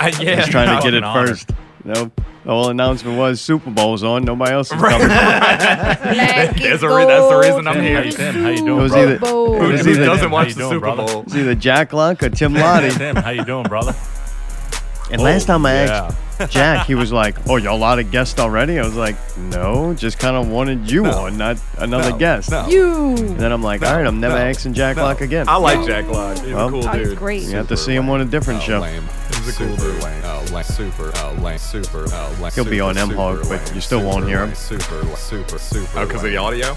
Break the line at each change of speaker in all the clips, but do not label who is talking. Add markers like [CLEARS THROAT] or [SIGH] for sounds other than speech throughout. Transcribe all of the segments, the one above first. Right, yeah.
He's trying
That
to get
was
it
an
[LAUGHS]
honor.
first. You know, the whole announcement was Super Bowl's on. Nobody else is coming.
[LAUGHS]
There's a re- [LAUGHS] that's the reason I'm here.
Tim, how you doing,
It was
brother?
either-
Who,
It was
who
either-
doesn't
How
watch
you
the
doing,
Super
brother?
Bowl?
It's either Jack Luck or Tim Lottie.
[LAUGHS]
Tim, how you doing, brother?
And last
Oh,
time I
yeah.
[LAUGHS]
asked Jack, he was like, "Oh, y'all lot of guests already." I was like, "No, just kind of wanted you on, not another guest."
no.
You.
And then I'm like, "All right, I'm never
no,
asking Jack
no.
Luck again."
I like Jack Lodge. He's
Well,
a cool
Oh,
he's
dude.
great.
you have to see him on a different show.
Lame.
He's a cool
super
dude.
lame. Oh, lame. Super. Oh, lame. Super. Oh, lame.
He'll be
Super,
on
super
M-Hog, but
lame.
you still won't
Super
hear
lame.
him.
Super. Super. Super.
Oh, because of
lame. [LAUGHS]
the audio?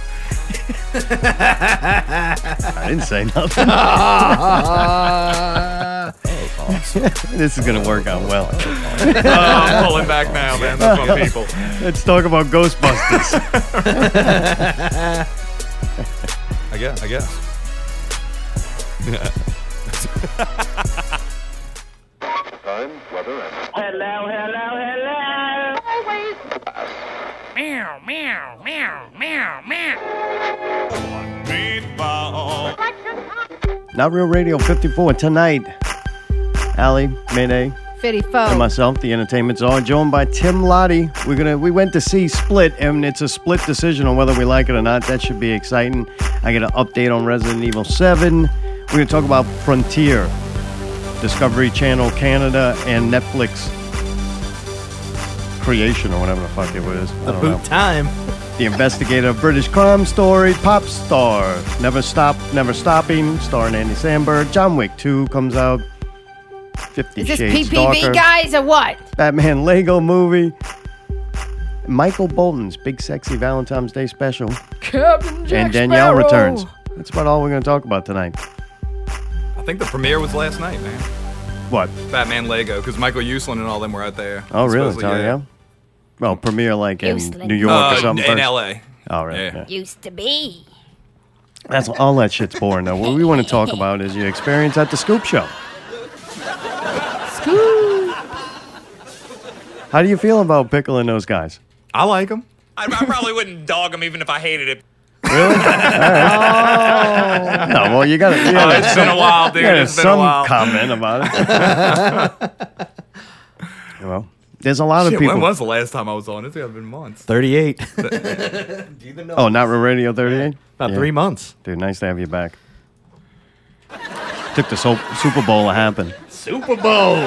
I didn't say nothing. [LAUGHS] this is gonna work out
[LAUGHS]
well.
Oh, I'm pulling back now, man. That's my people.
Let's talk about Ghostbusters.
[LAUGHS]
I guess. I guess.
Not Real Radio 54 tonight. Allie, Mayday, and
54.
myself, the entertainment czar, joined by Tim Lottie. We're gonna we went to see Split, and it's a split decision on whether we like it or not. That should be exciting. I get an update on Resident Evil 7. We're gonna talk about Frontier, Discovery Channel Canada, and Netflix creation or whatever the fuck it was. I don't know.
[LAUGHS] Boot time.
The investigator of British crime story, Pop Star, Never Stop, Never Stopping, starring Andy Samberg. John Wick 2 comes out. Fifty
Is this
Shades
PPV
Darker.
guys or what?
Batman Lego movie. Michael Bolton's Big Sexy Valentine's Day special.
Captain Jack
and Danielle
Sparrow.
returns. That's about all we're going to talk about tonight.
I think the premiere was last night, man.
What?
Batman Lego, because Michael Uslan and all them were out there.
Oh, really?
Supposedly,
Tell you? Well, premiere like in
Useless.
New York
Uh,
or something.
in
first.
L.A.
Oh, really?
Yeah.
Yeah.
Used to be.
That's all that shit's boring though. What we want to talk about is your experience at the Scoop Show. Scoop. How do you feel about Pickle and those guys?
I like him.
I, I probably wouldn't dog him even if I hated it.
No, well you
[LAUGHS]
got to you
Oh,
gotta-
it's been a while,
you
dude.
gotta
It's been a
some
while.
comment about it.
[LAUGHS]
well, there's a lot of
Shit,
people.
when was the last time I was on? It's gotta been months.
38.
oh, not Real Radio 38.
About
Yeah.
three months.
Dude, nice to have you back. Took the so- Super Bowl to happen.
Super Bowl.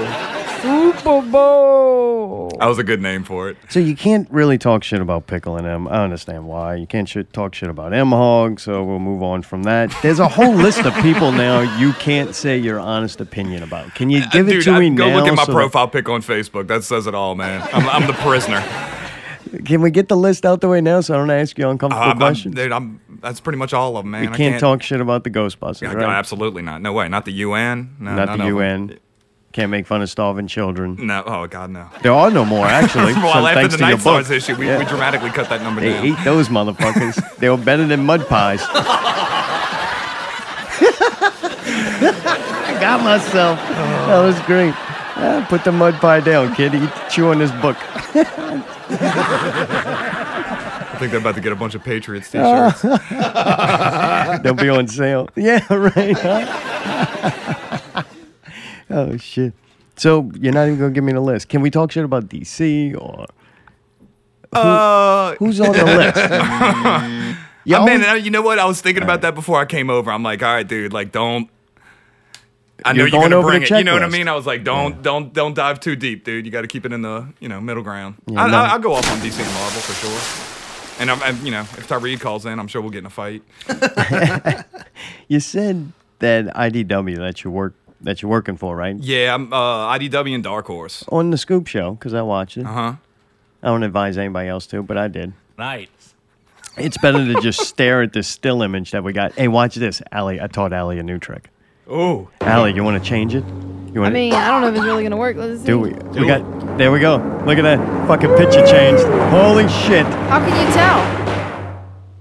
Super
Oh.
Bowl.
That was a good name for it.
So you can't really talk shit about Pickle and M. I understand why. You can't shit, talk shit about M Hog, so we'll move on from that. There's a whole list of people now you can't say your honest opinion about. Can you give it
Dude,
to
I,
me
go
now?
look at my
so that-
profile pic on Facebook. That says it all, man. I'm, I'm
[LAUGHS]
the prisoner.
can we get the list out the way now so I don't ask you uncomfortable
Uh, I'm, I'm,
questions?
dude, I'm, that's pretty much all of them, man.
you
I
can't, talk shit about the Ghostbusters,
No,
right?
absolutely not. No way. Not the UN. Uh, No,
Not
none
the
of 'em.
UN. Can't make fun of starving children.
No. Oh God, no.
There are no [LAUGHS] more, actually.
well,
so
after
thanks
the
to your
Night
book.
Stars issue, we, we dramatically cut that number
They
down.
ate those motherfuckers. they were better than mud pies. I got myself. That was great. Ah, put the mud pie down, kid. Eat, chew on this book.
I think they're about to get a bunch
[LAUGHS]
of Patriots T-shirts.
They'll be on sale. [LAUGHS] Yeah, right. [LAUGHS] oh shit. So you're not even gonna give me the list. Can we talk shit about DC or
uh,
who's on the list? you
I mean, uh, you know what? I was thinking about that before I came over. I'm like, all right, dude, like don't. I know
You're
you're
going
gonna
over
bring
the
it. You know what I
checklist.
mean? I was like, don't, don't, don't dive too deep, dude. You got to keep it in the, you know, middle ground. I,
no.
I, I'll go off on DC and Marvel for sure. And I'm, I'm, you know, if Tyree calls in, I'm sure we'll get in a fight.
you said that IDW that you work that you're working for, right?
Yeah, I'm uh, IDW and Dark Horse.
on the Scoop Show because I watched it.
Uh huh.
I don't advise anybody else to, but I did.
Night.
It's better to just stare at this still image that we got. Hey, watch this, Allie. I taught Allie a new trick.
Oh,
Allie, you want to change it? You
I
want
mean, I don't know if it's really going to work. Let's see.
do we? we got. There we go. Look at that fucking picture changed. Holy shit!
How can you tell?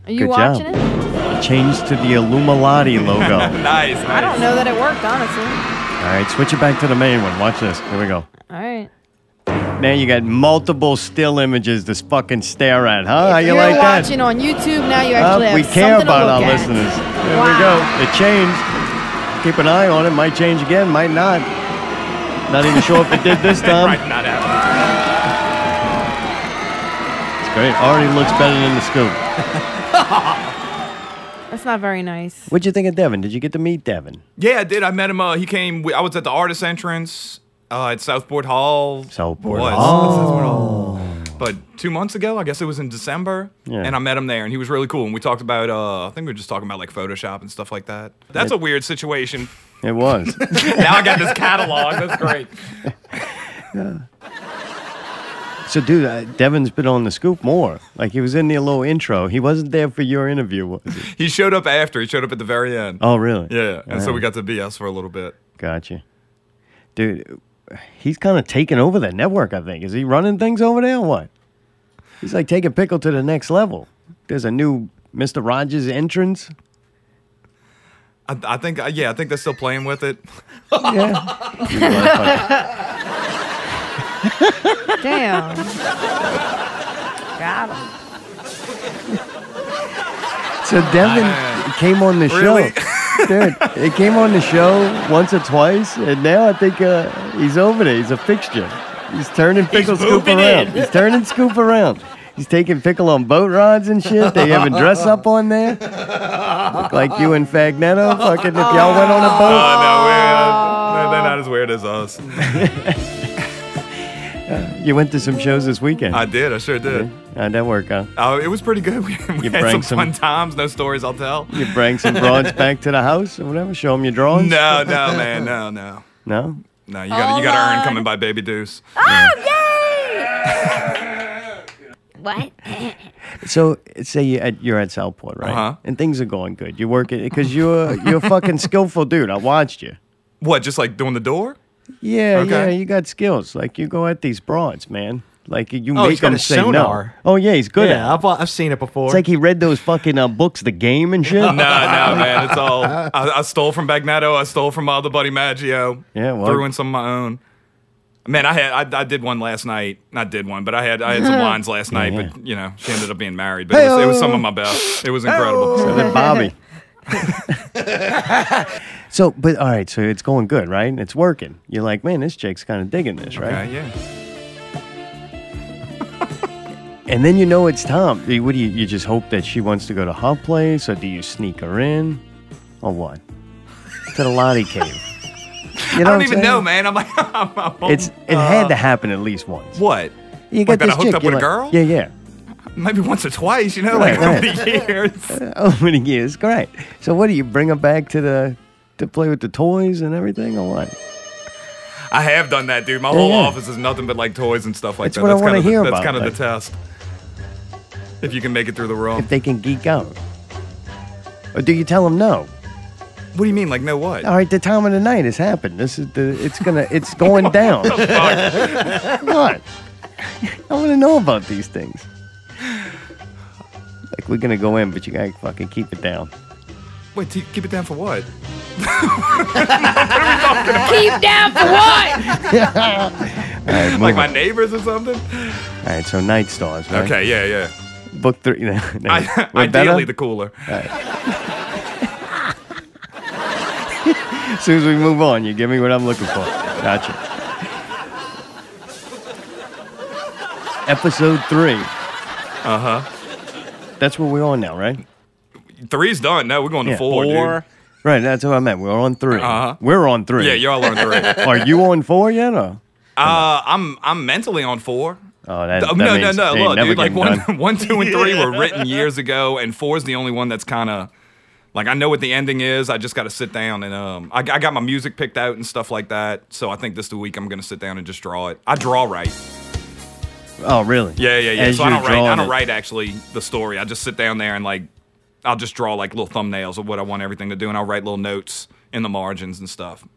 Are you
Good
watching
job.
it?
Changed to the Illuminati
[LAUGHS]
logo.
Nice.
I don't know that it worked, honestly.
All right, switch it back to the main one. Watch this. Here we go.
All right.
Now you got multiple still images to fucking stare at, huh? How you
You're
like that?
watching on YouTube now. You
Uh,
actually have
we care
something to
about our
look at.
listeners. There we
Wow.
go. It changed. Keep an eye on it. Might change again. Might not. Not even sure if it did this time.
Right, not out.
It's great. Already looks better than the scoop.
That's not very nice.
What'd you think of Devin? Did you get to meet Devin?
Yeah, I did. I met him. Uh, he came. wi- I was at the artist entrance uh, at Southport Hall.
Southport
Was.
Hall.
Oh. Southport Hall. But two months ago, I guess it was in December,
Yeah.
and I met him there, and he was really cool. And we talked about, uh, I think we were just talking about like Photoshop and stuff like that. That's a weird
[LAUGHS]
situation.
It was.
now I got this catalog. That's
[LAUGHS]
great.
so, dude, uh, Devin's been on the scoop more. Like he was in the little intro. He wasn't there for your interview, was he?
[LAUGHS] He showed up after. He showed up at the very end.
Oh, really?
Yeah, and so
Wow.
we got to BS for a little bit.
Gotcha. Dude, he's kind of taking over that network, I think. Is he running things over there or what? He's like taking Pickle to the next level. There's a new Mr. Rogers entrance.
I, I think, uh, yeah, I think they're still playing with it.
Yeah. You motherfucker.
[LAUGHS]
Damn. Got him.
so Devin came on the
[LAUGHS] Really?
show. [LAUGHS] Dude, it came on the show once or twice, and now I think uh, he's over there. He's a fixture. He's turning Pickle Scoop
moving
around.
in.
He's turning Scoop around. He's taking Pickle on boat rides and shit. They having dress up on there. Look like you and Fagnetto. Fucking if y'all went on a boat.
[LAUGHS] Oh, no, we're, uh, they're not as weird as us.
You went to some shows this weekend.
I did. I sure did.
How'd that work out?
Uh, it was pretty good. [LAUGHS] We, we
You
had
bring
some,
some-
fun times. No stories I'll tell.
You bring some broads back to the house or whatever? Show them your drawings?
[LAUGHS] No,
[LAUGHS]
no, man, no, no,
No?
no. You got to you got to earn coming by Baby Deuce.
What?
So say you at, you're at Southport, right?
Uh-huh.
And things are going good. You're working because you're you're a fucking skillful dude. I watched you.
What? Just like doing
[LAUGHS]
the door?
Yeah,
Okay.
yeah. You got skills. Like you go at these broads, man. Like you
Oh,
make
he's got
them
a
say
sonar.
no. Oh yeah, he's good
Yeah,
at. It.
I've, I've seen it before.
It's like he read those fucking uh, books, The Game and shit.
No, no, man. It's all. I, I stole from Bagnato. I stole from my other buddy Maggio.
Yeah, well-
threw in some of my own. Man, I had I, I did one last night. Not did one, but I had I had some lines last night.
yeah.
But you know, she ended up being married. But it was, it was some of my best. It was incredible.
[LAUGHS] And then Bobby. so, but all right. So it's going good, right? It's working. You're like, man, this Jake's kind of digging this, right?
Okay, yeah.
And then you know it's Tom. Do you- What do you? You just hope that she wants to go to her place, or do you sneak her in, or what? To the Lottie
[LAUGHS]
cave. You
I don't
what I'm
even
saying?
know, man. I'm like, [LAUGHS] I'm, I'm,
It's it had to happen at least once.
what?
You got
that I
this
hooked
chick,
up
you're
with a
like-
girl?
Yeah, yeah.
Maybe once or twice. You know,
Right,
like over
right.
the years.
[LAUGHS] Over the years, great. So what do you bring her back to the to play with the toys and everything, or what?
I have done that, dude. My whole
yeah.
office is nothing but like toys and stuff like
That's
that.
what I
that's
wanna
kind of
hear
the, that's
about,
kind of
like-
the test. If you can make it through the room.
If they can geek out, or do you tell them no?
What do you mean? Like no what?
All right, the time of the night has happened. This is the it's gonna it's going
[LAUGHS]
down.
Fuck.
What? I want to know about these things. Like we're gonna go in, but you gotta fucking keep it down.
Wait, t- keep it down for what?
[LAUGHS] Keep down for what?
All right,
Like
move
my
on.
neighbors or something?
All right, so night stars. Right?
Okay, yeah, yeah.
Book three. [LAUGHS] No, no.
I,
We're
[LAUGHS] ideally,
better? Uh,
the cooler.
As soon as we move on, you give me what I'm looking for. Gotcha. Episode three. Uh
Uh-huh.
huh. That's what we're on now, right?
Three's done. No, we're going to
Yeah.
four,
Four.
Right. That's what I meant. We're on 3
Uh-huh.
We're on three.
dude. Yeah, y'all are
[LAUGHS]
on three. uh,
Are you on four yet? Or?
I'm I'm mentally on four.
Oh, that,
Uh,
that
no, no,
means
no,
they ain't
Look,
never
dude, like
getting
one,
done.
[LAUGHS] one, two, and three were
[LAUGHS]
written years ago, and four's the only one that's kind of like I know what the ending is. I just got to sit down and um, I, I got my music picked out and stuff like that. So I think this the week I'm gonna sit down and just draw it. I draw right.
Oh, really?
Yeah, yeah, yeah.
As
so I
you're
don't write. I
drawing
don't
it.
write actually the story. I just sit down there and like I'll just draw like little thumbnails of what I want everything to do, and I'll write little notes in the margins and stuff,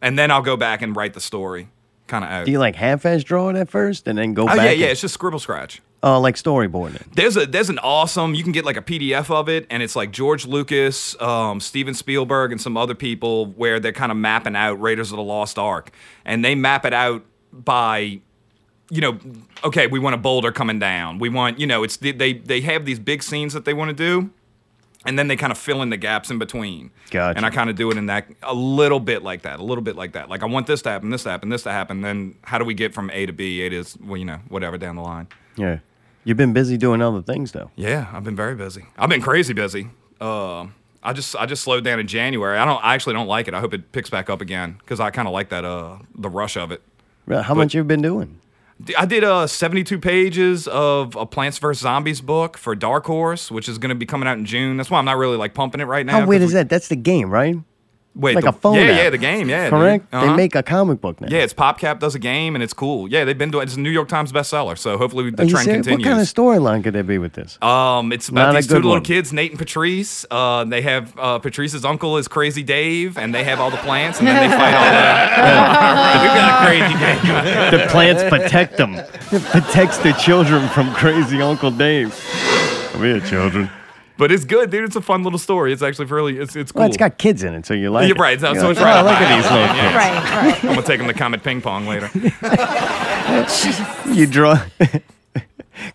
and then I'll go back and write the story kind of out.
Do you like half-ass draw it at first and then go back?
oh yeah, yeah.
and-
It's just scribble scratch.
Oh, like storyboarding. it.
There's a there's an awesome you can get like a PDF of it and it's like George Lucas, um, Steven Spielberg, and some other people where they're kind of mapping out Raiders of the Lost Ark, and they map it out by, you know, okay, we want a boulder coming down, we want you know it's they they have these big scenes that they want to do, and then they kind of fill in the gaps in between.
Gotcha.
And I kind of do it in that a little bit like that, a little bit like that. Like I want this to happen, this to happen, this to happen. Then how do we get from A to B? It is well, you know, whatever down the line.
Yeah. You've been busy doing other things though.
Yeah, I've been very busy. I've been crazy busy. Um, I just I just slowed down in January. I don't I actually don't like it. I hope it picks back up again because I kind of like that uh the rush of it.
Really, How much you've been doing?
D- I did uh 72 pages of a Plants vs Zombies book for Dark Horse, which is going to be coming out in June. That's why I'm not really like pumping it right now.
How weird Oh,
'cause
is that? That's the game, right?
we- Wait,
like
the-
a phone
Yeah,
app.
yeah, the game. Yeah, dude.
Correct. They
Uh-huh.
make a comic book now.
Yeah, it's PopCap does a game and it's cool. Yeah, they've been doing it's a New York Times bestseller. So hopefully the
Are you
trend
serious?
continues.
What kind of storyline could there be with this?
Um, it's about
Not a
these two
good
little
one.
kids, Nate and Patrice. Uh, they have uh, Patrice's uncle is Crazy Dave, and they have all the plants, and then they fight all that. We've got a crazy Dave.
the plants protect them. It protects the children from crazy Uncle Dave.
Oh,
Come here, children.
[LAUGHS] But it's good, dude. It's a fun little story. It's actually really, it's it's cool.
Well, it's got kids in it, so you like
You're
it.
right. So,
You're
so
like,
it's right.
"Oh,
up
look
my
at these
alley."
little
Yeah.
[LAUGHS]
Right, right.
I'm gonna take them to Comet Ping Pong later.
[LAUGHS] You draw.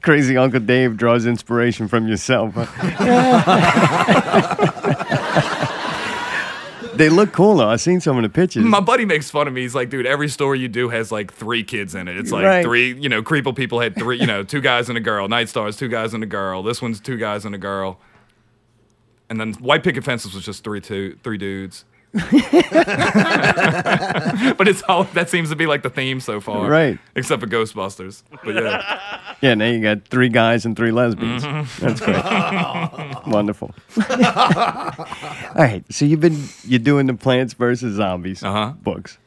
Crazy Uncle Dave draws inspiration from yourself.
[LAUGHS]
huh? they look cool though. I've seen some of the pictures.
[LAUGHS] My buddy makes fun of me. He's like, dude, every story you do has like three kids in it. It's like
Right.
three, you know, Creeple people had three, you know, two guys and a girl. Night Stars, two guys and a girl. This one's two guys and a girl. And then White Picket Fences was just three, two, three dudes. [LAUGHS] but it's all that seems to be like the theme so far,
Right.
Except for Ghostbusters. But yeah,
yeah, now you got three guys and three lesbians.
Mm-hmm.
That's great.
[LAUGHS]
Wonderful. [LAUGHS] All right, so you've been you're doing the Plants versus Zombies
Uh-huh.
books.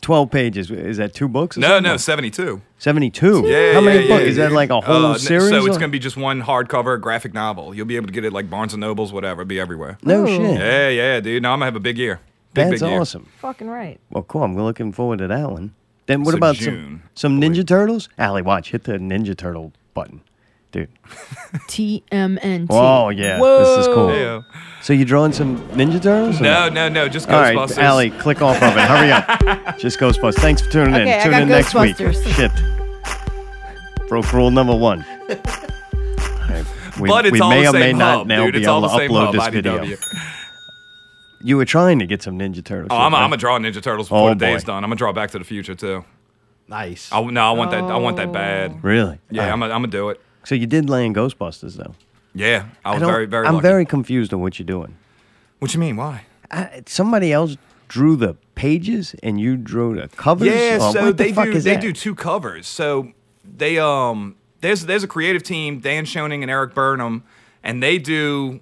Twelve pages. Is that two books? or
no,
something?
no, seventy-two.
Seventy-two.
Yeah,
How many
yeah,
books?
yeah,
Is that
yeah.
like a whole
Uh, n-
series?
So it's
or-
gonna be just one hardcover graphic novel. You'll be able to get it like Barnes and Nobles, whatever. Be everywhere.
no
Ooh.
shit.
Yeah, yeah, dude. Now I'm gonna have a big year. Big,
That's
big year.
awesome.
Fucking right.
Well, cool. I'm looking forward to that one. Then what
So
about
June,
some some Ninja Turtles? Allie, watch. Hit the Ninja Turtle button, dude.
TMNT.
Oh yeah, this is cool.
Yeah.
So you drawing some Ninja Turtles? or
No, no, no. Just
All right,
Ghostbusters.
Allie, click off of it. Hurry
[LAUGHS]
up. Just Ghostbusters. Thanks for tuning in.
Okay, I
Tune
got
in next week.
Ghostbusters.
Shit. Broke rule number one. All right, We,
But it's
we
all
may
the
or
same
may not
hub,
now
dude.
be
It's all
able
the
to
same
upload
hub.
this video.
IDW.
You were trying to get some Ninja Turtles.
Oh,
shit,
I'm,
right?
I'm gonna draw Ninja Turtles before
Oh,
the day's
boy.
done. I'm gonna draw Back to the Future too.
Nice.
I, no, I want that. I want that bad.
Really?
Yeah,
All right.
I'm gonna I'm gonna do it.
So you did land Ghostbusters though.
Yeah, I
I
was
don't-
very, very.
I'm
lucky.
very confused on what you're doing.
What you mean? Why?
I, somebody else drew the pages and you drew the covers.
Yeah,
Or
so
um, what the
they
fuck
do
is
they
that?
do two covers. So they um there's there's a creative team, Dan Schoening and Eric Burnham, and they do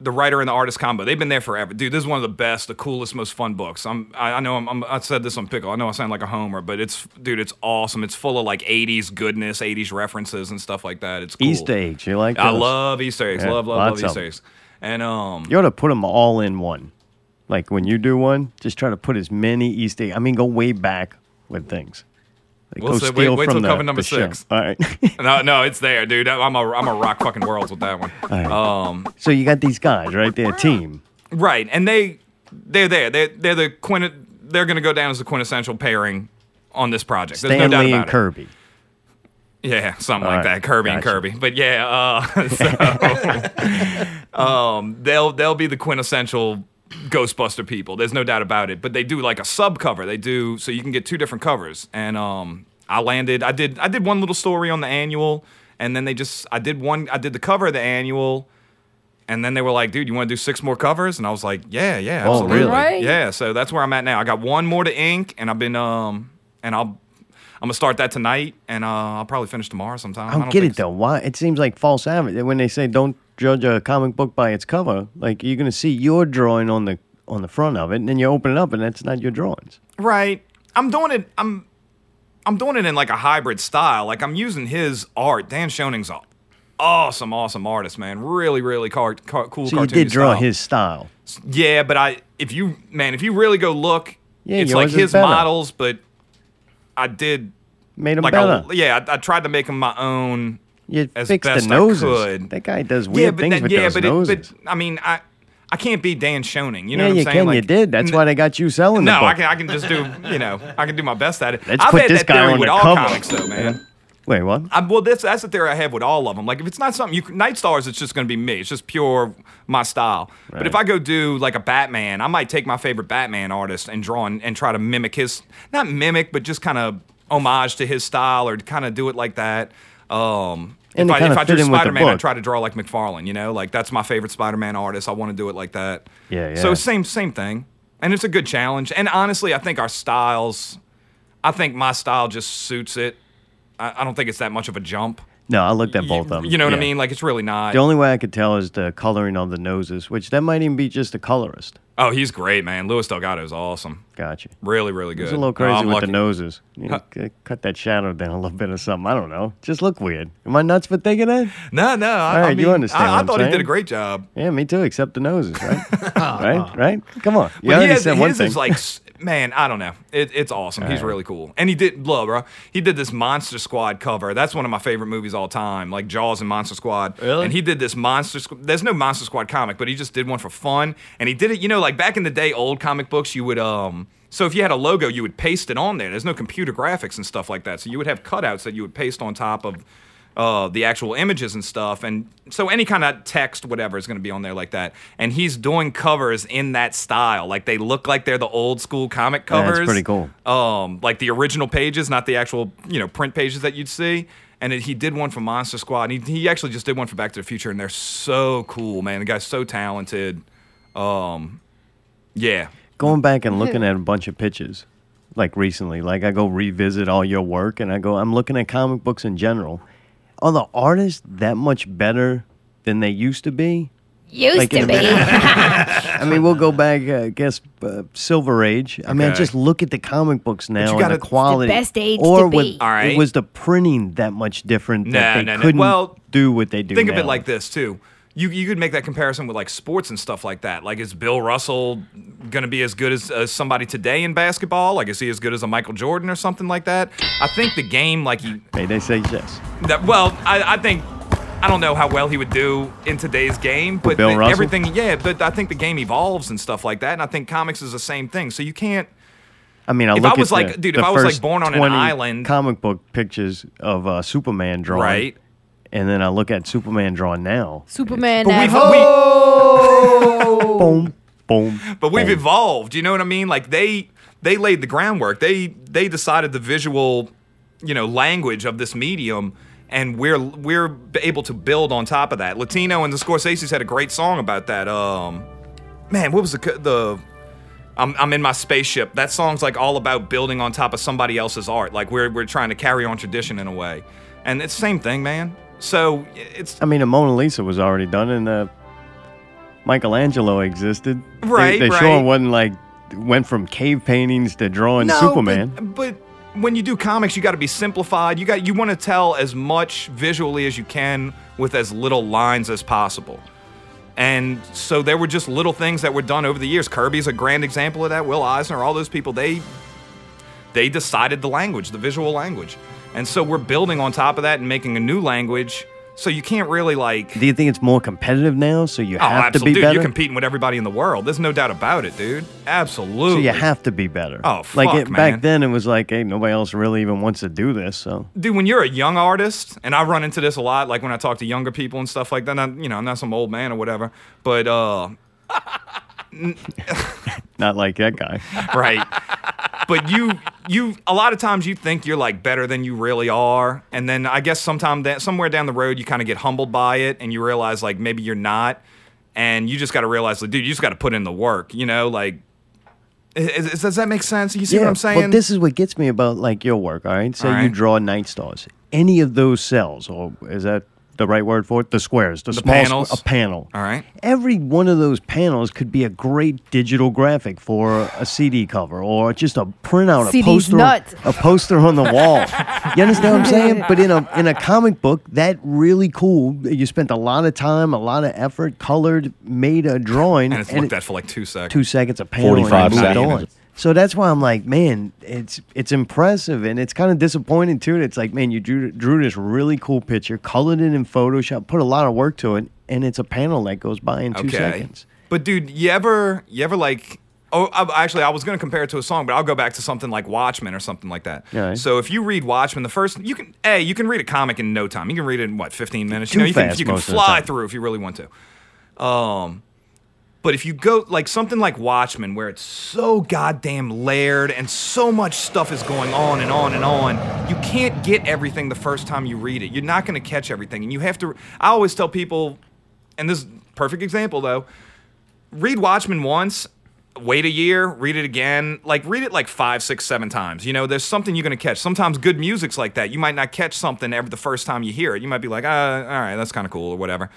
the writer and the artist combo. They've been there forever, dude. This is one of the best, the coolest, most fun books. I'm I, I know I'm, I'm I said this on Pickle. I know I sound like a homer, but it's dude, it's awesome. It's full of like '80s goodness, '80s references and stuff like that. It's cool.
Easter eggs. You like?
I
those?
love Easter eggs.
Yeah,
love love
lots of
love Easter
them.
eggs. And um,
You ought to put them all in one. Like when you do one, just try to put as many Easter. I mean, go way back with things. Like
Well,
go
so wait-
steal
wait
from
till
the,
cover number
the show.
six.
All right. [LAUGHS]
no, no, it's there, dude. I'm a I'm a rock fucking worlds with that one.
right.
Um,
so you got these guys, right? They're a team.
Right, and they they're there. They're they're the quint. They're going to go down as the quintessential pairing on this project. There's no doubt
Stanley
about
and
it.
Kirby.
Yeah, something
All
like
right,
that. Kirby and
gotcha.
Kirby. But yeah, uh,
[LAUGHS]
[LAUGHS] so, um, they'll they'll be the quintessential Ghostbuster people. There's no doubt about it. But they do like a sub cover. They do so you can get two different covers. And um, I landed. I did. I did one little story on the annual, and then they just. I did one. I did the cover of the annual. And then they were like, "Dude, you want to do six more covers?" And I was like, "Yeah, yeah,
Oh,
absolutely."
really?
Right.
Yeah, so that's where I'm at now. I got one more to ink, and I've been um, and I'll, I'm gonna start that tonight, and uh, I'll probably finish tomorrow sometime.
I don't, Oh, get it though. Why? It seems like false advertising when they say don't judge a comic book by its cover. Like you're gonna see your drawing on the on the front of it, and then you open it up, and that's not your drawings.
though. Right? I'm doing it. I'm, I'm doing it in like a hybrid style. Like I'm using his art. Dan Schoning's a awesome, awesome artist, man. Really, really car- car- cool.
So you
cartoony
did draw
style.
his style.
Yeah, but I if you man, if you really go look,
Yeah,
it's like
yours is
his
better.
models, but I did
Made him
like
better.
I, yeah, I, I tried to make them my own.
You
as
fixed
best
the
I
noses.
could.
That guy does weird things
that-
with those
but
noses.
It, but I mean, I I can't be Dan Schoening. You know
yeah,
what I'm
you
saying?
can.
Like,
you did. That's
n-
why they got you selling the
No,
book.
I can. I can just do. You know, I can do my best at it.
Let's
I
put
bet
this
that
guy
theory
on
with
the
all
cover.
comics, though, man.
Wait, what?
I, well, that's that's the theory I have with all of them. Like, if it's not something you can- Night Stars, it's just going to be me. It's just pure my style. But if
Right.
I go do like a Batman, I might take my favorite Batman artist and draw and, and try to mimic his not mimic, but just kind of homage to his style or kind of do it like that. Um,
And
if
to
I,
kinda
if I
fit
drew
in with the
Spider Man, I
book.
try to draw like McFarlane. You know, like that's my favorite Spider Man artist. I want to do it like that.
Yeah, yeah.
So same same thing, and it's a good challenge. And honestly, I think our styles. I think my style just suits it. I, I don't think it's that much of a jump.
No, I looked at both of them.
You know what
Yeah.
I mean? Like it's really not.
The only way I could tell is the coloring on the noses, which that might even be just a colorist.
oh, he's great, man. Luis Delgado is awesome.
Gotcha.
Really, really good.
It's a little
Oh,
crazy
I'm
with
lucky.
the noses. You know, c- cut that shadow down a little bit or something. I don't know. Just look weird. Am I nuts for thinking that?
No, no. I,
All right,
I
you
mean,
understand
I,
what
I
I'm
thought he
saying.
did a great job.
Yeah, me too. Except the noses, right?
[LAUGHS]
right, right. Come on. You
But
already
he has,
said one
his
thing.
is like, s- man, I don't know. It, it's awesome. He's really cool. And he did, blah, bro. He did this Monster Squad cover. That's one of my favorite movies all time, like Jaws and Monster Squad.
Really?
And he did this Monster Squad. There's no Monster Squad comic, but he just did one for fun. And he did it, you know, like back in the day, old comic books, you would, um, so if you had a logo, you would paste it on there. There's no computer graphics and stuff like that. So you would have cutouts that you would paste on top of uh, the actual images and stuff. And so any kind of text, whatever, is going to be on there like that. And he's doing covers in that style. Like they look like they're the old school comic
Yeah, that's
covers.
pretty cool.
Um, like the original pages, not the actual, you know, print pages that you'd see. And it, he did one for Monster Squad. And he, he actually just did one for Back to the Future. And they're so cool, man. The guy's so talented. Um, yeah.
going back and
[LAUGHS]
looking at a bunch of pitches like recently like i go revisit all your work and i go i'm looking at comic books in general are the artists that much better than they used to be
Used
Like
to
in
be.
the
[LAUGHS]
i mean we'll go back i guess uh, silver age i mean
Okay.
just look at the comic books now and
gotta-
the
It's the
quality
best age to
or
be.
with-
All right.
was the printing that much different that
Nah,
they
nah, nah.
couldn't
Well,
do what they do
Think of
now?
it like this too. You you could make that comparison with like sports and stuff like that. Like is Bill Russell going to be as good as, as somebody today in basketball? Like is he as good as a Michael Jordan or something like that? I think the game like he
May they say yes
that well I, I think I don't know how well he would do in today's game, but
Bill
the-
Russell?
everything yeah. But I think the game evolves and stuff like that, and I think comics is the same thing. So you can't.
I mean, I
If I
look
was
at
like-
the,
dude,
the
if I was like
first
born on an
20
island-
comic book pictures of uh, Superman drawn,
Right.
And then I look at Superman drawn now.
Superman.
But
that
we've,
hoe.
we,
Boom, boom.
But we've
boom.
evolved. You know what I mean? Like they they laid the groundwork. They they decided the visual, you know, language of this medium, and we're we're b- able to build on top of that. Latino and the Scorsese's had a great song about that. Um, man, what was the co- the I'm, I'm in my spaceship. That song's like all about building on top of somebody else's art. Like we're we're trying to carry on tradition in a way, and it's the same thing, man. So it's
I mean, the Mona Lisa was already done, and uh, Michelangelo existed. They-
Right,
they, sure
right.
wasn't like went from cave paintings to drawing
No,
Superman.
But, but when you do comics, you got to be simplified. You got you want to tell as much visually as you can with as little lines as possible. And so there were just little things that were done over the years. Kirby's a grand example of that. Will Eisner, all those people, they they decided the language, the visual language. And so we're building on top of that and making a new language. So you can't really like
do you think it's more competitive now? So you
Oh,
have to
absolutely.
be
Dude,
better.
you're competing with everybody in the world. There's no doubt about it, dude. Absolutely.
so you have to be better.
Oh,
like
fuck,
it, back
man.
then, it was like, hey, nobody else really even wants to do this. So
dude, when you're a young artist, and I run into this a lot, like when I talk to younger people and stuff like that. Not, you know, I'm not some old man or whatever, but uh, [LAUGHS]
not like that guy.
right. but you, you, a lot of times you think you're like better than you really are, and then I guess sometime that somewhere down the road you kind of get humbled by it, and you realize like maybe you're not, and you just got to realize like, dude, you just got to put in the work, you know, like. is- is- does that make sense? You see what I'm saying?
But this is what gets me about like your work. All right, say
All
you
right.
draw night stars. Any of those cells, or is that the right word for it? The squares, the, small squ-
panels.
a panel.
All right.
Every one of those panels could be a great digital graphic for a CD cover, or just a printout, a
CD's
poster,
nut.
a poster on the wall. You understand what I'm saying? But in a in a comic book, that really cool. You spent a lot of time, a lot of effort, colored, made a drawing,
and it's looked at for like two seconds.
two seconds a panel.
45
and I moved
seconds.
on. So that's why I'm like, man, it's it's impressive and it's kind of disappointing too. It's like, man, you drew drew this really cool picture, colored it in Photoshop, put a lot of work to it, and it's a panel that goes by in two seconds.
But dude, you ever you ever like Oh, I, actually, I was going to compare it to a song, but I'll go back to something like Watchmen or something like that.
All right.
So if you read Watchmen, the first you can a you can read a comic in no time. You can read it in what fifteen minutes.
Too
you know, you
fast
can you can
most of the
fly
time.
through if you really want to. Um, but if you go like something like Watchmen, where it's so goddamn layered and so much stuff is going on and on and on, you can't get everything the first time you read it. You're not going to catch everything, and you have to. I always tell people, and this is a perfect example though read Watchmen once, wait a year, read it again. Like read it like five, six, seven times. You know, there's something you're gonna catch. Sometimes good music's like that. You might not catch something every the first time you hear it. You might be like, uh, all right, that's kind of cool or whatever.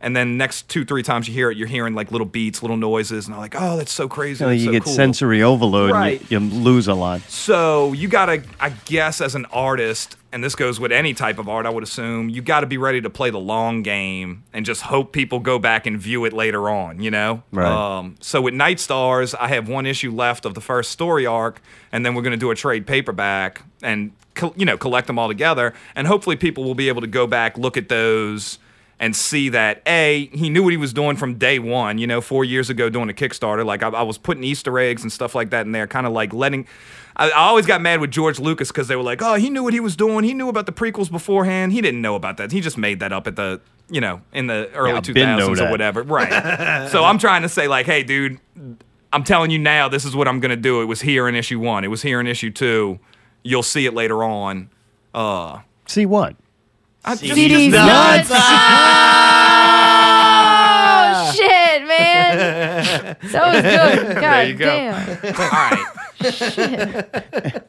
And then next two, three times you hear it, you're hearing like little beats, little noises, and I'm like, oh, that's so crazy.
You, know,
that's
you
so
get
cool.
sensory overload
Right.
and you, you lose a lot.
So you gotta, I guess, as an artist, and this goes with any type of art, I would assume, you gotta be ready to play the long game and just hope people go back and view it later on, you know?
Right.
Um, so with Night Stars, I have one issue left of the first story arc, and then we're gonna do a trade paperback and, co- you know, collect them all together. And hopefully people will be able to go back, look at those. And see that a he knew what he was doing from day one. You know, four years ago doing a Kickstarter, like I, I was putting Easter eggs and stuff like that in there, kind of like letting I, I always got mad with George Lucas because they were like, "Oh, he knew what he was doing. He knew about the prequels beforehand. He didn't know about that. He just made that up at the, you know, in the early
Yeah,
two
Ben know
thousands or
that.
whatever." Right. so I'm trying to say, like, "Hey, dude, I'm telling you now. This is what I'm gonna do. It was here in issue one. It was here in issue two. You'll see it later on." Uh,
See what?
I just,
See these
just-
nuts.
Oh shit, man. That was good. God
you go.
damn.
all right.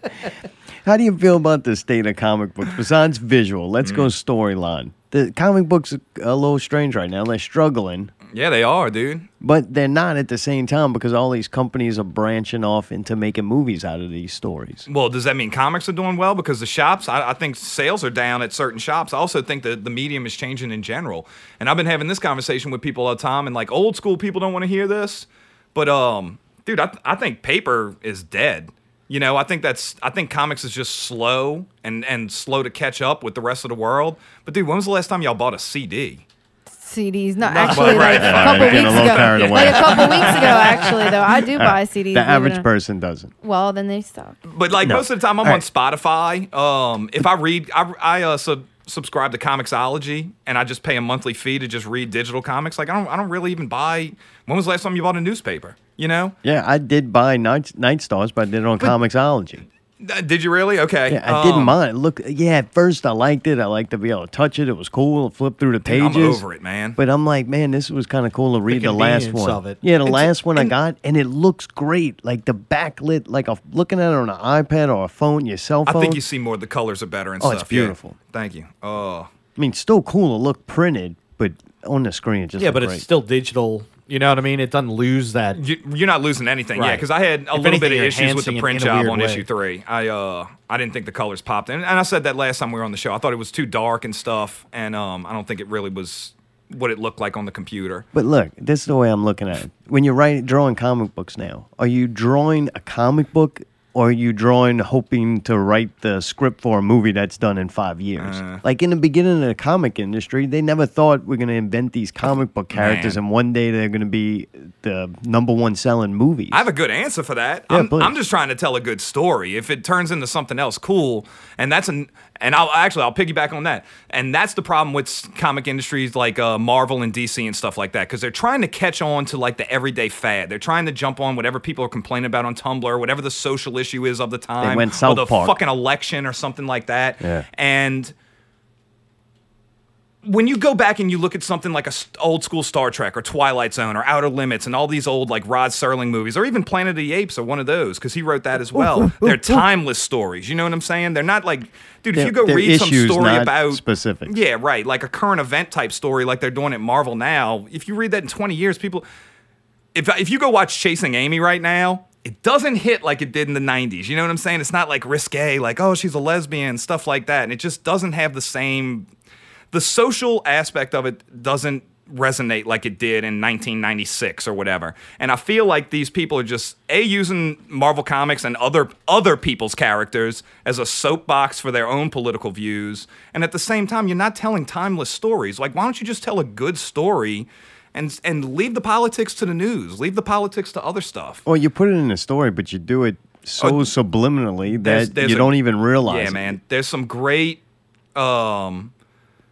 How do you feel about the state of comic books? Besides visual, let's go
Mm.
storyline. The comic books are a little strange right now. They're struggling,
Yeah, they are, dude.
but they're not at the same time because all these companies are branching off into making movies out of these stories.
Well, does that mean comics are doing well? Because the shops, I, I think sales are down at certain shops. I also think that the medium is changing in general. And I've been having this conversation with people all the time, and like old school people don't want to hear this. But um, dude, I, I think paper is dead. You know, I think that's I think comics is just slow and and slow to catch up with the rest of the world. But dude, when was the last time y'all bought a CD?
CDs. Not actually,
but
like
right,
a
fine.
couple
I'm getting a
weeks
little
ago.
carried away.
Like a couple weeks ago, actually, though,
[LAUGHS]
I do buy CDs.
The
believe it
average
or not.
person doesn't.
uh, Well, then they stop.
But like most of the time, I'm on Spotify. Um, if I read, I, I uh, sub, subscribe to Comixology, and I just pay a monthly fee to just read digital comics. Like I don't, I don't really even buy. When was the last time you bought a newspaper? You know?
Yeah, I did buy Night, Night Stars, but I did it on Comixology.
Uh, Did you really? Okay.
Yeah, I didn't
Um,
mind. Look, yeah, at first I liked it. I liked to be able to touch it. It was cool. Flip through the
I'm
pages.
over it, man.
But I'm like, man, this was kind of cool to read the, last
convenience
one.
of it.
Yeah, the last one I got, and it looks great. Like the backlit, like a, looking at it on an iPad or a phone, your cell
I
phone.
think you see more. The colors are better and
Oh,
stuff.
it's
yeah.
beautiful.
Thank you. Oh,
I mean, it's still cool to look printed, but on the screen, it just
Yeah,
looked
but
great.
it's still digital. You know what I mean? It doesn't lose that.
you, you're not losing anything, yeah.
Right.
Because I had a
If
little
anything,
bit of
you're
issues with
enhancing
the
it
print
in a
job
weird
on
way.
issue three. I uh, I didn't think the colors popped, and, and I said that last time we were on the show. I thought it was too dark and stuff, and um, I don't think it really was what it looked like on the computer.
But look, this is the way I'm looking at it. When you're writing, drawing comic books now, are you drawing a comic book or are you drawing hoping to write the script for a movie that's done in five years?
Uh.
like in the beginning of the comic industry, they never thought we're going to invent these comic book characters
Man.
and one day they're going to be the number one selling movies.
I have a good answer for that.
Yeah,
I'm,
please.
I'm just trying to tell a good story. If it turns into something else, cool. And that's an and I'll actually I'll piggyback on that. And that's the problem with s- comic industries like uh, Marvel and DC and stuff like that because they're trying to catch on to like the everyday fad. They're trying to jump on whatever people are complaining about on Tumblr, whatever the social issue is of the time,
went
or
South
the
Park.
fucking election or something like that.
Yeah.
And when you go back and you look at something like a st- old school Star Trek or Twilight Zone or Outer Limits and all these old like Rod Serling movies or even Planet of the Apes or one of those because he wrote that as well. They're timeless stories. You know what I'm saying? They're not like, dude, if
They're-
you go
they're
read some
issues,
story
not
about
specific.
yeah, right, like a current event type story like they're doing at Marvel now. If you read that in 20 years, people, if if you go watch Chasing Amy right now. It doesn't hit like it did in the 90s. You know what I'm saying? It's not like risque, like, oh, she's a lesbian, stuff like that. And it just doesn't have the same the social aspect of it doesn't resonate like it did in 1996 or whatever. And I feel like these people are just a using Marvel comics and other other people's characters as a soapbox for their own political views. And at the same time, you're not telling timeless stories. Like why don't you just tell a good story and and leave the politics to the news. Leave the politics to other stuff.
Well, you put it in a story, but you do it so
Oh,
subliminally that
there's- there's
you
a-
don't even realize.
Yeah,
it.
man. There's some great um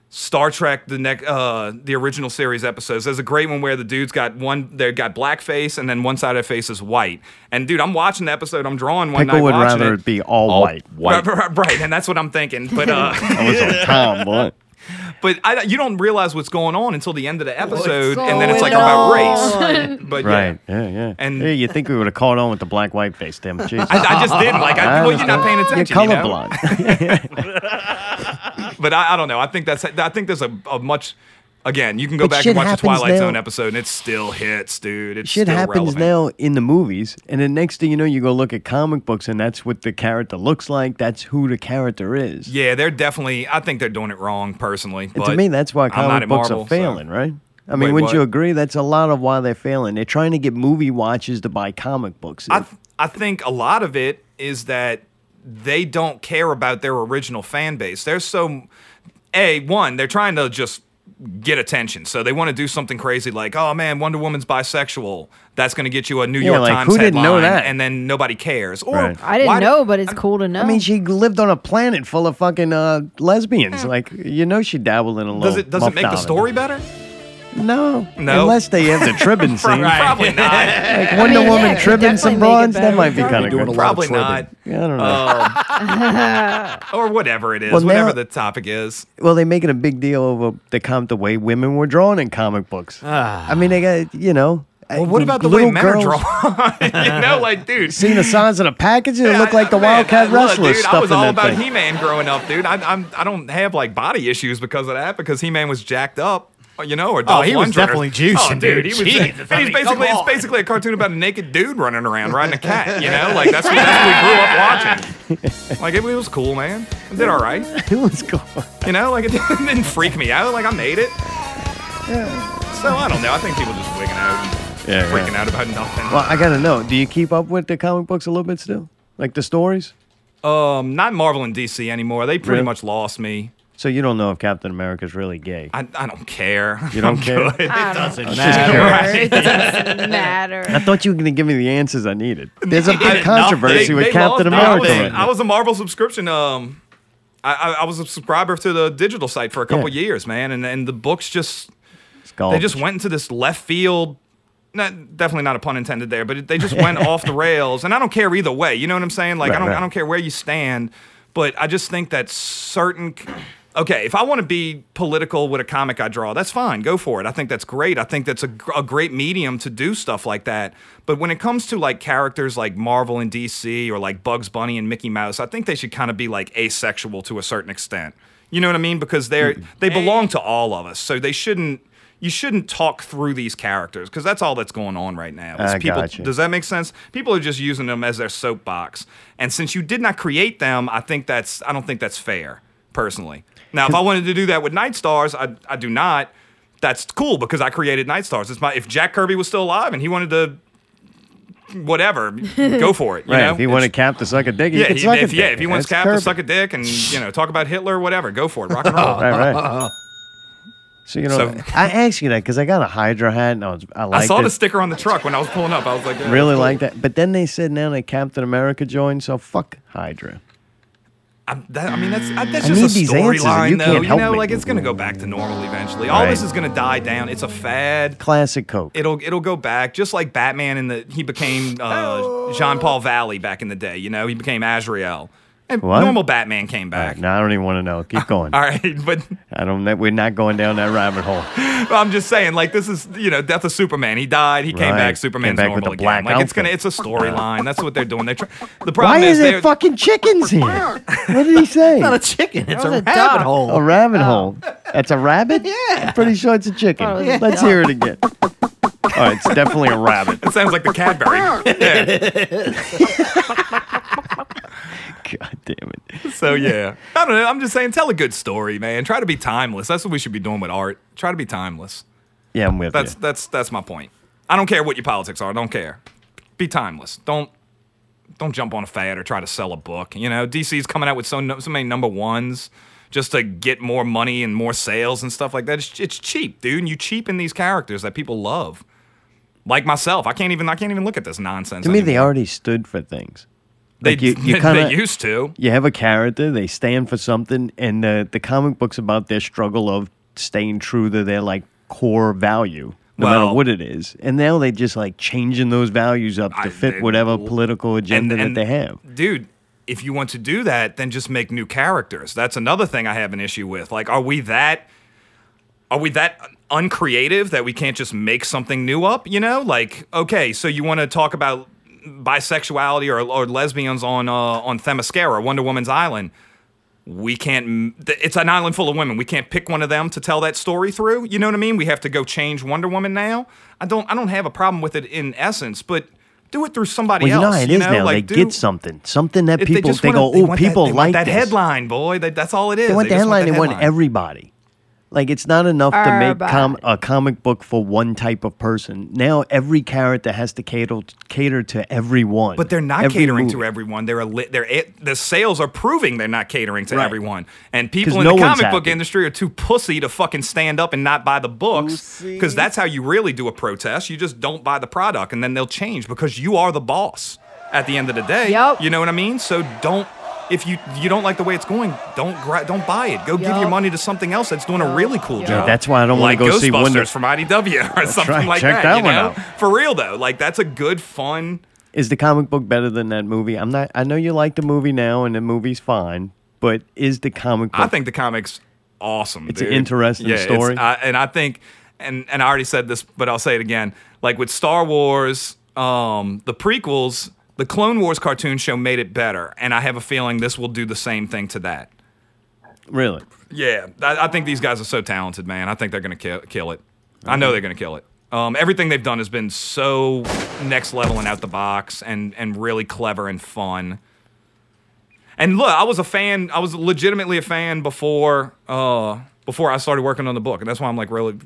Star Trek the next uh the original series episodes. There's a great one where the dude's got one they got blackface and then one side of their face is white. And dude, I'm watching the episode, I'm drawing one
Pickle
night
would
watching
rather
it.
it be all, white.
Right, right, right, and that's what I'm thinking.
[LAUGHS]
But uh
I was
[LAUGHS]
on time, boy.
but I, you don't realize what's going on until the end of the episode and then it's like
going
about race. But yeah.
Right. Yeah, yeah.
And-
yeah, you think we would have caught on with the black white face, damn jeez.
I, I just didn't like. I,
I
well, you're not paying
You're
attention. you know? [LAUGHS]
colorblind.
but I, I don't know. I think that's. I think there's a, a much. Again, you can go
But
back
shit
and watch the
happens
Twilight
now.
Zone episode, and it still hits, dude. It's
Shit
still
happens
relevant.
now in the movies, and the next thing you know, you go look at comic books, and that's what the character looks like. That's who the character is.
Yeah, they're definitely. I think they're doing it wrong, personally.
And
But
to me, that's why
I'm not
comic
at
books
Marvel,
are
so-
failing, right? I mean,
Wait,
wouldn't you
what?
agree? That's a lot of why they're failing. They're trying to get movie watchers to buy comic books.
I th- I think a lot of it is that they don't care about their original fan base. They're so a one. They're trying to just get attention, so they want to do something crazy like, "Oh man, Wonder Woman's bisexual." That's going to get you a New York
like,
Times
who didn't
headline,
know that?
and then nobody cares. Or
Right.
I didn't
why-
know, but it's cool to know.
I mean, she lived on a planet full of fucking uh, lesbians. Like, you know, she dabbled in a little.
Hmm. Does it does it make the
muffdom.
story better?
No,
No.
unless they have the
[LAUGHS]
tribbing scene.
Probably not.
Like Wonder
mean, yeah,
Woman
it could
tribbing some
definitely make it
broads, that
better.
might be
Probably
kind of
doing
good.
a lot.
Probably
of tribbing.
not.
Yeah, I don't know.
Oh. Or whatever it is,
Well, now-
whatever the topic is.
Well, they're making a big deal over the com the way women were drawn in comic books. I mean, they got you know.
Ah. Well, what about the way men are drawn? [LAUGHS] you know, like, [LAUGHS] dude.
Seen the size of the packages,
[LAUGHS]
it looked like the
Man,
Wildcat
I- look,
wrestlers
dude,
stuff
I was
in
all
that
about
thing.
He-Man growing up, dude. I, I'm I don't have like body issues because of that because He-Man was jacked up. You know, or Dolph
he was
Lundgren or-
definitely
Oh,
juicing,
dude.
dude.
He was, [LAUGHS]
Jesus,
and he's
I mean, come
basically it's
on.
basically a cartoon about a naked dude running around riding a cat. You know, like that's, that's what we grew up [LAUGHS] watching. Like it, was cool, man. It did all right.
[LAUGHS] It was cool.
You know, like it [LAUGHS] didn't freak me out. Like I made it. So I don't know. I think people just wigging out,
Yeah,
freaking out about nothing.
Well, I gotta know. Do you keep up with the comic books a little bit still, like the stories?
Um, not Marvel and DC anymore. They pretty
Really?
much lost me.
So you don't know if Captain America's really gay.
I, I don't care. [LAUGHS]
You don't
I'm
care?
good.
I don't
Doesn't
care.
matter.
[LAUGHS]
It doesn't matter.
I thought you were gonna give me the answers I needed. There's a
I-
big controversy
They-
with
they
Captain
lost
America.
me. I
right
was,
now.
I was a Marvel subscription. Um, I, I, I was a subscriber to the digital site for a couple
Yeah.
years, man, and and the books just
It's called-
they just went into this left field. Not, definitely not a pun intended there, but
[LAUGHS]
they just went off the rails, and I don't care either way. You know what I'm saying? Like I
Right,
don't
right.
I don't care where you stand, but I just think that certain. [CLEARS THROAT] Okay, if I want to be political with a comic I draw, that's fine. Go for it. I think that's great. I think that's a, gr- a great medium to do stuff like that. But when it comes to like characters like Marvel and DC or like Bugs Bunny and Mickey Mouse, I think they should kind of be like asexual to a certain extent. You know what I mean? Because they're
Mm-hmm.
they belong to all of us, so they shouldn't. You shouldn't talk through these characters because that's all that's going on right now. is
I
people,
gotcha.
Does that make sense? People are just using them as their soapbox, and since you did not create them, I think that's I don't think that's fair personally. Now, if I wanted to do that with Night Stars, I I do not. That's cool because I created Night Stars. It's my if Jack Kirby was still alive and he wanted to, whatever, go for it. You
Right,
know?
if he wanted
It's-
Cap to suck a dick, he
yeah,
could
he-
suck a
if,
dick.
yeah, if he wants
That's
Cap to
Kirby. Oh,
suck a dick and you know talk about Hitler, whatever, go for it.
[LAUGHS]
Rock and roll.
Right, right. So you know,
Uh-huh. So-
I asked you that because I got a Hydra hat and I, was, I liked
I saw
it.
the sticker on the truck when I was pulling up. I was like,
[LAUGHS]
yeah,
really
that's cool.
like that. But then they said now that Captain America joined, so fuck Hydra.
I, that, I mean, that's I, that's
I
just
need
a
these answers, and you
storyline, though.
can't
You
help
know,
me.
like it's gonna go back to normal eventually. All
Right.
this is gonna die down. It's a fad.
Classic Coke.
It'll it'll go back, just like Batman in the he became
Oh.
uh, Jean Paul Valley back in the day. You know, he became Azrael, and
What?
normal Batman came back.
no, I don't even want to know. Keep going.
All right, but
I don't. know. We're not going down that rabbit hole.
I'm just saying, like this is you know, death of Superman. He died. He came
Right.
back.
Came
Superman's
back
normal
with the black
again. like it's gonna
outfit.
it's a storyline. That's what they're doing. They're tr- the problem
Why is
they're-
there fucking chickens here? What
[LAUGHS]
did he say?
Not a chicken. It's a
was a
rabbit
duck.
hole.
a rabbit hole. That's a rabbit. Yeah, I'm pretty sure it's a chicken.
Thought it was a
Let's
dog.
hear it again. Oh, it's definitely a rabbit. [LAUGHS]
it sounds like the Cadbury. Yeah.
God damn it.
So yeah, I don't know. I'm just saying, tell a good story, man. Try to be timeless. That's what we should be doing with art. Try to be timeless.
Yeah, I'm with
That's
you.
that's that's my point. I don't care what your politics are. I don't care. Be timeless. Don't don't jump on a fad or try to sell a book. You know, DC's coming out with so no, so many number ones just to get more money and more sales and stuff like that. It's, it's cheap, dude. And you cheapen these characters that people love. Like myself, I can't even I can't even look at this nonsense.
To me,
anymore.
they already stood for things. Like
They- [LAUGHS]
you, you
they
kind of
used to.
You have a character, they stand for something, and the the comic books about their struggle of staying true to their like core value, no matter
Well-
what it is. And now they just like changing those values up to fit
they-
whatever political agenda
and-
that they have.
Dude, if you want to do that, then just make new characters. That's another thing I have an issue with. Like, are we that are we that uncreative that we can't just make something new up, you know? Like, okay, so you want to talk about bisexuality or, or lesbians on uh, on Themyscira, Wonder Woman's Island. We can't. m- th- It's an island full of women. We can't pick one of them to tell that story through. You know what I mean? We have to go change Wonder Woman now. I don't. I don't have a problem with it in essence, but do it through somebody
Well, you know
else.
how it
you
is
know,
now.
like
they
do-
get something, something that
if
people
just
they,
wanna-
go,
they
oh,
want that-
people
they want
like
that
this.
headline, boy. That, that's all it is.
They want the
just
headline.
that
They want
headline.
everybody. Like it's not enough to make com-
Everybody.
a comic book for one type of person. Now every character has to cater cater to everyone.
But they're not
Every
catering
movie.
to everyone. They're a li- they're it, the sales are proving they're not catering to
Right.
everyone. And people
'Cause
in
no
the
one's
comic book
happy.
industry are too pussy to fucking stand up and not buy the books because that's how you really do a protest. You just don't buy the product and then they'll change because you are the boss at the end of the day.
Yup.
You know what I mean? So don't if you you don't like the way it's going, don't gra- don't buy it. Go give your
Yup.
money to something else that's doing a really cool
Yeah,
job.
that's why I don't wanna
Like
go see
Ghostbusters
Wonder-
from IDW or something
right,
like
check that
you
one
know?
out.
For real though, like that's a good fun
Is the comic book better than that movie? I'm not. I know you like the movie now, and the movie's fine. But is the comic book?
I think the comics awesome.
It's an
dude.
interesting
Yeah, it's-
story.
I, and I think, and and I already said this, but I'll say it again. Like with Star Wars, um, the prequels, the Clone Wars cartoon show made it better, and I have a feeling this will do the same thing to that.
really.
Yeah, I, I think these guys are so talented, man. I think they're gonna kill, kill it. I know they're gonna kill it. Um, everything they've done has been so next level and out the box, and and really clever and fun. And look, I was a fan. I was legitimately a fan before uh, before I started working on the book, and that's why I'm like really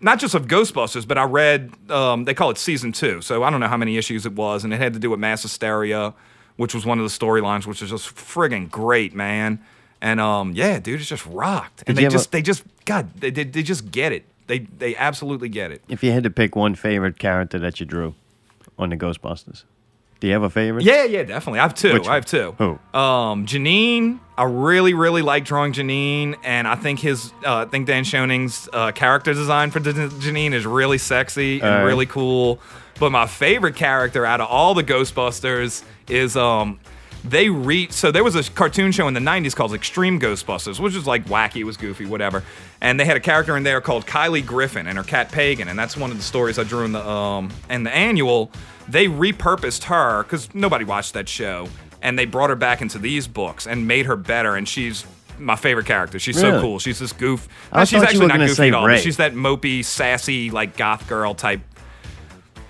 not just of Ghostbusters, but I read um, they call it season two. So I don't know how many issues it was, and it had to do with mass hysteria, which was one of the storylines, which is just friggin' great, man. And um, yeah, dude, it's just rocked.
Did
And
you
they
have
just
a-
they just God, they, they they just get it. They they absolutely get it.
If you had to pick one favorite character that you drew on the Ghostbusters, do you have a favorite?
Yeah, yeah, definitely. I have two.
Which
I have two.
one? Who?
Um, Janine. I really, really like drawing Janine, and I think his, uh, I think Dan Schoening's uh, character design for D- Janine is really sexy and
Alright.
really cool. But my favorite character out of all the Ghostbusters is um. They reach so there was a cartoon show in the 90s called Extreme Ghostbusters, which was like wacky, it was goofy, whatever. And they had a character in there called Kylie Griffin and her cat Pagan, and that's one of the stories I drew in the um in the annual. They repurposed her because nobody watched that show and they brought her back into these books and made her better. And she's my favorite character. She's so
Really?
cool. She's this goof.
I
no, she's
thought you
actually
were
not
gonna
goofy
say
at all. but
Ray.
She's that mopey, sassy, like goth girl type.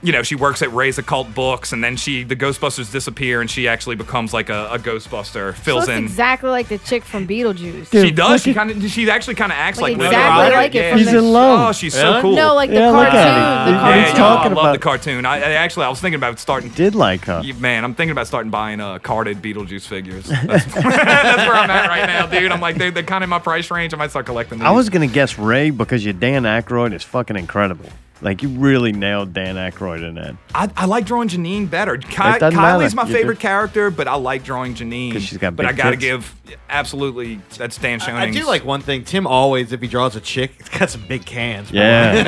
You know, she works at Ray's Occult Books, and then she the Ghostbusters disappear, and she actually becomes like a, a Ghostbuster. Fills
looks
in.
exactly like the chick from Beetlejuice.
she does. She kind of. She actually kind of acts like,
Like,
Lily
exactly
Rogers.
like it
Yeah.
from He's the-
in love.
Oh, she's so cool.
No, like the
Yeah, look at
cartoon.
it.
The
He's
yeah,
cartoon.
y'all,
talking
I love
about-
the cartoon. I, I actually I was thinking about starting
Did like her.
you- man, I'm thinking about starting buying uh, carded Beetlejuice figures. That's, [LAUGHS] that's where I'm at right now, dude. I'm like, they're, they're kind of in my price range. I might start collecting these.
I was gonna guess Ray because your Dan Aykroyd is fucking incredible. Like you really nailed Dan Aykroyd in that
I, I like drawing Janine better. Ky-
It doesn't
Kylie's
matter.
my
You
favorite
do-
character, but I like drawing Janine.
'Cause she's got
but I
big
gotta
tits.
give absolutely that's Dan Schoening's.
I, I do like one thing. Tim always, if he draws a chick, [LAUGHS] he's got some big cans. bro.
Yeah,
[LAUGHS]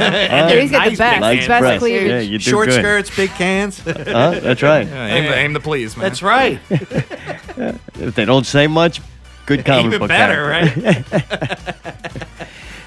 Yeah, he's got the
Nice
best.
nice
best
breasts.
cleavage.
Yeah, you do
Short
good.
skirts, big cans.
Huh? That's right.
Yeah, aim, aim to please, man.
[LAUGHS]
That's right.
If they don't say much, good comic
Even
book
better, right?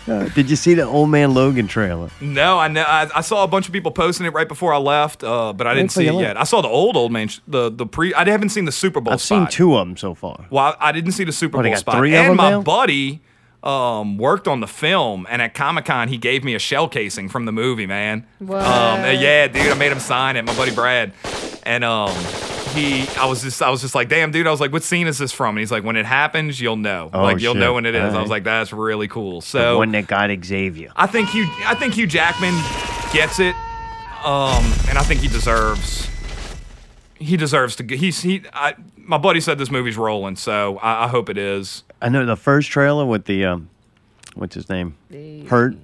right? Did you see the Old Man Logan trailer?
No, I know. I, I saw a bunch of people posting it right before I left, uh, but I didn't
for
see
you
it
left.
yet. I saw the old old man, sh- the the pre. I haven't seen the Super Bowl.
I've seen
spot.
two of them so far.
Well, I I didn't see the Super
Oh, they
Bowl
got
spot.
three of
and
them
my
now?
buddy um, worked on the film, and at Comic Con, he gave me a shell casing from the movie, man.
What?
Um, yeah, dude, I made him sign it. My buddy Brad, and um, he, I was just, I was just like, damn, dude, I was like, what scene is this from? And he's like, when it happens, you'll know,
Oh,
like you'll
shit.
know when it is. I
Alright.
was like, that's really cool.
The
So
one that got Xavier.
I think Hugh, I think Hugh Jackman gets it, um, and I think he deserves. he deserves to. get. He's he. I, my buddy said this movie's rolling, so I, I hope it is.
I know the first trailer with the um, what's his name, Hurt,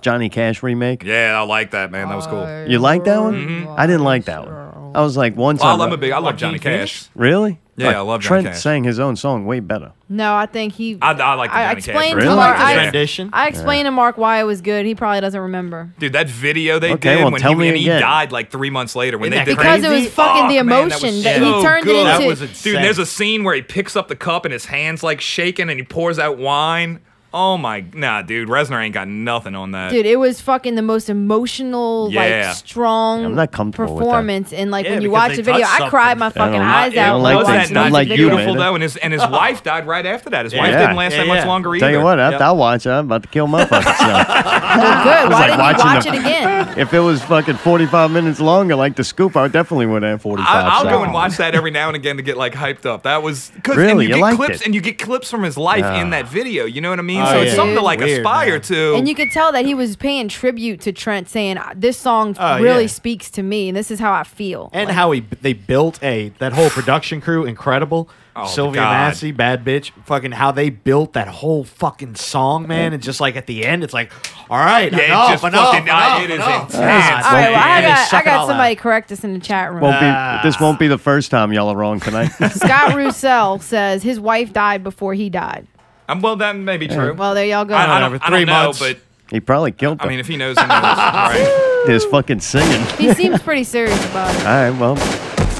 Johnny Cash remake.
Yeah, I like that man. That was cool.
You like that one?
Mm-hmm.
I didn't like that one. I was like once.
Well,
I
I'm a big. I love Johnny Cash.
Really?
Yeah,
Like,
I love Johnny
Trent
Cash.
sang his own song way better.
No, I think he.
I- I like the
I
Johnny Cash
explained
version.
to
I
Mark.
like
the
I,
rendition.
I explained to Mark why it was good. He probably doesn't remember
Dude, that video they
Okay,
did
well,
when
tell
he,
me
and he
again.
died like three months later when
Isn't
they
that
did
because it was
Crazy.
fucking the
Fuck, Oh, man, that was
emotion that,
so
he turned
good.
it
That
into.
was insane.
Dude, there's a scene where he picks up the cup and his hands like shaking and he pours out wine. Oh my, nah, dude, Resner ain't got nothing on that.
Dude, it was fucking the most emotional,
Yeah.
like strong
I'm not comfortable with that.
performance. And like
Yeah,
when you
because
watch
they
the video,
touched
I cried
something.
my fucking
don't
eyes
like- I
out.
don't
while
like
was
that.
that
watching
not
not
the
like
video.
you,
beautiful
man.
though? And his
[LAUGHS]
and his wife died right after that. His wife
Yeah.
didn't last that
Yeah,
much
yeah.
longer
Tell
either.
you what,
Yeah.
after I watch it, I'm about to kill my fucking
[LAUGHS]
self.
Good. Why didn't you watch
watching
it
the- [LAUGHS]
again?
if it was fucking 45 minutes longer, like the scoop, I definitely would have 45.
I, I'll go and
seconds.
watch that every now and again to get like hyped up. That was because
Really?
and
You
you, get
liked
clips
it?
and you get clips from his life in that video. You know what I mean?
Oh,
so it's
yeah.
something to like
Weird,
aspire
man.
to.
And you could tell that he was paying tribute to Trent, saying, "This song
Oh,
really
yeah.
speaks to me, and this is how I feel."
and
Like,
how he they built a that whole production crew incredible.
Oh,
Sylvia
God.
Massey, bad bitch, fucking how they built that whole fucking song, man. And just like at the end, it's like, all right,
Yeah, it
enough,
just
enough,
fucking-
enough,
it is
enough.
intense. All
All right, well, I
And they
got,
suck
I
it all
got
out.
somebody correct us in the chat room.
Won't be, this won't be the first time y'all are wrong
[LAUGHS]
tonight.
Scott Roussel says his wife died before he died.
Um, well, that may be true.
Well, there y'all go.
I, I don't,
Whatever,
I don't
three
know,
months.
but
he probably killed
I
them.
mean, if he knows,
[LAUGHS]
he knows. right?
There's fucking singing.
he seems pretty serious about it.
All right, well,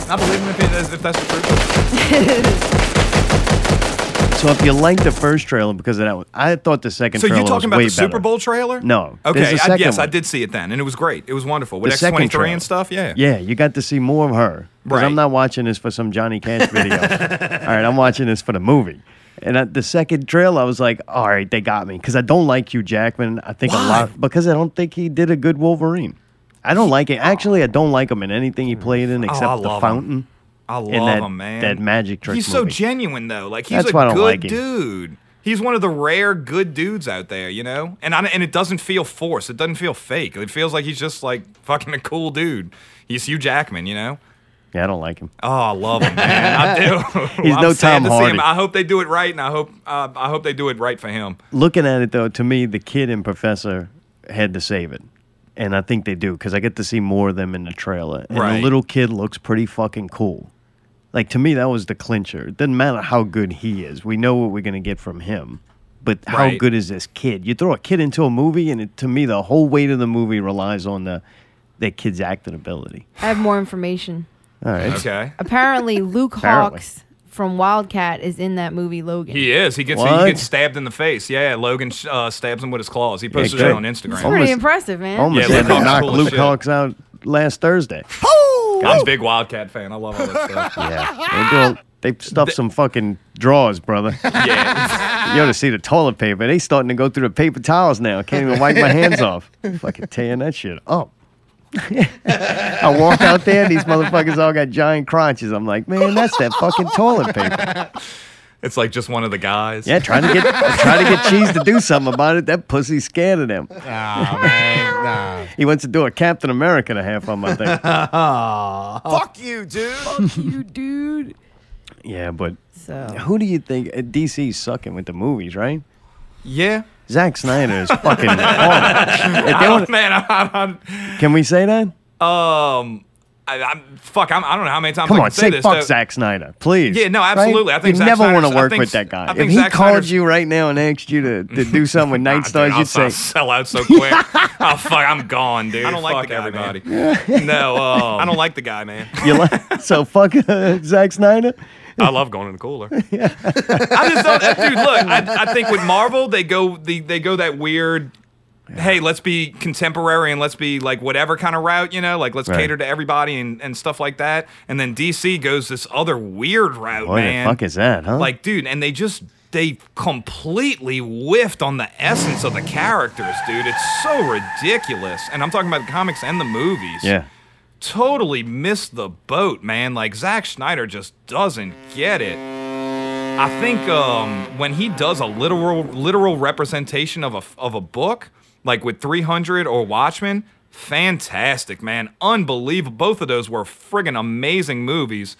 I believe him if, he, knows- if that's the truth.
so if you liked the first trailer because of that one, I thought the second
So
trailer
you talking
was
about
way
the Super
better.
Bowl trailer?
No,
Okay.
there's a
I,
second
yes, I
one.
did see it then, and it was great. It was wonderful with
The
X
second
twenty three
trailer.
and stuff. Yeah.
Yeah, you got to see more of her. Because
Right.
I'm not watching this for some Johnny
[LAUGHS]
Cash video. all right, I'm watching this for the movie. And at the second trailer, I was like, all right, they got me. Because I don't like Hugh Jackman. I think a lot. Because I don't think he did a good Wolverine. I don't like it. Actually, I don't like him in anything he played in except
Oh, I
The
love him.
Fountain.
I love
that-
him, man.
that magic trick
He's so
movie.
genuine though. Like he's
That's
a
why I don't
good
like him.
dude. He's one of the rare good dudes out there, you know. And I, and it doesn't feel forced. It doesn't feel fake. It feels like he's just like fucking a cool dude. He's Hugh Jackman, you know.
Yeah, I don't like him.
Oh, I love him, man.
[LAUGHS]
I do.
He's
I'm
no
sad
Tom
to see
Hardy.
him. I hope they do it right, and I hope uh, I hope they do it right for him.
Looking at it, though, to me, the kid and Professor had to save it. And I think they do because I get to see more of them in the trailer. And the
Right.
little kid looks pretty fucking cool. Like, to me, that was the clincher. It doesn't matter how good he is, we know what we're going to get from him. But how
Right.
good is this kid? You throw a kid into a movie, and it, to me, the whole weight of the movie relies on the that kid's acting ability.
I have more information.
All right.
Okay.
Apparently, Luke
Apparently.
Hawks from Wildcat is in that movie Logan.
He is. He gets
What?
he gets stabbed in the face. Yeah, Logan uh, stabs him with his claws. He posted
good.
it on Instagram.
Pretty
Almost-
impressive, man.
Almost
Yeah,
had to
Luke Hawk's
knock
cool as
Luke
shit.
Hawks out last Thursday. Oh.
I'm a big Wildcat fan. I love all that stuff.
[LAUGHS] Yeah, they do. They stuff some fucking drawers, brother.
yeah.
You ought to see the toilet paper. They starting to go through the paper towels now. Can't even wipe my hands off. Fucking tearing that shit up. [LAUGHS] I walk out there, and these motherfuckers all got giant crotches. I'm like, man, that's that fucking toilet paper.
It's like just one of the guys.
Yeah, trying to get trying to get cheese to do something about it. That pussy's scared of them.
Nah, man, nah.
He went to do a Captain America and a half on my thing.
Fuck you, dude.
you dude.
Yeah, but
So
who do you think uh, DC's sucking with the movies, right?
Yeah.
Zack Snyder is
[LAUGHS]
fucking horrible. If they
Oh,
wanna-
man, [LAUGHS] I,
Can we say that?
I, um, I, I'm fuck. I'm, I don't know how many times
Come
I
on,
can say
say
this.
fuck
though.
Zack Snyder, please.
Yeah, no,
Right?
absolutely. I think
you
Zack
never want to
Snyder's- I
work
think
with
Zack-
that guy.
I
If
think
he
Zack
called
Snyder's-
you right now and asked you
[LAUGHS]
to, to do something with Night
Ah,
Stars,
dude,
you'd
I'll,
say,
I'll sell out so quick. oh fuck, I'm gone, dude. I don't like everybody. [LAUGHS] no, um, I don't like the guy, man.
[LAUGHS] you like, [LAUGHS] so fuck uh, Zack Snyder?
I love going in
[LAUGHS]
the cooler. I just don't, dude. Look, I, I think with Marvel, they go the they go that weird. Hey, let's be contemporary and let's be like whatever kind of route, you know, like let's
Right.
cater to everybody and, and stuff like that. And then DC goes this other weird route,
What
man.
the fuck is that, huh?
Like, dude, and they just they completely whiffed on the essence of the characters, dude. It's so ridiculous. And I'm talking about the comics and the movies.
yeah.
Totally missed the boat, man. Like Zack Snyder just doesn't get it. I think um, when he does a literal literal representation of a of a book, like with 300 or Watchmen, Fantastic, man. Unbelievable. Both of those were friggin' amazing movies.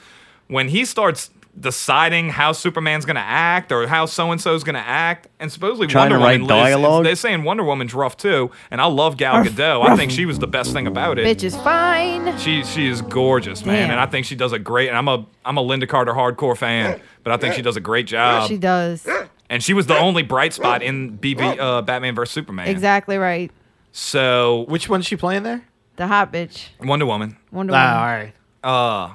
When he starts deciding how Superman's gonna act or how so and so's gonna act, and supposedly
Trying to
Wonder
write
Woman lives-
dialogue?
they're saying Wonder Woman's rough too, and I love Gal Gadot. I think she was the best thing about it.
Bitch is fine.
She she is gorgeous, man,
Damn.
and I think she does a great. And I'm a I'm a Linda Carter hardcore fan, but I think she does a great job.
she does.
and she was the only bright spot in BB uh, Batman vs Superman.
Exactly right.
So
Which one's she playing there?
The hot bitch.
Wonder Woman.
Wonder
Ah,
Woman.
all right.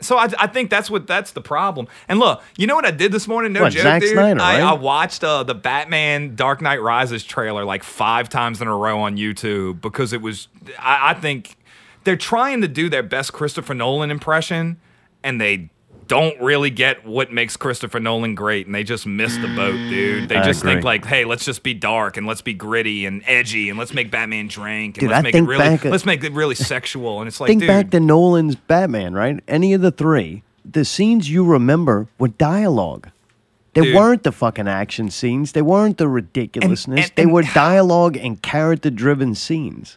So I, I think that's what that's the problem. And look, you know what I did this morning? No
What,
joke,
Zack
dude.
Snyder, right?
I, I watched uh, the Batman Dark Knight Rises trailer like five times in a row on YouTube because it was. I, I think they're trying to do their best Christopher Nolan impression, and they don't really get what makes Christopher Nolan great, and they just miss the boat, dude. They
I
just think
agree.
like, hey, let's just be dark and let's be gritty and edgy and let's make Batman drink and
Dude,
let's
I
make
think
it really
back-
let's make it really sexual. And it's like,
Think
dude,
back to Nolan's Batman, right? Any of the three, the scenes you remember were dialogue. They
Dude.
weren't the fucking action scenes. They weren't the ridiculousness.
and-
they
and- [SIGHS]
were dialogue and character-driven scenes.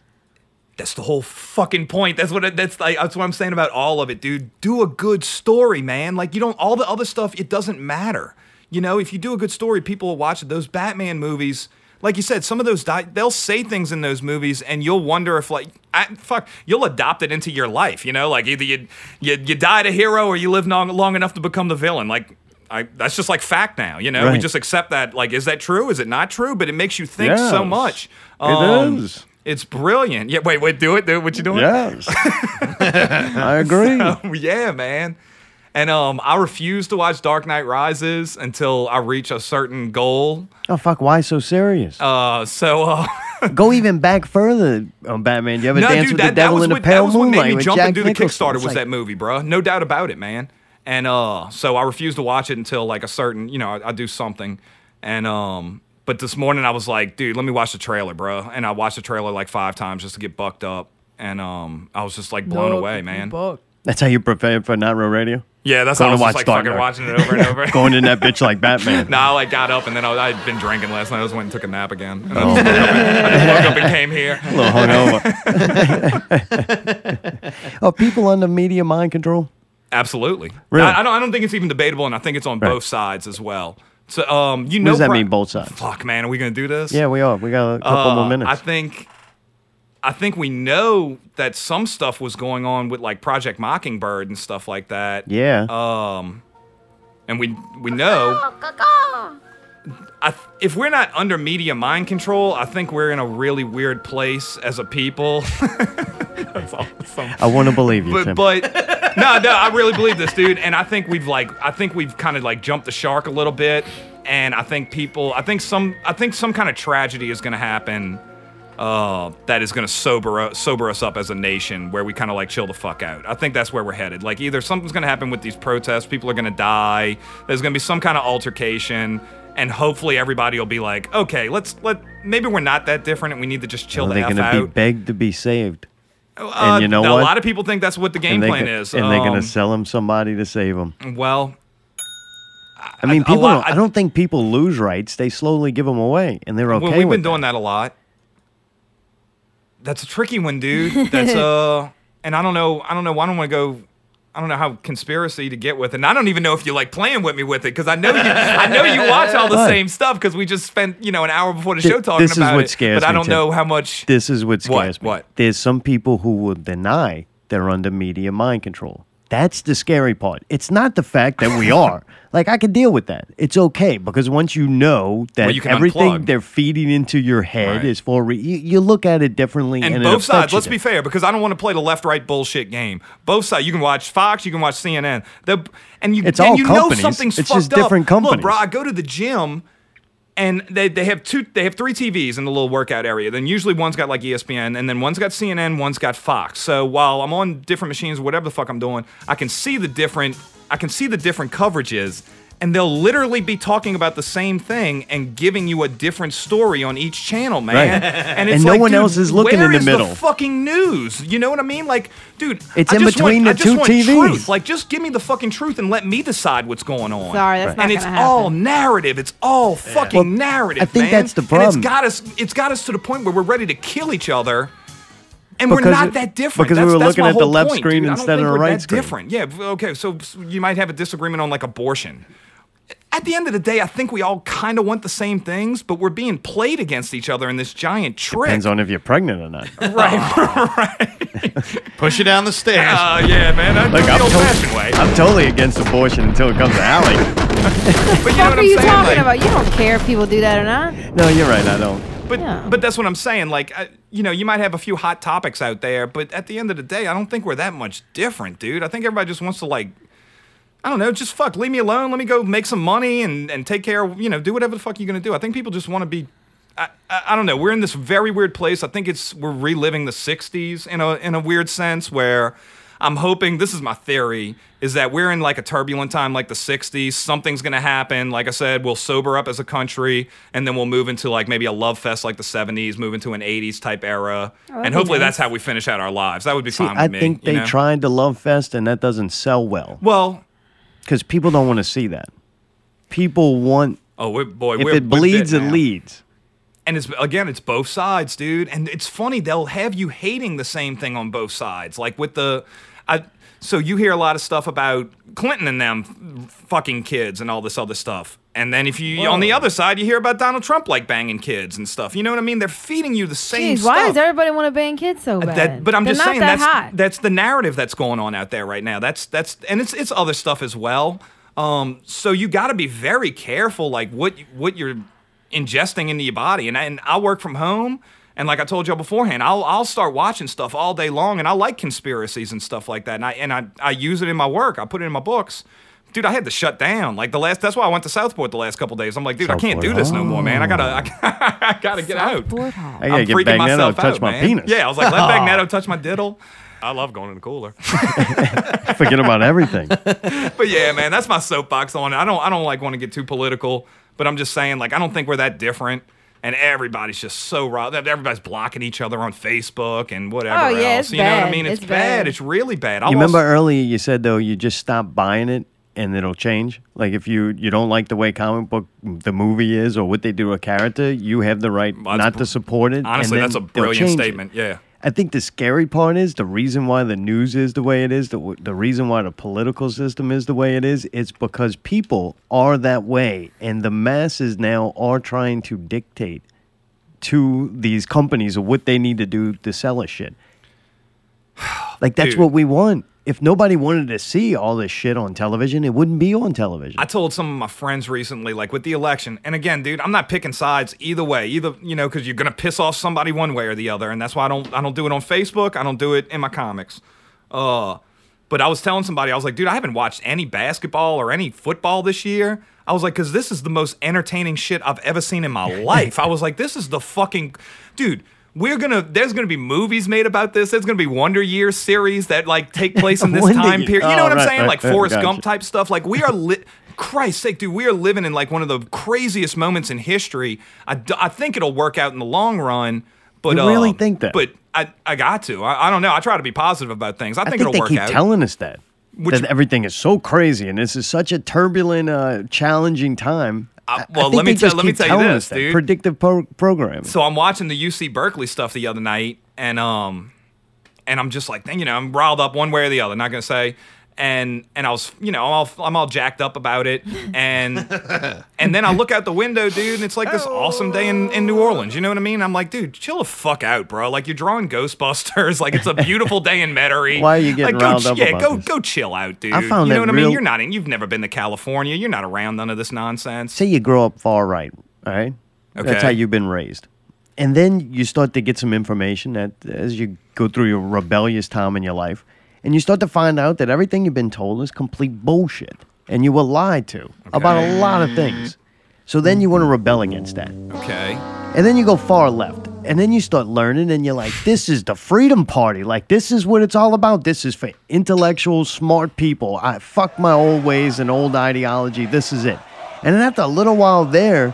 That's the whole fucking point. That's what it, that's like, that's what I'm saying about all of it, dude. Do a good story, man. Like you don't all the other stuff. It doesn't matter. You know, if you do a good story, people will watch it. Those Batman movies, like you said, some of those di- they'll say things in those movies, and you'll wonder if like I, fuck, you'll adopt it into your life. You know, like either you you you died a hero or you live long, long enough to become the villain. Like. I, that's just like fact now, you know. We
Right.
just accept that. Like, is that true? Is it not true? But it makes you think so
Yes.
much. Um,
It is.
It's brilliant. Yeah, wait, wait, do it, do it. What you doing?
Yes, I agree.
[LAUGHS] yeah, man. And um, I refuse to watch Dark Knight Rises until I reach a certain goal.
Oh fuck! Why so serious?
Uh, so uh,
Go even back further on Batman. You ever
[LAUGHS] no,
dance
dude,
with
that,
the devil
that was
in the
what, that
pale
was what
moonlight
made me
with
jump
Jack
and do the
Nicholson?
Kickstarter
It's
was
like,
that movie, bruh. No doubt about it, man. And uh, so I refuse to watch it until like a certain, you know, I, I do something. And um, but this morning I was like, dude, let me watch the trailer, bruh. And I watched the trailer like five times just to get bucked up. And um, I was just like blown away, man.
That's how you prepare for Not Real Radio.
Yeah, that's
Going
how I was
to
just,
watch Dark
like fucking
Knight.
watching it over and over.
[LAUGHS]
[LAUGHS]
Going in that bitch like Batman.
no, I like got up and then I was, I'd been drinking last night. I just went and took a nap again. And
Oh,
[LAUGHS] I, just woke up and, I just woke up and
[LAUGHS]
came here.
A little hungover. [LAUGHS] Are Oh, people under media mind control?
Absolutely.
Really?
I, I don't. I don't think it's even debatable, and I think it's on both sides as well. So, um, you know,
does that
pri-
mean, both sides?
Fuck, man, are we gonna do this?
Yeah, we are. We got a couple more
Uh,
minutes.
I think I think we know that some stuff was going on with like Project Mockingbird and stuff like that.
yeah.
Uh, And we we know I th- if we're not under media mind control, I think we're in a really weird place as a people. [LAUGHS] That's awesome.
I want to believe you,
But
Tim.
but no, no, I really believe this, dude. And I think we've like I think we've kind of like jumped the shark a little bit. And I think people, I think some, I think some kind of tragedy is going to happen uh, that is going to sober u- sober us up as a nation, where we kind of like chill the fuck out. I think that's where we're headed. Like either something's going to happen with these protests, people are going to die, there's going to be some kind of altercation, and hopefully everybody will be like, okay, let's let maybe we're not that different, and we need to just chill
Are
the
they
f
going
out.
to be begged to be saved?
Uh,
and you know
a
what?
lot of people think that's what the game
and they
plan
go-
is.
And they're
Um,
going to sell them somebody to save them.
Well,
I mean,
a
people.
lot-
don't, I, don't think people lose rights. They slowly give them away, and they're okay
well, we've
with
been doing that a lot. That's a tricky one, dude.
[LAUGHS]
That's uh, and I don't know. I don't know. I don't want to go. I don't know how conspiracy to get with, it. and I don't even know if you're like playing with me with it because I know you. I know you
[LAUGHS]
watch all the
What?
same stuff because we just spent you know an hour before the
Th-
show talking
this is
about
what
it.
scares
but I
me,
don't
Tim.
know how much.
This is what scares me.
What?
There's some people who will deny they're under media mind control. That's the scary part. It's not the fact that
[LAUGHS]
we are. Like I can deal with that. It's okay because once you know that
Well, you can
everything
unplug.
they're feeding into your head
Right.
is for re- you, you look at it differently and,
and
it
both
affects
sides.
you
Let's be
different.
fair, because I don't want to play the left-right bullshit game. Both sides. You can watch Fox, you can watch CNN. The and you
It's
and
all
you
companies.
know something's
It's
fucked
just different
up. Look, bro,
companies.
I go to the gym. And they, they have two they have three TVs in the little workout area. Then usually one's got like E ESPN, and then one's got CNN, one's got Fox. So while I'm on different machines, whatever the fuck I'm doing, I can see the different I can see the different coverages, and they'll literally be talking about the same thing and giving you a different story on each channel, man.
Right.
And it's
And no
like,
one
dude,
else is looking
where
in the
is
middle.
fucking news. You know what I mean? Like, dude,
It's
I
in
just
between
want,
the
I just
two
want
TVs.
Truth. Like, just give me the fucking truth and let me decide what's going on.
Sorry, that's Right. not
And it's
gonna happen.
all narrative. It's all fucking
Well,
narrative.
I think
man.
that's the
And it's
problem.
got us. It's got us to the point where we're ready to kill each other And we're
Because
not
it-
that different.
because we
That's-
were
that's
looking
my
at the
whole
left
point,
screen
dude. I don't
instead of
think
the
we're
right
that
screen.
Different. Yeah. v- Okay. So s- you might have a disagreement on like abortion. At the end of the day, I think we all kind of want the same things, but we're being played against each other in this giant trick.
Depends on if you're pregnant or not.
Oh.
Push it down the stairs.
Uh, yeah, man. That's
Look,
the
I'm,
old
tot-
fashioned way.
I'm totally against abortion until it comes to Allie. [LAUGHS]
But you know
fuck
what
are
I'm
you
saying?
talking
Like-
about? You don't care if people do that or not.
No, you're right. I don't.
But
Yeah.
but that's what I'm saying. Like I, you know, you might have a few hot topics out there, but at the end of the day, I don't think we're that much different, dude. I think everybody just wants to like, I don't know, just fuck, leave me alone. Let me go make some money and and take care. of, You know, do whatever the fuck you're gonna do. I think people just want to be. I, I, I don't know. We're in this very weird place. I think it's we're reliving the '60s in a in a weird sense where. I'm hoping this is my theory is that we're in like a turbulent time like the 60s something's going to happen like I said we'll sober up as a country and then we'll move into like maybe a love fest like the 70s move into an 80s type era and hopefully that's how we finish out our lives that would be
See,
fine with
I
me
think
you
they
know?
tried to love fest, and that doesn't sell well
well
because people don't want to see that. People want
oh we're, boy
if
we're,
it
we're
bleeds,
bit
it
now.
leads.
and it's again it's both sides dude and it's funny they'll have you hating the same thing on both sides like with the i so you hear a lot of stuff about clinton and them f- fucking kids and all this other stuff and then if you on the other side you hear about donald trump like banging kids and stuff you know what i mean they're feeding you the same
Jeez,
stuff
why does everybody want to ban kids so bad?
that, but I'm
They're
just
not
saying
that
that's
hot.
that's the narrative that's going on out there right now. That's that's and it's it's other stuff as well. Um, so you got to be very careful, like what what you're ingesting into your body. And I, and I work from home, and like I told y'all beforehand, I'll I'll start watching stuff all day long, and I like conspiracies and stuff like that. And I and I I use it in my work. I put it in my books. Dude, I had to shut down. Like the last, that's why I went to Southport the last couple days. I'm like, dude, I can't do
Southport.
this no more, man. I gotta, I, [LAUGHS] gotta get out.
Board hall.
I gotta
I'm
get
freaking
Bagnetto
myself
to touch
out,
my
man.
penis.
Yeah, I was like, [LAUGHS] let Bagnetto touch my diddle. I love going in the [LAUGHS] cooler.
forget about
[LAUGHS]
everything.
but yeah, man, that's my soapbox on it. I don't I don't like want to get too political, but I'm just saying like I don't think we're that different. And everybody's just so raw. Everybody's blocking each other on Facebook and whatever
Oh, yeah,
else.
it's
you know what I
bad.
mean? It's,
It's
bad.
bad.
It's really bad. I
You
lost-
remember earlier you said though you just stop buying it and it'll change. Like if you you don't like the way comic book the movie is or what they do to a character, you have the right
Well, that's
not
br-
to support it. and
honestly,
then
that's a
they'll
brilliant
change it.
statement. Yeah.
I think the scary part is the reason why the news is the way it is, the, the reason why the political system is the way it is, it's because people are that way. And the masses now are trying to dictate to these companies what they need to do to sell us shit. [SIGHS] Like, that's
Dude.
what we want. If nobody wanted to see all this shit on television, it wouldn't be on television.
I told some of my friends recently, like with the election, and again, dude, I'm not picking sides either way. Either you know, because you're gonna piss off somebody one way or the other, and that's why I don't I don't do it on Facebook. I don't do it in my comics. Uh, but I was telling somebody, I was like, dude, I haven't watched any basketball or any football this year. I was like, because this is the most entertaining shit I've ever seen in
[LAUGHS]
my life. I was like, this is the fucking dude. We're gonna. There's gonna be movies made about this. There's gonna be Wonder Year series that like take place in
[LAUGHS]
this
Wonder
time
Year.
period. You know
Oh,
what I'm
right,
saying?
right,
like
right,
Forrest
gotcha.
Gump type stuff. Like we are lit. Christ's sake, dude, we are living in like one of the craziest moments in history. I, d- I think it'll work out in the long run. But
You really
uh,
think that?
But I, I got to. I, I don't know. I try to be positive about things. I
I think,
think, it'll
they
work
keep
out.
telling us that.
Which-
that everything is so crazy and this is such a turbulent, uh, challenging time. I- I
Uh, well,
think
let me
they
tell-
just
let me
keep
tell you
telling
this,
us that.
dude.
Predictive pro- programming.
so I'm watching the UC Berkeley stuff the other night, and um, and I'm just like, you know, I'm riled up one way or the other. Not gonna say. And and I was, you know, I'm all, I'm all jacked up about it,
[LAUGHS]
and and then I look out the window, dude, and it's like this awesome day in, in New Orleans. You know what I mean? I'm like, dude, chill the fuck out, bro. Like you're drawing Ghostbusters. [LAUGHS] Like it's a beautiful day in Metairie.
Why are you getting
like, go
riled
ch-
up
Yeah,
about
go
this?
go chill out, dude.
I found
you
that
know what I
real-
mean? You're not in. You've never been to California. You're not around none of this nonsense.
say you grow up far right, all right? That's
Okay.
how you've been raised. And then you start to get some information that as you go through your rebellious time in your life, and you start to find out that everything you've been told is complete bullshit. And you were lied to about a lot of things. So then you want to rebel against that.
Okay.
And then you go far left. And then you start learning, and you're like, this is the freedom party. Like, this is what it's all about. This is for intellectual, smart people. I fuck my old ways and old ideology. This is it. And then after a little while there,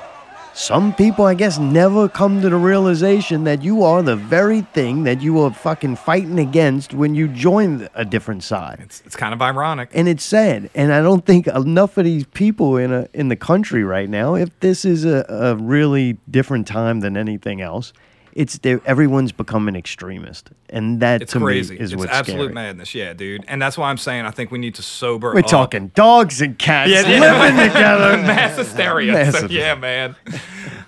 some people, I guess, never come to the realization that you are the very thing that you were fucking fighting against when you joined a different side.
It's, it's kind of ironic.
And it's sad. And I don't think enough of these people in a, in the country right now, if this is a, a really different time than anything else, it's they're- everyone's become an extremist, and that
It's
to
crazy.
me is
it's
what's
absolute
scary.
madness. Yeah, dude. And that's why I'm saying I think we need to sober
We're
up.
talking dogs and cats
Yeah, yeah.
living together.
Mass hysteria. So,
Massive.
yeah, man.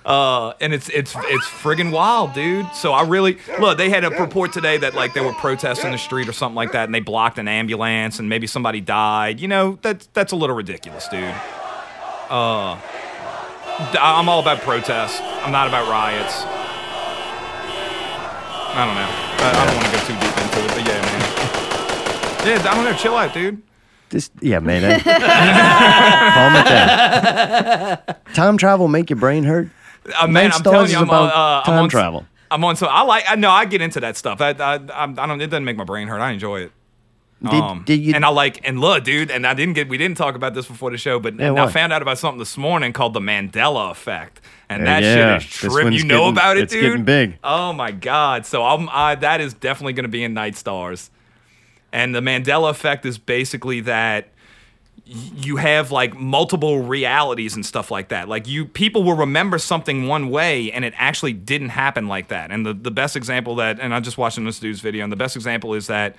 Uh, and it's it's it's friggin' wild, dude. So I really look. They had a report today that like there were protests in the street or something like that, and they blocked an ambulance, and maybe somebody died. You know, that's that's a little ridiculous, dude. Uh, d- I'm all about protests. I'm not about riots. I don't know. I, I don't want to go too deep into it, but yeah, man. Yeah, I don't know. Chill out, dude.
Just yeah, man.
[LAUGHS]
I- Calm it down. Time travel make your brain hurt.
Uh, man,
Lance
I'm telling
Dawes
you,
is
I'm on,
about
uh,
time
I'm on,
travel.
I'm on. So I like. I know I get into that stuff. I, I, I'm- I don't. It doesn't make my brain hurt. I enjoy it. Um,
Did- did you-
and I like and look, dude. And I didn't get. We didn't talk about this before the show, but
Yeah,
and I
what?
found out about something this morning called the Mandela effect, and
Yeah,
that
yeah.
shit is
This
trip.
one's
You know
getting-
about it,
it's
dude.
getting big.
Oh my god! So I'm. I, that is definitely going to be in Night Stars, and the Mandela effect is basically that you have like multiple realities and stuff like that. Like you people will remember something one way and it actually didn't happen like that. And the, the best example that and I'm just watching this dude's video and the best example is that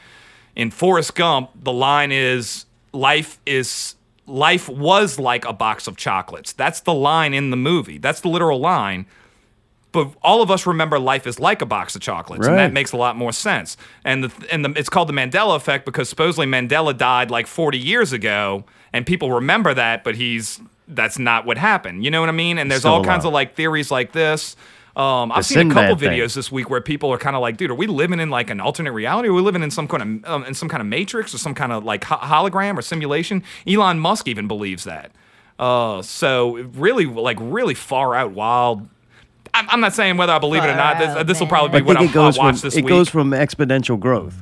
in Forrest Gump, the line is life is life was like a box of chocolates. That's the line in the movie. That's the literal line. But all of us remember life is like a box of chocolates, and
Right.
that makes a lot more sense. And the and the, it's called the Mandela effect because supposedly Mandela died like 40 years ago, and people remember that, but he's that's not what happened. You know what I mean? And there's
Still
all kinds
alive.
of like theories like this. Um, I've
The
seen a couple
Sinbad thing.
videos this week where people are kind of like, "Dude, are we living in like an alternate reality? Are we living in some kind of um, in some kind of matrix or some kind of like ho- hologram or simulation?" Elon Musk even believes that. Uh, so really, like really far out, wild. I'm, I'm not saying whether I believe it or not. This, this will probably
I
be what
think
I'm,
it goes
I'll
from
watch this
it
week.
goes from exponential growth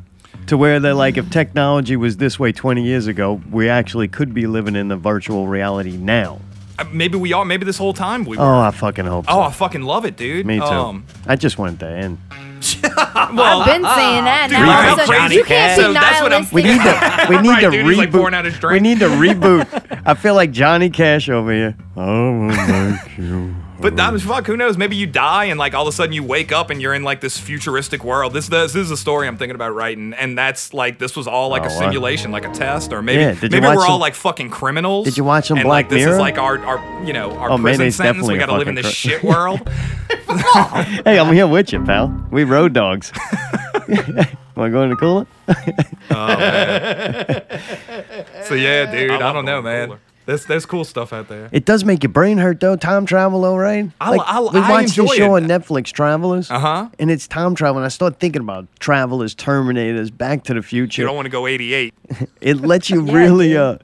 to where they're like, if technology was this way 20 years ago, we actually could be living in a virtual reality now.
Uh, maybe we are. Maybe this whole time we. Were.
Oh, I fucking hope.
Oh,
so.
I fucking love it, dude.
me too.
Um,
I just want it to end.
well,
I've been saying that.
uh, dude,
now
how
all of a sudden,
crazy
you
can-
can't be
So that's what I'm-
nihilistic.
We need to.
[LAUGHS]
We need
Right,
to
dude,
reboot.
he's, like, pouring out his drink.
We
[LAUGHS]
need to reboot. I feel like Johnny Cash over here. Oh, thank you.
But that was fuck. Who knows? Maybe you die and like all of a sudden you wake up and you're in like this futuristic world. This this, this is a story I'm thinking about writing, and that's like this was all like
Oh,
a
wow.
simulation, like a test, or maybe
Yeah, did you
maybe
watch
we're all
some-
like fucking criminals.
Did you watch some
and,
Black
like, this
Mirror?
is like our our you know our
Oh,
prison
mayonnaise
sentence.
definitely
We
a
gotta live in
fucking
this
cri- [LAUGHS]
shit world.
Hey, I'm here with you, pal. We road
[LAUGHS]
dogs. Want to go in the cooler?
so yeah, dude, I, don't know, man. There's there's cool stuff out there.
It does make your brain hurt though. Time travel, though, right?
I- I-
we
I
watched this
enjoy
show
it.
on Netflix, Travelers. Uh
Uh-huh.
And it's time travel, and I start thinking about travelers, Terminators, Back to the Future.
You don't want to go 88.
it lets you really, uh,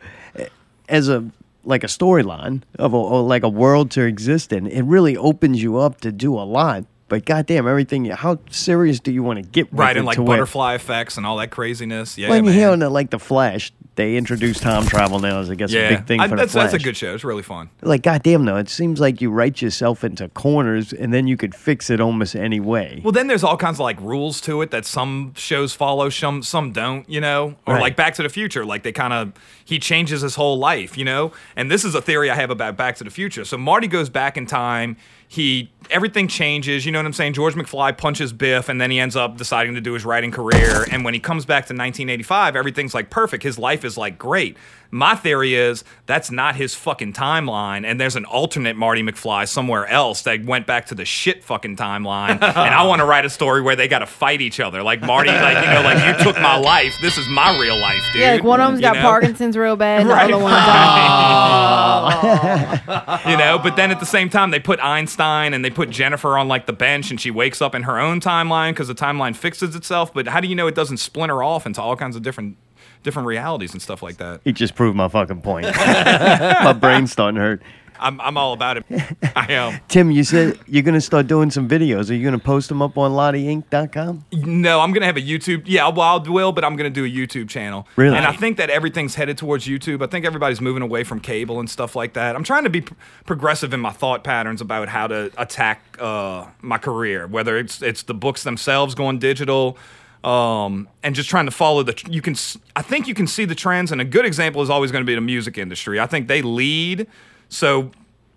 as a like a storyline of a, or like a world to exist in. It really opens you up to do a lot. But goddamn, everything. How serious do you want to get? With
Right,
it
and like
to where-
butterfly effects and all that craziness. Yeah,
When you
man.
hear on the, like the Flash, they introduce time travel now as I guess
yeah,
a big thing
I-
for
that's
the Flash.
that's a good show. It's really fun.
Like, goddamn, though, it seems like you write yourself into corners and then you could fix it almost any way.
Well, then there's all kinds of like rules to it that some shows follow, some some don't, you know. Or
Right.
like Back to the Future, like they kind of he changes his whole life, you know. And this is a theory I have about Back to the Future. So Marty goes back in time. He everything changes, you know what I'm saying? George McFly punches Biff, and then he ends up deciding to do his writing career. And when he comes back to 1985, everything's like perfect. His life is like great. My theory is that's not his fucking timeline, and there's an alternate Marty McFly somewhere else that went back to the shit fucking timeline. and I want to write a story where they got to fight each other, like Marty, like you know, like you took my life. This is my real life, dude. [LAUGHS]
Yeah, like one of them's
You
got
know?
Parkinson's real bad, and
Right.
the
[LAUGHS]
other one's uh,
you know. But then at the same time, they put Einstein and they put Jennifer on like the bench, and she wakes up in her own timeline because the timeline fixes itself. But how do you know it doesn't splinter off into all kinds of different different realities and stuff like that?
He just proved my fucking point. [LAUGHS] my brain's starting to hurt.
I'm I'm all about it. [LAUGHS] I am.
Tim, you said you're going to start doing some videos. Are you going to post them up on LottieInc.com?
No, I'm gonna have a YouTube. Yeah, well, I will, but I'm gonna do a YouTube channel.
Really?
And I think that everything's headed towards YouTube. I think everybody's moving away from cable and stuff like that. I'm trying to be pr- progressive in my thought patterns about how to attack uh, my career, whether it's it's the books themselves going digital, um, and just trying to follow the. tr- You can, s- I think you can see the trends, and a good example is always going to be the music industry. I think they lead. So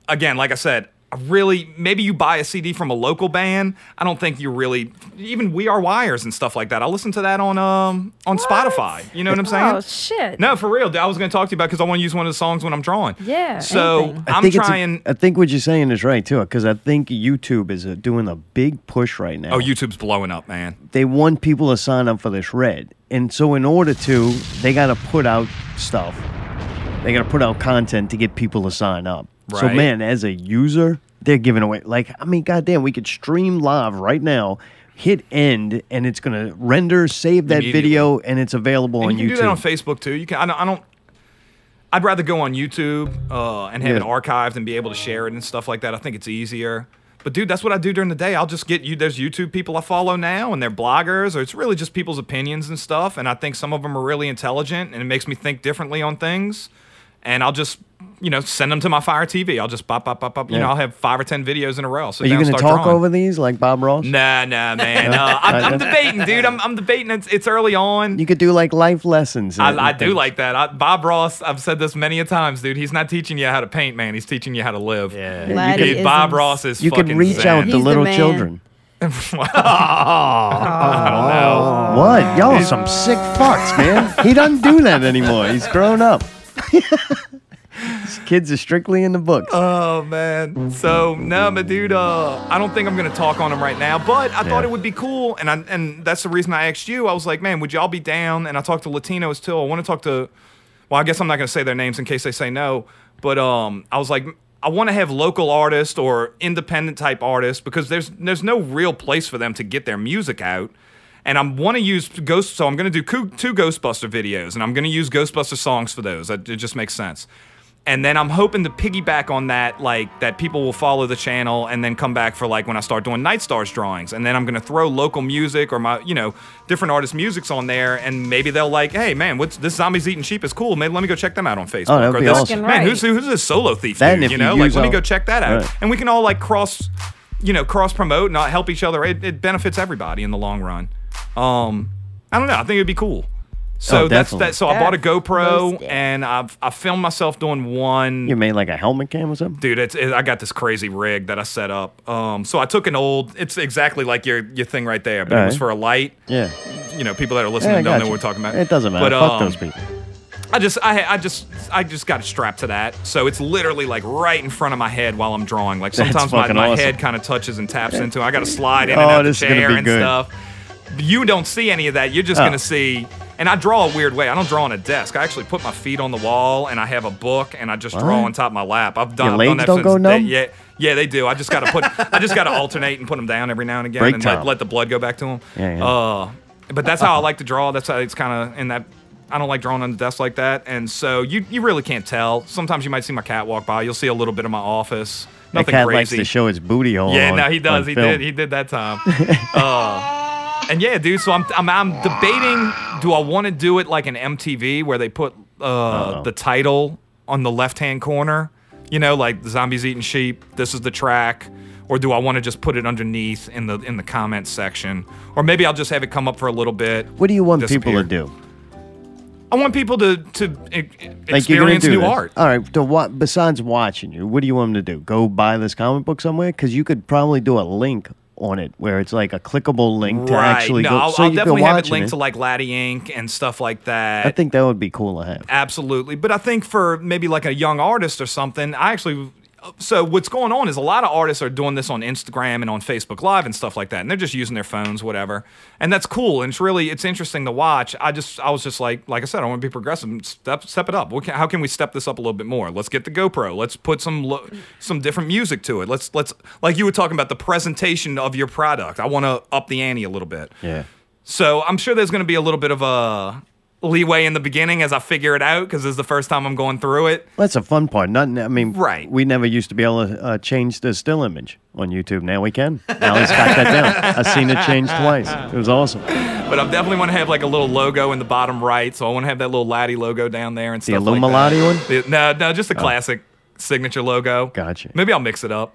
again, like I said, really maybe you buy a CD from a local band. I don't think you really even We Are Wires and stuff like that. I listen to that on um on Spotify. You know what I'm saying?
Oh shit.
No, for real. I was going to talk to you about because I want to use one of the songs when I'm drawing.
Yeah,
So
anything.
I'm
think it's a-
trying.
I think what you're saying is right too, because I think YouTube is uh doing a big push right now.
oh, YouTube's blowing up, man.
they want people to sign up for this red. And so in order to, they got to put out stuff. They got to put out content to get people to sign up. So
Right.
man, as a user, they're giving away like I mean goddamn, we could stream live right now, hit end and it's going to render, save that
Immediately.
video and it's available
And
on
you can
YouTube.
do that on Facebook too. You can. I don't. I don't I'd rather go on YouTube uh, and have it
Yeah.
archived and be able to share it and stuff like that. I think it's easier. But dude, that's what I do during the day. I'll just get you. There's YouTube people I follow now, and they're bloggers, or it's really just people's opinions and stuff. And I think some of them are really intelligent, and it makes me think differently on things. And I'll just, you know, send them to my Fire TV. I'll just pop, pop, pop, pop. You
Yeah.
know, I'll have five or ten videos in a row. So
Are you
going to
talk over these like Bob Ross?
Nah,
[LAUGHS]
nah, man. Uh, I'm, I'm debating, dude. I'm, I'm debating. It's, it's early on.
You could do like life lessons. and
I, I do
things.
like that. I, Bob Ross, I've said this many a times, dude. He's not teaching you how to paint, man. He's teaching you how to live.
Yeah.
Glad
Dude,
he
Bob
isn't.
Ross is
You
fucking
could reach out
zen.
to
He's the
little
[LAUGHS]
man.
children.
No.
What? Y'all are some sick fucks, man. He doesn't do that anymore. He's grown up. [LAUGHS] His kids are strictly in the books.
Oh man. So no, but dude, uh, I don't think I'm gonna talk on him right now. But I thought it would be cool, and I, and that's the reason I asked you. I was like, man, would y'all be down? And I talked to Latinos too. I want to talk to. Well, I guess I'm not gonna say their names in case they say no. But um, I was like, I want to have local artists or independent type artists because there's there's no real place for them to get their music out. And I'm want to use ghost, so I'm gonna do coo- two Ghostbuster videos, and I'm gonna use Ghostbuster songs for those. That, it just makes sense and then I'm hoping to piggyback on that, like that people will follow the channel and then come back for like when I start doing Night Stars drawings, and then I'm gonna throw local music or my, you know, different artists' musics on there, and maybe they'll like, hey man, what's this zombies eating sheep is cool. Maybe let me go check them out on Facebook.
Oh, that'd
or
be
this,
awesome.
Man, who's who's this solo thief?
Then
dude,
if
you
you
know, like
use
let me
all-
go check that out,
Right.
and we can all like cross, you know, cross promote and help each other. It, it benefits everybody in the long run. Um, I don't know. I think it'd be cool. So
Oh,
that's
definitely.
that. So I bought a
Yeah.
GoPro
Most- yeah.
and I've I filmed myself doing one
you made like a helmet cam or something?
dude it's it, i got this crazy rig that i set up um so i took an old it's exactly like your your thing right there but it was
Alright.
for a light
Yeah.
you know people that are listening
yeah I
don't
got
know
you.
what we're talking about
It doesn't matter.
but
Fuck
um,
those people.
i just I, I just i just got strapped to that so it's literally like right in front of my head while i'm drawing like
That's
sometimes my,
fucking
my
awesome.
head kind of touches and taps into it. i gotta slide in
Oh,
and out
this
the
is gonna
chair
be
and
good.
stuff you don't see any of that you're just
Oh.
gonna see and I draw a weird way. I don't draw on a desk. I actually put my feet on the wall, and I have a book, and I just draw
What?
on top of my lap. I've done,
Your
I've
legs
done that
don't
since
go
day-
numb?
yeah, yeah, yeah, they do. I just gotta put, I just gotta alternate and put them down every now and again,
Break
and
time.
let, let the blood go back to them.
Yeah, yeah.
Uh, but that's how I like to draw. That's how it's kind of in that. I don't like drawing on the desk like that, and so you you really can't tell. Sometimes you might see my cat walk by. You'll see a little bit of my office.
That
Nothing
cat likes
crazy.
to show his booty hole.
yeah,
on-
no, he does.
on
He
film.
did. He did
[LAUGHS]
that time. Uh, and yeah, dude. So I'm I'm, I'm debating. Do I want to do it like an MTV where they put
Uh-huh.
uh, the title on the left hand corner? You know, like zombies eating sheep. This is the track. Or do I want to just put it underneath in the in the comments section? Or maybe I'll just have it come up for a little bit.
What do you want people
disappear.
to do?
I want people to to e-
Like you're gonna
experience
do
new
this. Uh,
art.
All right. To what? Besides watching you, what do you want them to do? Go buy this comic book somewhere? Because you could probably do a link on it where it's like a clickable link to actually
no,
go.
I'll,
so
I'll
you
definitely
can
have
watch
it linked to like Laddie Inc. and stuff like that.
I think that would be cool to have.
Absolutely. But I think for maybe like a young artist or something, I actually. So what's going on is a lot of artists are doing this on Instagram and on Facebook Live and stuff like that, and they're just using their phones, whatever, and that's cool. And it's really it's interesting to watch. I just I was just like like I said, I want to be progressive. and Step step it up. What can, how can we step this up a little bit more? Let's get the GoPro. Let's put some lo- some different music to it. Let's let's like you were talking about the presentation of your product. I want to up the ante a little bit.
Yeah.
So I'm sure there's going to be a little bit of a leeway in the beginning as I figure it out because this is the first time I'm going through it.
Well, that's the fun part. Nothing. I mean,
Right.
We never used to be able to uh, change the still image on YouTube. Now we can. Now he's got that down. I've seen it change twice. It was awesome. The
But I definitely want to have like a little logo in the bottom right. So I want to have that little Laddie logo down there and stuff like
Illuminati one. Oh.
that. The- No, no, just the classic signature logo.
Gotcha.
Maybe I'll mix it up.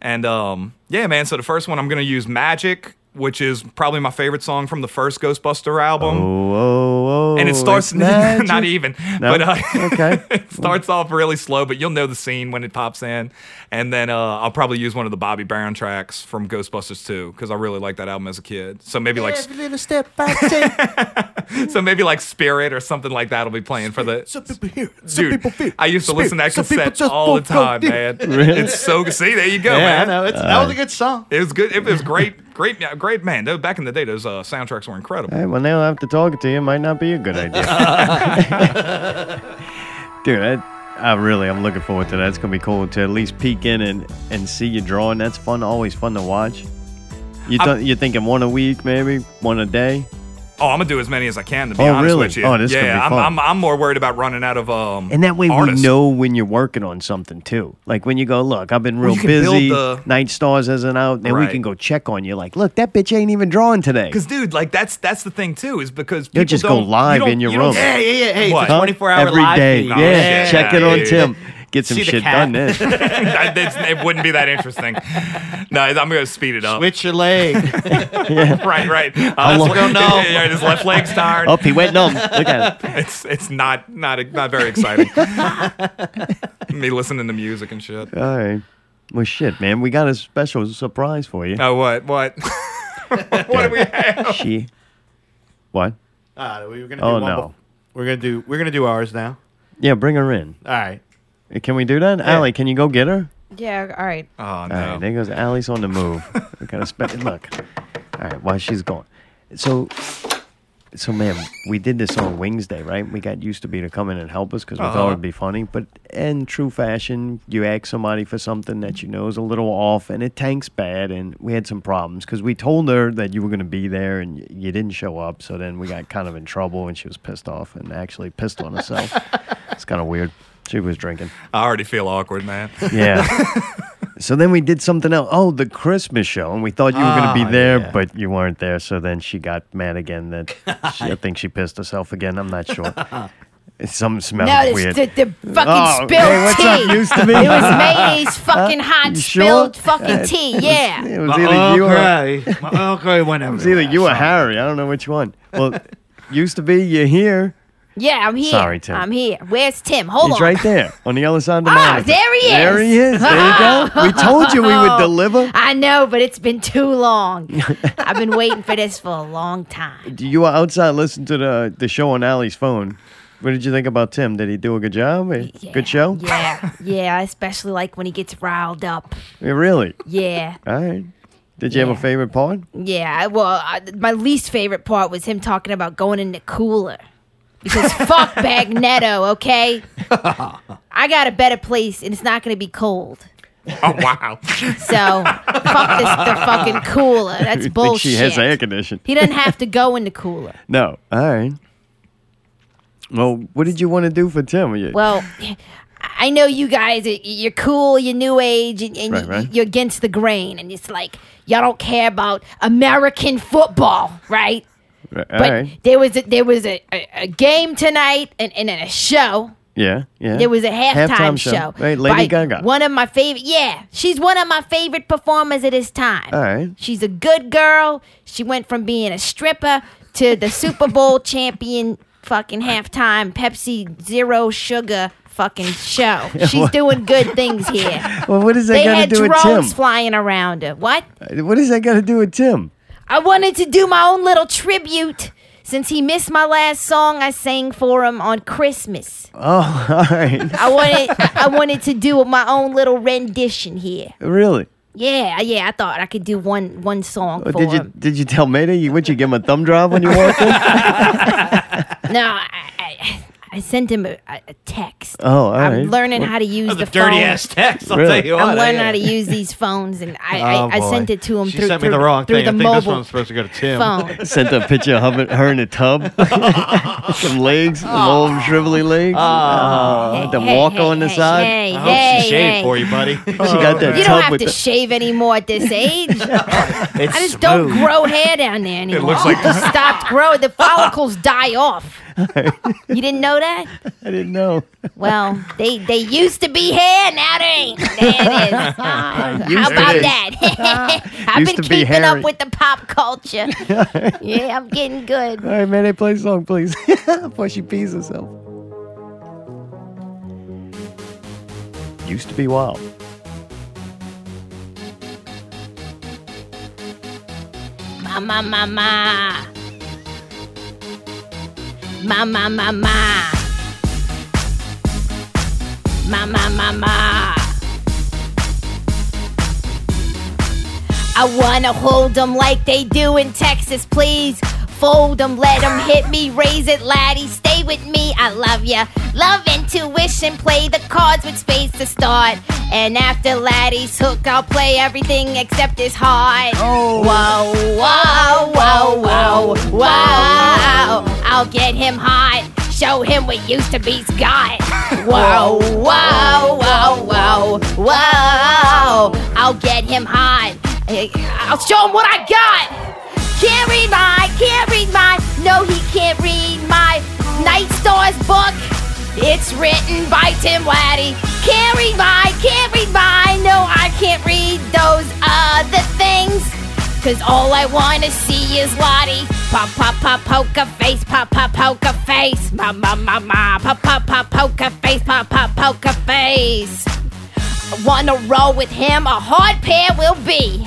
And um, yeah, man. So the first one I'm going to use Magic, which is probably my favorite song from the first Ghostbuster album.
Whoa, whoa, whoa.
and it starts
Oh, it's
[LAUGHS] not
magic.
even,
No?
but uh, [LAUGHS]
Okay.
it starts off really slow. But you'll know the scene when it pops in, and then uh, I'll probably use one of the Bobby Brown tracks from Ghostbusters 2 because I really liked that album as a kid. So maybe like
Every little step I take.
[LAUGHS] so maybe like Spirit or something like that will be playing for the
Some people hear it. Some
dude.
people feel it.
I used to
Some
listen to that
people- some people
cassette
just
all the
don't know
time,
it. [LAUGHS]
man. It's so see there you go,
Yeah, I
man.
know. It's,
Uh,
that was a good song.
It was good. It was great, great, great man. Though back in the day, those uh, soundtracks were incredible.
Hey, well, now I have to talk to you. It might not be a good [LAUGHS] idea. Dude, I, I really, I'm looking forward to that. It's going to be cool to at least peek in and, and see you drawing. That's fun. Always fun to watch. You th- you're thinking one a week, maybe one a day.
Oh, I'm gonna do as many as I can to be
Oh,
honest
really?
with you.
Oh, this is
yeah,
gonna be
I'm,
fun.
I'm, I'm more worried about running out of um.
And that way
artists.
we know when you're working on something too. Like when you go, look, I've been real
you can build
busy.
the-
Night Stars isn't out. Then we
Right.
can go check on you. Like, look, that bitch ain't even drawing today.
Because, dude, like that's that's the thing too, is because
You'll
people
just go
don't, you
live
don't-
in your
you
room.
don't-
Yeah, [LAUGHS] yeah, yeah. Hey,
What?
it's a
Huh?
24 hour
Every
live
day.
feed.
Yeah,
Oh, shit.
check it on
dude.
Tim. Get some
See the
shit
cat.
done then.
[LAUGHS] That- that's- it wouldn't be that interesting. No, I'm gonna speed it up.
Switch your leg.
[LAUGHS]
[LAUGHS]
Right, right. Uh,
long-
yeah,
No.
yeah, his left leg's tired.
Up, he went numb. Look at him.
It's it's not not not
[LAUGHS]
very exciting. [LAUGHS] Me listening to music and shit.
All right. Well, shit, man. We got a special surprise for you.
Oh, what what?
[LAUGHS]
[LAUGHS]
She. What?
Uh, we were gonna do
Oh,
one
no.
bef- we're gonna do we're gonna do ours now.
Yeah, bring her in.
All right.
Can we do that? Allie, can you go get her?
Yeah. All right.
Oh
All right,
no.
there goes Allie's on the move. we gotta spend. Look, all right, while she's gone. So, so man, we did this on Wednesday, right? We got used to be to come in and help us because we thought
Uh-huh.
it'd be funny. But in true fashion, you ask somebody for something that you know is a little off, and it tanks bad. And we had some problems because we told her that you were gonna be there and y- you didn't show up. So then we got kind of in trouble, and she was pissed off and actually pissed on herself. it's kind of weird. She was drinking.
I already feel awkward, man. [LAUGHS]
Yeah. [LAUGHS] so then we did something else. Oh, the Christmas show, and we thought you were going to
Ah,
be there,
yeah.
but you weren't there. So then she got mad again. That
[LAUGHS]
she, I think she pissed herself again. I'm not sure. Something smelled
No, this-
weird.
the, the fucking
Oh,
spilled
hey, what's
tea.
up, used to be?
[LAUGHS]
It was mayonnaise
Uh,
fucking hot
you
spilled
sure?
fucking tea. Yeah.
[LAUGHS] it was
Oh,
either you or it
My uncle went
was either you or Harry. I don't know which one.
[LAUGHS]
Well, used to be you're here.
Yeah, I'm here.
Sorry, Tim.
I'm here. Where's Tim? Hold
He's
on.
right there on the other side of the
Ah,
mountain.
there he is.
There he is. There you go. We told you we
[LAUGHS]
would deliver.
I know, but it's been too
[LAUGHS]
long. I've been waiting for this for a long time.
You were outside listening to the the show on Allie's phone. What did you think about Tim? Did he do a good job? A
Yeah,
Good show?
Yeah, yeah. I especially like when he gets riled up.
Yeah, Really?
Yeah,
All right. Did you have a
Yeah.
favorite part? [LAUGHS]
yeah. I- Well, I, my least favorite part was him talking about going in the cooler
[LAUGHS]
because fuck Magneto. Okay, I got a better place, and it's not going to be cold.
Oh wow. [LAUGHS]
So fuck this the fucking cooler. That's
You [LAUGHS] think
bullshit.
she has air conditioning?
he doesn't have to go in the cooler.
No. All right. Well, what did you want to do for Tim? You-
Well, I know you guys. y- You're cool. You're new age, and, and
Right,
y-
right.
you're against the grain. And it's like y'all don't care about American football, right?
All
but
right.
there was a, there was a, a, a game tonight, and, and then a show.
Yeah. Yeah.
There was a halftime, show.
Right, Lady
by
Gaga.
One of my favorite. Yeah, she's one of my favorite performers of this time.
All right.
She's a good girl. She went from being a stripper to the Super
[LAUGHS]
Bowl champion fucking halftime Pepsi Zero Sugar fucking
[LAUGHS]
show. She's doing good things here.
Well, what is that
They
got to
had
do with
drones
Tim?
flying around her. What?
What is that got to do with Tim?
I wanted to do my own little tribute since he missed my last song I sang for him on Christmas.
Oh, [LAUGHS] all right.
I wanted I I wanted to do my own little rendition here.
really?
Yeah, yeah, I thought I could do one one song
Oh,
for
did you
him.
did you tell Maida you would you give him a thumb drive when you walked
[LAUGHS]
in?
No, I, I, I sent him a, a text.
Oh, all
I'm
right.
learning how to use the phone.
dirty ass text. I'll
Really?
tell you what.
I'm learning how to
yeah.
use these phones, and I,
Oh,
I, I
boy.
sent it to him
She
through
sent me
through,
the wrong thing.
through the
I think this
mobile
one's supposed to go to Tim.
[LAUGHS]
phone.
Sent a picture of it- her in a tub, some legs, some old shrivelly legs. Oh, the
Hey,
walk
hey,
on the
hey,
side.
Hey,
I hope
hey,
she shaved
hey.
for
[LAUGHS]
you, buddy. [LAUGHS]
She got that
You don't
tub
have
with
to
the,
shave anymore at this age.
It's
I just don't grow hair down there anymore.
looks like-
it stopped growing. The follicles die off. You didn't know that?
I didn't know.
Well, they they used to be here, now they ain't. There it
[LAUGHS]
is. How
Used to
about
be.
that? [LAUGHS] I've
Used to
been
be
keeping
Harry.
up with the
[LAUGHS]
pop culture. yeah, I'm getting good.
All right, man, they play a song, please. [LAUGHS] Before she pees herself. Used to be wild.
Ma ma ma ma. Ma ma ma ma. Ma ma ma ma. I wanna hold 'em like they do in Texas, please. Fold 'em, let 'em hit me, raise it, laddie. Stay with me, I love ya. Love intuition, play the cards with spades to start. And after laddie's hook, I'll play everything except his heart. Oh. Whoa, whoa, whoa, whoa, whoa. I'll get him hot. Show him what used to be's got. Whoa, whoa, whoa, whoa, whoa. I'll get him hot. I'll show him what I got. Can't read my, can't read my. No, he can't read my Night Stars book. It's written by Tim Waddy. Can't read my, can't read my. No, I can't read those other things. Cause all I wanna see is Lottie. Pop, pop, pop, poker face, pop, pop, poker face. Ma, ma, ma, ma. Pop, pop, pop, poker face, pop, pop, poker face. Wanna roll with him? A hard pair will be.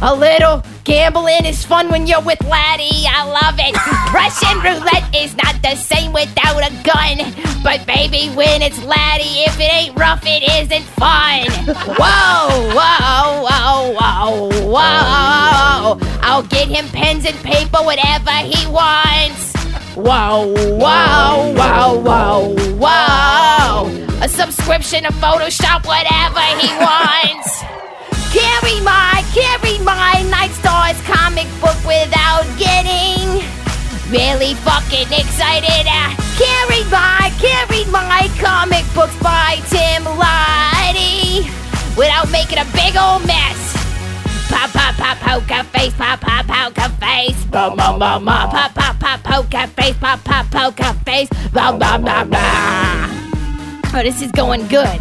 A little gambling is fun when you're with Laddie. I love it. Russian roulette is not the same without a gun. But baby, when it's Laddie, if it ain't rough, it isn't fun. Whoa, whoa, whoa, whoa, whoa. I'll get him pens and paper, whatever he wants. Whoa, whoa, whoa, whoa, whoa. A subscription to Photoshop, whatever he wants. Carry my, carry my Night Stars comic book without getting really fucking excited. Uh, carry my, carry my comic books by Tim Lottie without making a big old mess. Pop, pop, pop, poker face, pop, pop, poker face. Ba, ma, ma, ma. Pop, pop, pop, poker face, pop, pop, poker face. Ba, ba, ba, ba. Oh, this is going good.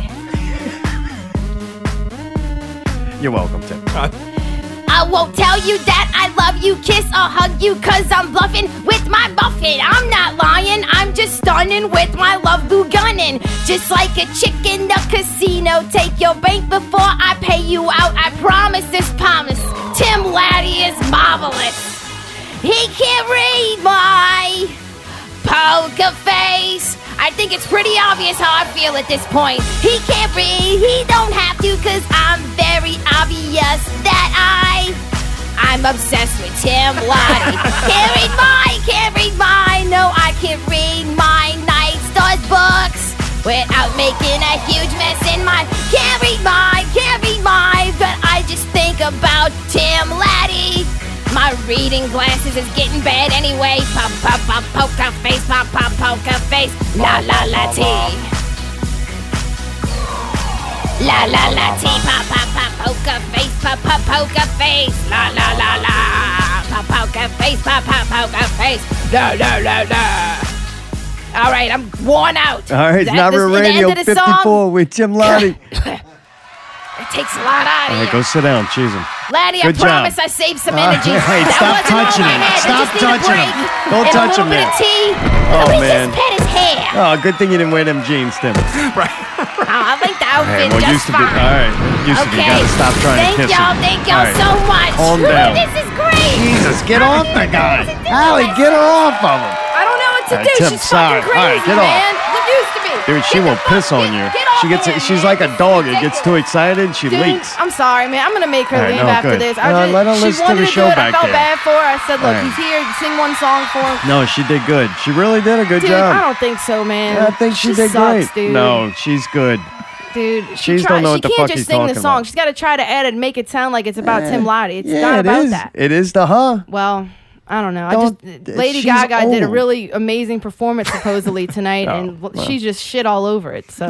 You're welcome, Tim.
Uh,
I won't tell you that I love you, kiss or hug you, cause I'm bluffing with my muffin. I'm not lying, I'm just stunning with my love glue gunning. Just like a chick in the casino, take your bank before I pay you out. I promise this promise. Tim Laddie is marvelous. He can't read my poker face. I think it's pretty obvious how I feel at this point. He can't read, he don't have to, cause I'm very obvious that I I'm obsessed with Tim Lottie. can't read mine, can't read mine. No, I can't read my Night Stars books without making a huge mess in my can't read mine, can't read mine. But I just think about Tim Laddie. My reading glasses is getting bad anyway. Pop, pop, pop, poker face, pop, pop, poker face. La, la, la, tea. La la la tea pa pa pa poker face pa pa poker face la la la la pa poker face pa pa poker face la la la la. All right, I'm worn out.
All right,
Is that
Navarro
the- the end
Radio
of the
54
song?
with Tim
[LAUGHS]
Lottie.
It takes a lot out
All right,
of you.
go sit down. Cheese him.
Laddie, I
Good job.
promise I saved some energy.
All right,
that
stop
wasn't
touching
all
him.
I had.
Stop
I just need
touching
a
him.
break
Don't
and
touch
a
him
little bit
there.
Of tea.
Oh,
At least
man.
just pet his
[LAUGHS]
hair.
Oh, good thing you didn't wear them jeans, Tim.
Oh, I like the
Hey,
outfit
well,
just
used to be.
fine.
All right, used to be.
Okay.
Gotta stop trying
thank
to kiss
y'all,
him.
Thank
All
y'all
right.
so much.
Calm
Woo,
down.
This is great.
Jesus, get off the guy. Allie, get her off of him.
I don't know what to
All right,
do.
Tim,
She's
sorry.
fucking crazy,
All right, get off.
man. Look, used to me.
Dude, she
Get the
will
fuck-
piss on you.
get- get off
she gets
of him,
she's
man.
like a
This
dog. It
is
gets too
ridiculous.
excited and she
Dude,
leaks.
I'm sorry, man. I'm gonna make her
All right,
leave
no,
after
good.
this. I
No,
just,
let her
she
listen to
wanted
the
to,
show
do it. I
back
felt
there.
bad for her. I said,
All
look,
right.
he's here. Sing one song for him.
No, she did good. She really did a good
Dude,
job.
I don't think so, man.
Yeah, I think she, did great.
sucks, Dude.
No, she's good.
dude. She
She's
try-
don't know
she
what the
can't
fuck
just
he's
sing the
talking
song.
about.
She's got to try to add and make it sound like it's about Tim Lottie. It's
it
not about
is.
that.
It is the huh.
Well, I don't know.
Don't-
I just
th-
Lady
she's
Gaga did a
old.
really amazing performance supposedly tonight,
Oh,
and
well.
she just shit all over it. So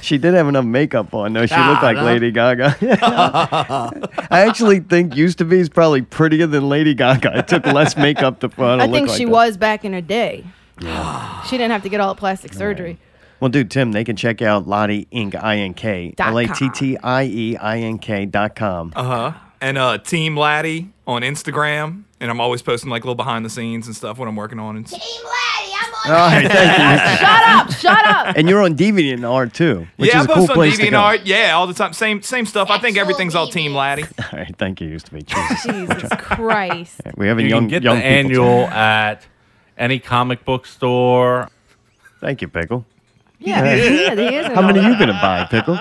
She did have enough makeup on though. She looked
Ah,
like
no.
Lady Gaga. [LAUGHS] I actually think used to be is probably prettier than Lady Gaga. It took less makeup to. for her to
I
look
think
like
she
that.
was back in her day. [SIGHS] She didn't have to get all the plastic surgery.
Well, dude, Tim, they can check out Lottie Inc. I N K
Dot
L
com.
A T T I E I N K dot
[LAUGHS]
com.
Uh huh. And uh, Team Laddie on Instagram, and I'm always posting like little behind the scenes and stuff when I'm working on it.
All right, thank you.
Shut up! Shut up!
and you're on DeviantArt too, which
yeah,
is
I
a cool
post on
place to go.
DeviantArt. Yeah, all the time. Same same stuff. I think
Sexual
everything's all Team
deviants.
Laddie.
[LAUGHS] All right, thank you. Used to be Jesus.
Jesus Christ!
[LAUGHS] We have a
You
young
can get
young
the
people.
annual at any comic book store.
Thank you, pickle.
Yeah, he is. He is
How many are you
[LAUGHS]
gonna buy, pickle?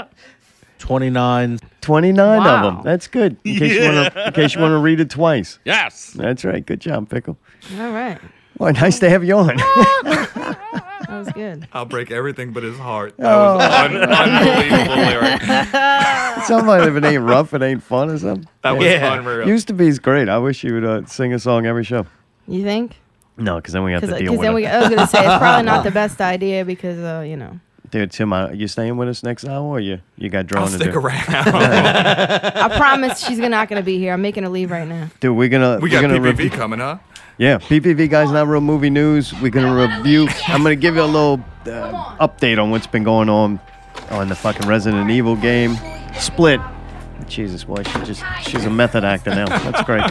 Twenty nine.
Twenty nine
Wow.
of them. That's good. In case you want to, in case you want to read it twice.
Yes.
That's right. Good job, pickle.
All right,
Well, nice to have you
[LAUGHS]
on.
that was good.
I'll break everything but his heart. That
Oh.
was
[LAUGHS]
un- unbelievable lyric.
Somebody, if it ain't rough, it ain't fun or something.
That was
Yeah.
unreal.
Used to be is great. I wish you would uh, sing a song every show.
You think?
No, because then we have to
Because
deal with
uh, then
it.
we, I was gonna say it's probably not the best idea because uh, you know
Dude, Tim, are you staying with us next hour or you, you got drawn
I'll
to
stick
do? [LAUGHS]
around.
I promise she's not gonna be here. I'm making a leave right now.
Dude, we're gonna
we
are
got
gonna
PPV
rev-
coming, huh?
yeah, PPV guys, not real movie news. We're gonna review. I'm gonna give you a little uh, update on what's been going on on the fucking Resident Evil game. Split. Jesus, why she just she's a method actor now. That's great.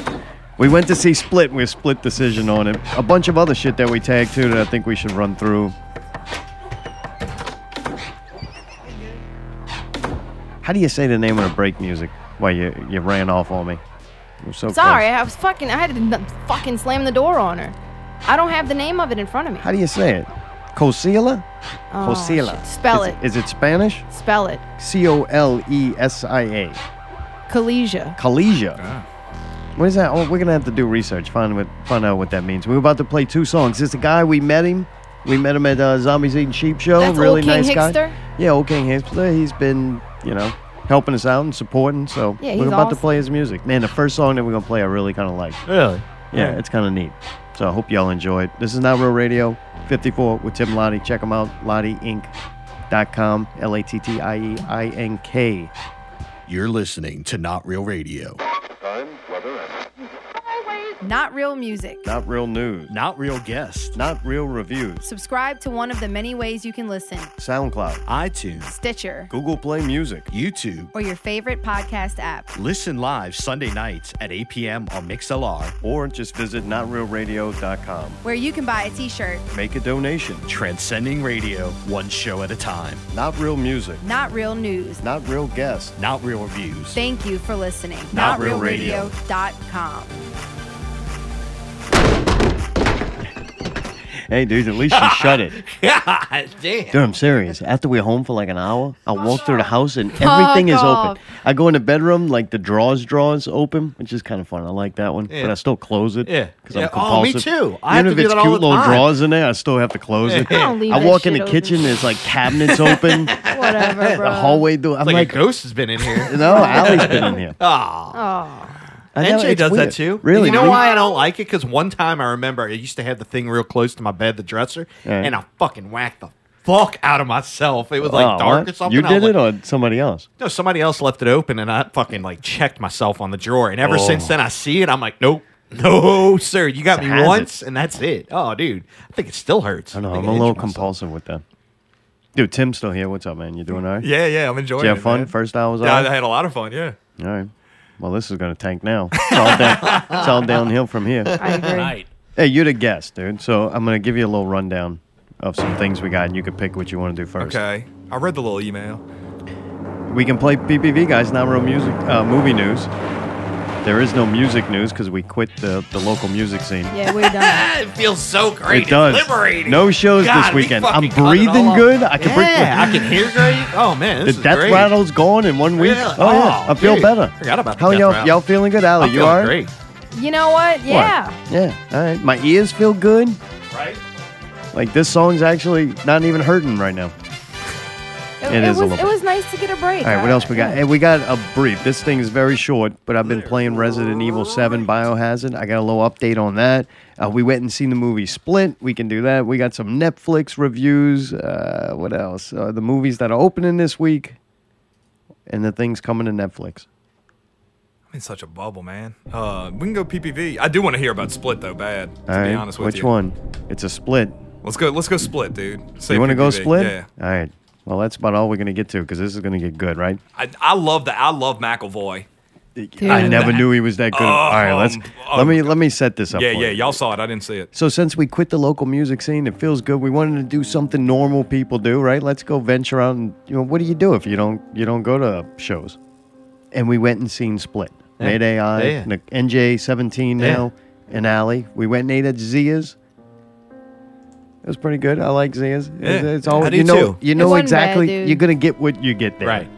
We went to see Split. and We have split decision on it. A bunch of other shit that we tagged too that I think we should run through. How do you say the name of the break music? Why you you ran off on me? You're so close.
Sorry, I was fucking. I had to n- fucking slam the door on her. I don't have the name of it in front of me.
How do you say it? Cosilla?
Oh,
Cosilla.
shit. Spell
Is-
it.
Is it Spanish?
Spell it.
C O L E S I A.
Collegia.
Collegia. What is that? Oh, we're gonna have to do research. Find what, find out what that means. We were about to play two songs. This a guy we met him. We met him at uh, Zombies Eating Sheep show.
That's
really
Old King
nice
Hickster?
guy. Yeah, old King Hipster. He's been you know helping us out and supporting. So
Yeah,
we're
he's
about to
awesome.
play his music. Man, the first song that we're gonna play, I really kind of like.
Really?
Yeah, it's kind of neat. So I hope y'all enjoyed. This is Not Real Radio 54 with Tim Lottie. Check them out, lottieinc.com, L A T T I E I N K.
You're listening to Not Real Radio.
Not Real Music.
Not real news,
Not real guest.
not real reviews.
Subscribe to one of the many ways you can listen
SoundCloud,
iTunes.
Stitcher,
Google Play Music.
YouTube.
or your favorite podcast app.
Listen live Sunday nights at 8 p.m. on MixLR.
Or just visit notrealradio.com.
where you can buy a t-shirt.
Make a donation.
Transcending radio, one show at a time.
Not real music.
Not Real News.
Not real guests.
Not real reviews.
Thank you for listening.
Not Real Radio.
NotRealRadio.com.
Hey, dude, at [LAUGHS] least you shut it.
[LAUGHS] God damn.
Dude, I'm serious. After we're home for like an hour, I walk through the house and everything is
off.
open. I go in the bedroom, like the drawers, drawers open, which is kind of fun. I like that one, but
Yeah.
I still close it.
Yeah.
because
Yeah.
I'm
Oh, me
compulsive.
too. I
Even
have
if
to do
it's
that all
cute
the
little
time.
drawers in there, I still have to close
[LAUGHS]
it.
I don't leave
I
that
walk in the
shit open.
kitchen, there's like cabinets open,
[LAUGHS]
the
Whatever, bro.
hallway door. I'm
Like,
like,
a ghost has been in here.
no, Allie's been in here.
Ah.
Oh,
[LAUGHS] I know,
NJ
it's
does
weird.
that too.
Really?
You know
Really?
why I don't like it? Because one time I remember I used to have the thing real close to my bed, the dresser,
Yeah.
and I fucking whacked the fuck out of myself. It was like
Oh,
dark
what?
or something.
You
I was
did it
like,
or somebody else?
No, somebody else left it open, and I fucking like checked myself on the drawer. And ever
Oh.
since then, I see it. I'm like, nope, no, sir, you got
It's a
me
hazard.
once, and that's it. Oh, dude, I think it still hurts.
I don't know.
think
I'm
I
a
itched
little
myself.
compulsive with that. Dude, Tim's still here. What's up, man? You doing all right?
Yeah, yeah. I'm enjoying
Did you
it,
have fun?
man.
First hour was all
Yeah,
right?
I had a lot of fun. Yeah.
All right. Well, this is going to tank now. It's all, down, it's all downhill from
[LAUGHS]
here.
I agree.
[LAUGHS]
Right.
Hey, you're the guest, dude. So I'm going to give you a little rundown of some things we got, and you can pick what you want to do first.
Okay. I read the little email.
We can play PPV, guys, not real music, uh, movie news. There is no music news because we quit the, the local music scene.
Yeah, we're done.
It feels so great.
It does.
It's liberating.
No shows
God,
this
we
weekend. I'm
fucking cut it all
breathing
off.
good. I can
yeah,
breathe.
I can hear great. Oh man,
The
this is
death
great.
rattle's gone in one week.
Really?
Oh, yeah.
Oh,
I feel
dude.
better.
Forgot about the
How
death
y'all,
rattle.
y'all feeling good,
I'm
Allie? [LAUGHS]
feeling
You are?
great.
You know what?
What?
Yeah.
Yeah. All right. My ears feel good.
Right?
Like this song's actually not even hurting right now.
It,
It
it
is a
was.
little
It
bit.
was nice to get a break.
All right, what
Uh,
else we got? Hey, we got a brief. This thing is very short, but I've been playing Resident Evil 7 Biohazard. I got a little update on that. Uh, we went and seen the movie Split. We can do that. We got some Netflix reviews. Uh, what else? Uh, the movies that are opening this week and the things coming to Netflix.
I'm in such a bubble, man. Uh, we can go PPV. I do want to hear about Split though, bad. To
All right,
be honest with
Which
you.
one? It's a split.
Let's go. Let's go split, dude. Save
you want to go
PPV.
split?
Yeah.
All right. Well, that's about all we're going to get to because this is going to get good, right?
I, I love that. I love McAvoy.
I never knew he was that good. all right, let's
Um,
let me let me set this up.
Yeah,
for
yeah.
you.
Y'all saw it. I didn't see it.
So since we quit the local music scene, it feels good. We wanted to do something normal people do, right? Let's go venture out and you know what do you do if you don't you don't go to shows? And we went and seen Split,
Yeah.
Made AI,
Yeah, yeah.
NJ Seventeen
Yeah.
now, and Alley. We went and ate at Zia's. It was pretty good. I like Zia's. It's,
Yeah.
it's always
I do
you know
too.
you
It
know
wasn't bad,
exactly
dude.
you're gonna get what you get there.
Right.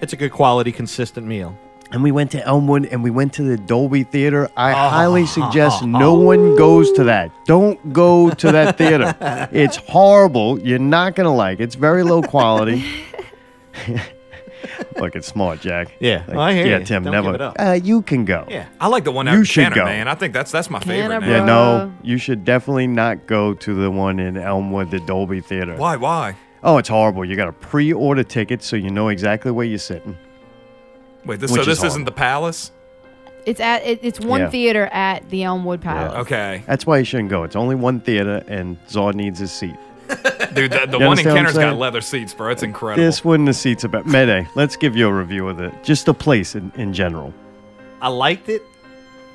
It's a good quality, consistent meal.
And we went to Elmwood and we went to the Dolby Theater.
[LAUGHS]
I highly suggest no one goes to that. Don't go to that
[LAUGHS]
theater. it's horrible. You're not going to like it. It's very low
[LAUGHS]
quality. Look, it's smart, Jack.
Yeah.
Like,
Well, I hear
yeah,
you.
Tim,
Don't
never.
give it up.
Uh, you can go.
Yeah. I like the one out
You
in
should
Canada,
go.
man. I think that's that's my favorite.
Yeah,
Uh,
Now.
no, you should definitely not go to the one in Elmwood, the Dolby Theater.
Why? Why?
Oh, it's horrible. You got to pre order tickets so you know exactly where you're sitting.
Wait. This,
Which
so
is
this
horrible.
isn't the Palace.
It's at it, it's one
Yeah.
theater at the Elmwood Palace.
Okay.
That's why you shouldn't go. It's only one theater, and Zod needs his seat.
Dude, the, the
You
one
understand what
in
I'm
Kenner's got
saying?
leather seats, bro. It's incredible.
This one, the seat's about. Mayday, let's give you a review of it. Just the place in, in general,
I liked it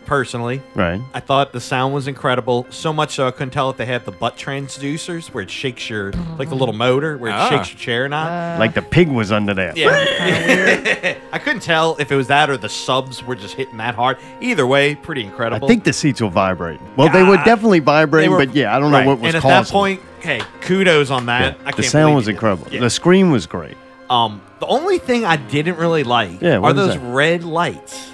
personally.
right?
I thought the sound was incredible, so much so I couldn't tell if they had the butt transducers where it shakes your like the little motor where it
Ah.
shakes your chair or not.
like the pig was under there.
yeah. [LAUGHS] I couldn't tell if it was that or the subs were just hitting that hard. Either way, pretty
I
incredible.
think the seats will vibrate. Well, they were
God.
definitely vibrating,
They were-
but yeah, I don't
Right.
know what was
And at
causing.
that point, hey, kudos on that. I
the
can't
sound
believe
was
you did that.
incredible.
Yeah.
The screen was great.
Um, the only thing I didn't really like
Yeah, what
are
is
those
that?
red lights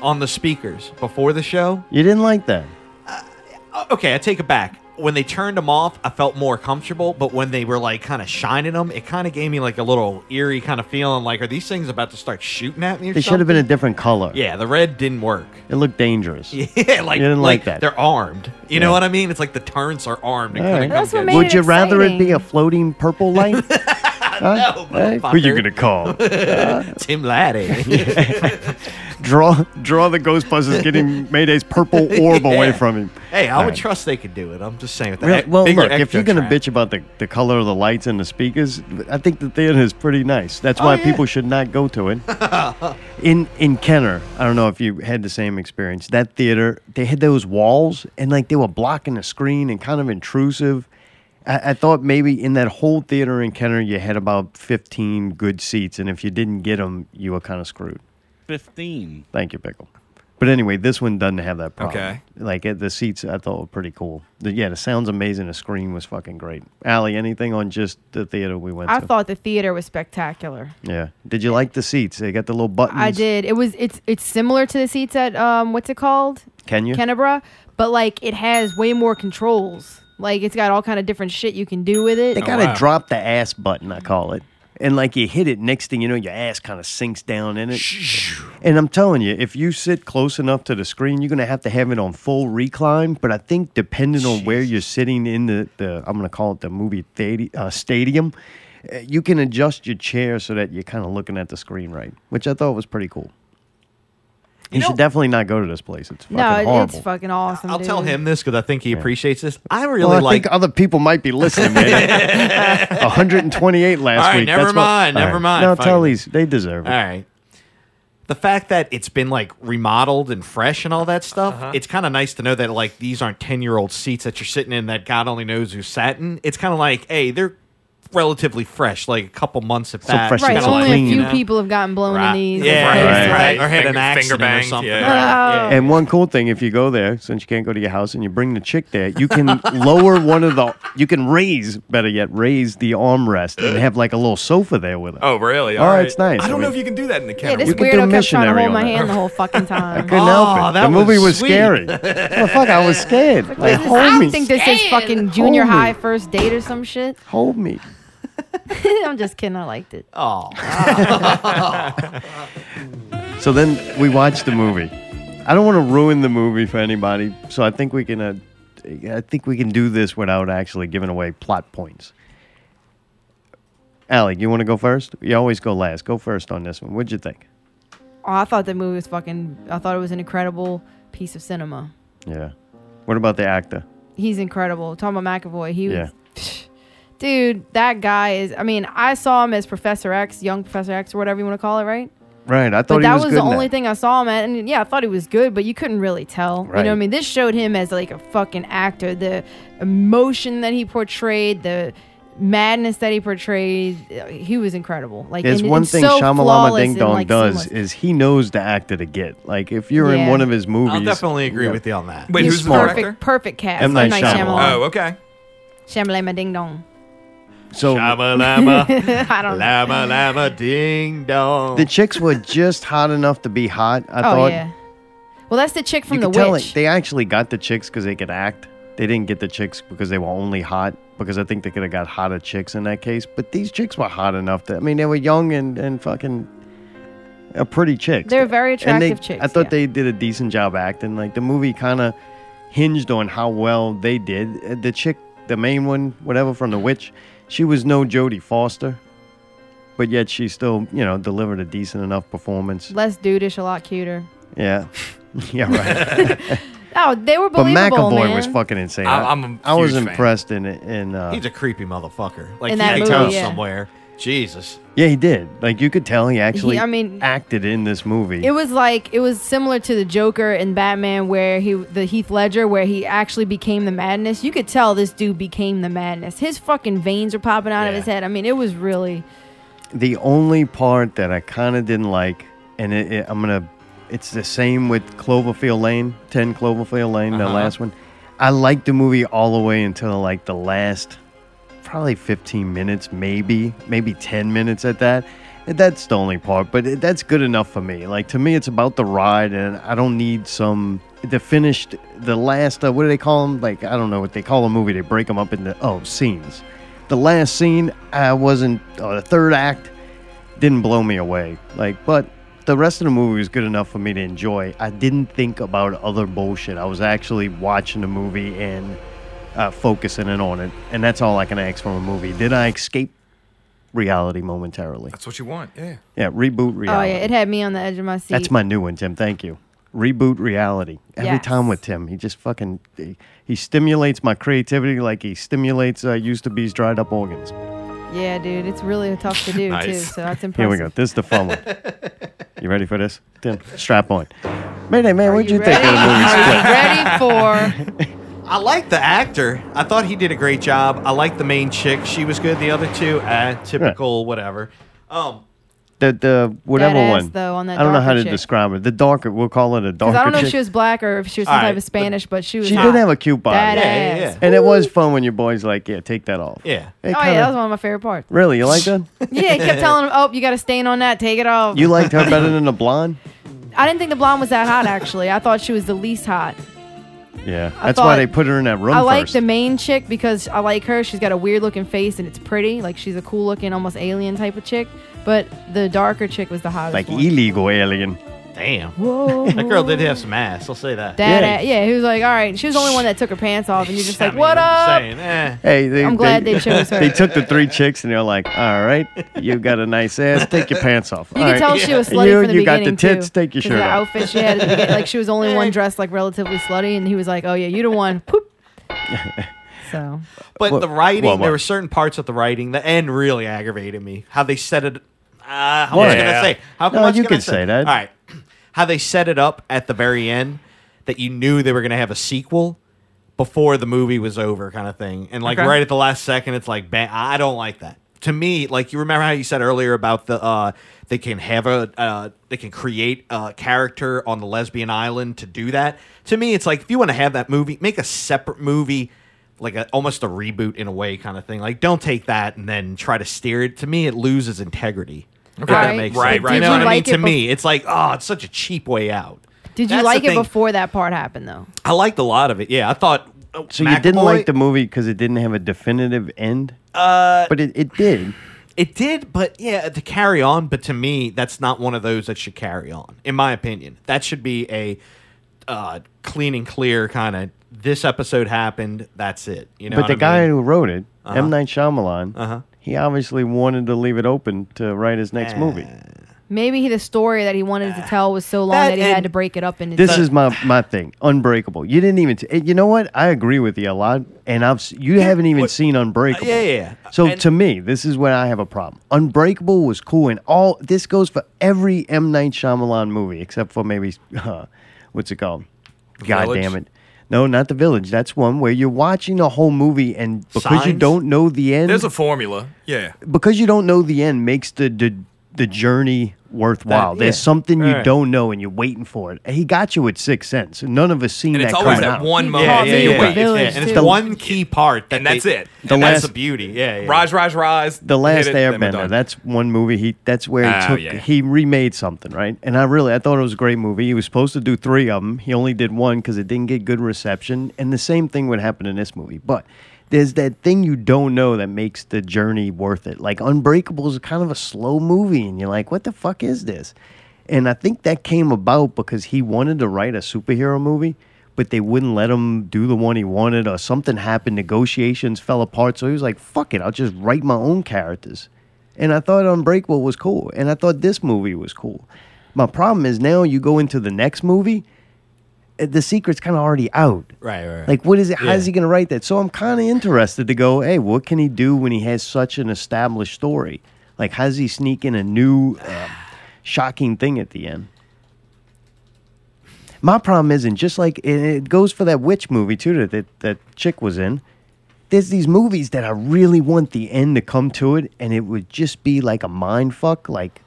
on the speakers before the show.
You didn't like that.
Uh, Okay, I take it back. When they turned them off, I felt more comfortable, but when they were like kind of shining them, it kind of gave me like a little eerie kind of feeling like, are these things about to start shooting at me or
They should have been a different color.
Yeah, the red didn't work. [LAUGHS]
It looked dangerous.
Yeah, like,
You didn't like that.
They're armed. You know
Yeah.
what I mean? It's like the turrets are armed. And
All
kinda
right.
come
That's what
get
made
Would
it
you rather it be a
exciting.
floating purple
[LAUGHS]
light? Huh? Hey, who you
motherfucker.
gonna
[LAUGHS]
call?
you.
[LAUGHS]
Tim Laddie.
draw, draw the Ghostbusters
[LAUGHS]
getting Mayday's purple orb away
Yeah.
from him.
[LAUGHS] hey, I
All
would
right.
trust they could do it. I'm just saying. With the
Really?
e-
Well,
bigger
look, if
extra
you're going to
track.
bitch about the, the color of the lights and the speakers, I think the theater is pretty nice. That's why
Oh, yeah.
people should not go to
[LAUGHS]
it. in in Kenner, I don't know if you had the same experience. That theater, they had those walls and like they were blocking the screen and kind of intrusive. I, I thought maybe in that whole theater in Kenner, you had about 15 good seats, and if you didn't get them, you were kind of screwed.
15.
Thank you, Pickle. But anyway, this one doesn't have that problem.
Okay.
Like it, the seats, I thought were pretty cool. The, yeah, the sound's amazing. The screen was fucking great. Allie, anything on just the theater we went
I
to?
thought the theater was spectacular.
yeah. Did you like the seats? They got the little buttons.
I did. It was it's it's similar to the seats at um what's it called?
Can you?
Kennebra, but like it has way more controls. Like it's got all kind of different shit you can do with it.
They kind of drop the ass button, I call it. And like you hit it, next thing you know, your ass kind of sinks down in it. And I'm telling you, if you sit close enough to the screen, you're gonna have to have it on full recline. But I think depending on where you're sitting in the, the I'm gonna call it the movie thati- uh, stadium, uh, you can adjust your chair so that you're kind of looking at the screen right, which I thought was pretty cool. You, should definitely not go to this place. It's fucking
no, it-
horrible.
it's fucking awesome.
I'll tell
dude.
him this because I think he appreciates this. I really
Well, I
like.
think other people might be listening. [LAUGHS] Man. 128 last
All right,
week.
never
That's what-
mind,
all
never mind,
No,
fuck
tell
it.
these they deserve it.
all right. The fact that it's been like remodeled and fresh and all that stuff,
Uh-huh.
it's kind of nice to know that like these aren't ten year old seats that you're sitting in that God only knows who sat in. It's kind of like, hey, they're relatively fresh, like a couple months at
So
that.
fresh
It's
Right,
It's
kinda
only
clean.
a few
Yeah.
people have gotten blown
Right.
in these.
Yeah,
Right.
right.
Right.
Or had an
Finger-
accident
finger
or
bang,
something.
yeah.
Right.
And one cool thing, if you go there, since you can't go to your house, and you bring the chick there, you can [LAUGHS] lower one of the, you can raise, better yet, raise the armrest and have like a little sofa there with it.
Oh, really?
Oh,
All right.
it's nice.
I don't
I
know
mean-
if you can do that in the
Yeah,
Kenner.
this
You
We-
could do
weirdo kept
missionary
trying to hold
on
my
it.
hand the
[LAUGHS]
whole fucking time.
Couldn't help it.
oh, that
The
was
movie was
sweet. [LAUGHS]
scary. the fuck, I was scared. Like,
I
hold me,
don't think this is fucking junior
Hold me.
high first date or some shit.
hold me.
[LAUGHS] I'm just kidding. I liked it.
Oh,
So then we watched the movie. I don't want to ruin the movie for anybody, so I think we can. Uh, I think we can do this without actually giving away plot points. Alec, you want to go first? You always go last. Go first on this one. What'd you think?
Oh, I thought the movie was fucking. I thought it was an incredible piece of cinema.
Yeah. What about the actor?
he's incredible. Tom McAvoy, he was,
Yeah.
[SIGHS] dude, that guy is. I mean, I saw him as Professor X, young Professor X, or whatever you want to call it, right?
Right. I
But
thought he
that
was,
was,
good
the
in that.
only thing I saw him at, and yeah, I thought he was good, but you couldn't really tell. You
Right.
know what I mean? This showed him as like a fucking actor. The emotion that he portrayed, the madness that he portrayed, uh, he was incredible. Like
There's
and-
one
and
thing
so flawless
Shyamalama Ding
and,
Dong
like,
does
seamless.
is he knows the actor to get. Like if you're in
Yeah.
one of his movies,
definitely agree with you on that.
Wait,
He's
who's the
smart.
director?
perfect, perfect cast.
M. Night Shyamalan.
Oh, okay.
Shyamalama Ding
[LAUGHS]
Dong.
So [LAUGHS]
[LAUGHS] Lama,
I don't know.
lama, lama, ding dong.
the chicks were just hot enough to be hot. I
oh
thought
yeah. Well, that's the chick from
you
The
could tell it,
Witch.
they actually got the chicks because they could act. They didn't get the chicks because they were only hot. Because I think they could have got hotter chicks in that case. But these chicks were hot enough that I mean they were young and and fucking. A pretty chicks.
They're very
and they,
attractive chicks,
I thought
yeah.
they did a decent job acting. Like the movie kind of hinged on how well they did. Uh, The chick, the main one, whatever from The Witch, she was no Jodie Foster, but yet she still, you know, delivered a decent enough performance.
Less dudish, a lot cuter.
Yeah, [LAUGHS] yeah, right.
Oh, they were
but
believable,
McAvoy
man.
was fucking insane.
I- I'm a
I was
huge fan.
impressed in it. In uh,
He's a creepy motherfucker. Like
In
he
that
hangs
movie,
out
yeah.
somewhere. Jesus.
yeah, he did. Like you could tell he actually,
I mean-
acted in this movie.
It was like it was similar to the Joker in Batman, where he the Heath Ledger, where he actually became the madness. You could tell this dude became the madness. His fucking veins are popping out of
Yeah.
his head. I mean, it was really
the only part that I kind of didn't like, and it, it- I'm gonna, it's the same with Cloverfield Lane, Ten Cloverfield Lane,
Uh-huh.
the last one. I liked the movie all the way until like the last, probably 15 minutes, maybe, maybe 10 minutes at that. And That's the only part, but it, that's good enough for me. Like to me, it's about the ride, and I don't need some the finished, the last. Uh, what do they call them? Like I don't know what they call a movie. They break them up into oh scenes. The last scene, I wasn't uh, the third act didn't blow me away. Like, but the rest of the movie was good enough for me to enjoy. I didn't think about other bullshit. I was actually watching the movie and uh, focusing in on it, and that's all I can ask from a movie. Did I escape reality momentarily?
That's what you want. Yeah.
Yeah, reboot
oh
reality.
yeah, it had me on the edge of my seat.
that's my new one, Tim. Thank you. Reboot reality. Every
Yes.
time with Tim, he just fucking he, he stimulates my creativity like he stimulates uh, used to be's dried up organs.
yeah, dude. It's really tough
[LAUGHS]
to do
Nice.
too. So that's impressive.
Here we go. This is the fun
[LAUGHS]
one. You ready for this? Tim, strap on. Mayday, man, what'd you,
you
think of the movie
Are
Split?
you ready
[LAUGHS]
for?
I like the actor. I thought he did a great job. I like the main chick. She was good. The other two, ah, typical whatever. Um,
The, the whatever
That ass,
one.
though, on that
I don't know
darker
how to
chick.
describe it. The darker, we'll call it a
Because
darker
I don't know
chick.
if she was black or if she was some
All
type
right,
of
but
Spanish, but she was.
She
hot.
did have a cute body.
That
Yeah, yeah,
ass.
yeah.
And it was fun when your boy's like, yeah, take that off.
yeah.
It
Oh yeah,
kinda-
that was one of my favorite parts.
Really? You like
[LAUGHS]
that?
Yeah, he kept telling him, "Oh, you got a stain on that. Take it off."
You liked her better than the blonde?
I didn't think the blonde was that hot. Actually, I thought she was the least hot.
Yeah. That's
thought-
why they put her in that room
I like
first.
the main chick because I like her. She's got a weird looking face and it's pretty. Like she's a cool looking, almost alien type of chick. But the darker chick was the hottest.
like
one.
illegal alien.
Damn.
Whoa.
That girl did have some ass. I'll say that.
That
Yeah.
yeah. yeah, he was like, all right. She was the only one that took her pants off, and you're just
I
like,
mean,
what up?
I'm saying, eh.
Hey, they,
I'm
[LAUGHS]
glad they chose her.
They took the three chicks and they're like, all right, you got a nice ass. Take your pants off.
[LAUGHS] You could tell she was slutty
[LAUGHS] You-
from the
you got the
beginning
tits,
too.
take your
'Cause
shirt
the
off.
outfit she had at the beginning, like she was the only one dressed like relatively slutty, and he was like, oh yeah, you
[LAUGHS]
the one. Poop. So
But
Well,
the writing,
well, well.
there were certain parts of the writing. The end really aggravated me. How they set it. Uh, how much
What?
can I say? How
No,
much
you
can I
can say that.
All right. [CLEARS THROAT] How they set it up at the very end that you knew they were going to have a sequel before the movie was over, kind of thing. And like
Okay.
right at the last second, it's like, bang, I don't like that. To me, like you remember how you said earlier about the uh, they can have a uh, they can create a character on the lesbian island to do that. To me, it's like if you want to have that movie, make a separate movie, like a, almost a reboot in a way, kind of thing. Like don't take that and then try to steer it. To me, it loses integrity. If
Okay.
that makes
Right,
sense.
right,
You know
right.
what I mean?
Did you
To
like it
me, it's like oh, it's such a cheap way out.
did you
That's the
like it
thing.
before that part happened though?
I liked a lot of it. Yeah, I thought. uh,
So you didn't
McAvoy-
like the movie because it didn't have a definitive end? Uh, but it, it
[SIGHS]
did.
It did, but yeah, to carry on. But to me, that's not one of those that should carry on, in my opinion. That should be a uh, clean and clear kind of. This episode happened. That's it. You know. Uh-huh.
but the
what I
guy
mean?
who wrote it, M. Night Shyamalan, he obviously wanted to leave it open to write his next movie.
Maybe he, the story that he wanted to tell was so long
That
that, he
and-
had to break it up into.
This
two.
is my my thing. Unbreakable. You didn't even. T- and you know what? I agree with you a lot, and I've s- you haven't even seen Unbreakable.
yeah, yeah, yeah.
So
And-
to me, this is when I have a problem. Unbreakable was cool, and all this goes for every M Night Shyamalan movie except for maybe [LAUGHS] uh, what's it called? God
Village?
damn it. No, not the village. That's one where you're watching a whole movie, and because you
Signs?
don't know the end,
There's a formula. Yeah.
because you don't know the end makes the the, the journey worthwhile.
That-
There's
yeah.
something you
Right.
don't know and you're waiting for it. He got you at Six Sense. None of us seen
And
that
it's always
coming
that
out.
one moment.
yeah,
that you
yeah.
wait.
Yeah, and it's the one key part, that
and that's
they-
it.
The
and
last-
that's
the beauty. Yeah, yeah.
Rise, rise, rise.
The Last
hit it, then we're
Airbender.
done.
That's one movie. He that's where he
Ah,
took.
yeah.
He remade something, right? And I really I thought it was a great movie. He was supposed to do three of them. He only did one because it didn't get good reception. And the same thing would happen in this movie. But there's that thing you don't know that makes the journey worth it. Like Unbreakable is kind of a slow movie, and you're like, what the fuck is this? And I think that came about because he wanted to write a superhero movie, but they wouldn't let him do the one he wanted, or something happened. Negotiations fell apart. So he was like, fuck it, I'll just write my own characters. And I thought Unbreakable was cool. And I thought this movie was cool. My problem is now you go into the next movie, eh, the secret's kind of already out.
Right, right, right.
Like, what is it?
Yeah.
How's he going to write that? So I'm kind of interested to go, hey, what can he do when he has such an established story? Like, how's he sneak in a new, um, shocking thing at the end? My problem isn't just like and it goes for that witch movie too that that, that chick was in. There's these movies that I really want the end to come to it, and it would just be like a mind fuck, like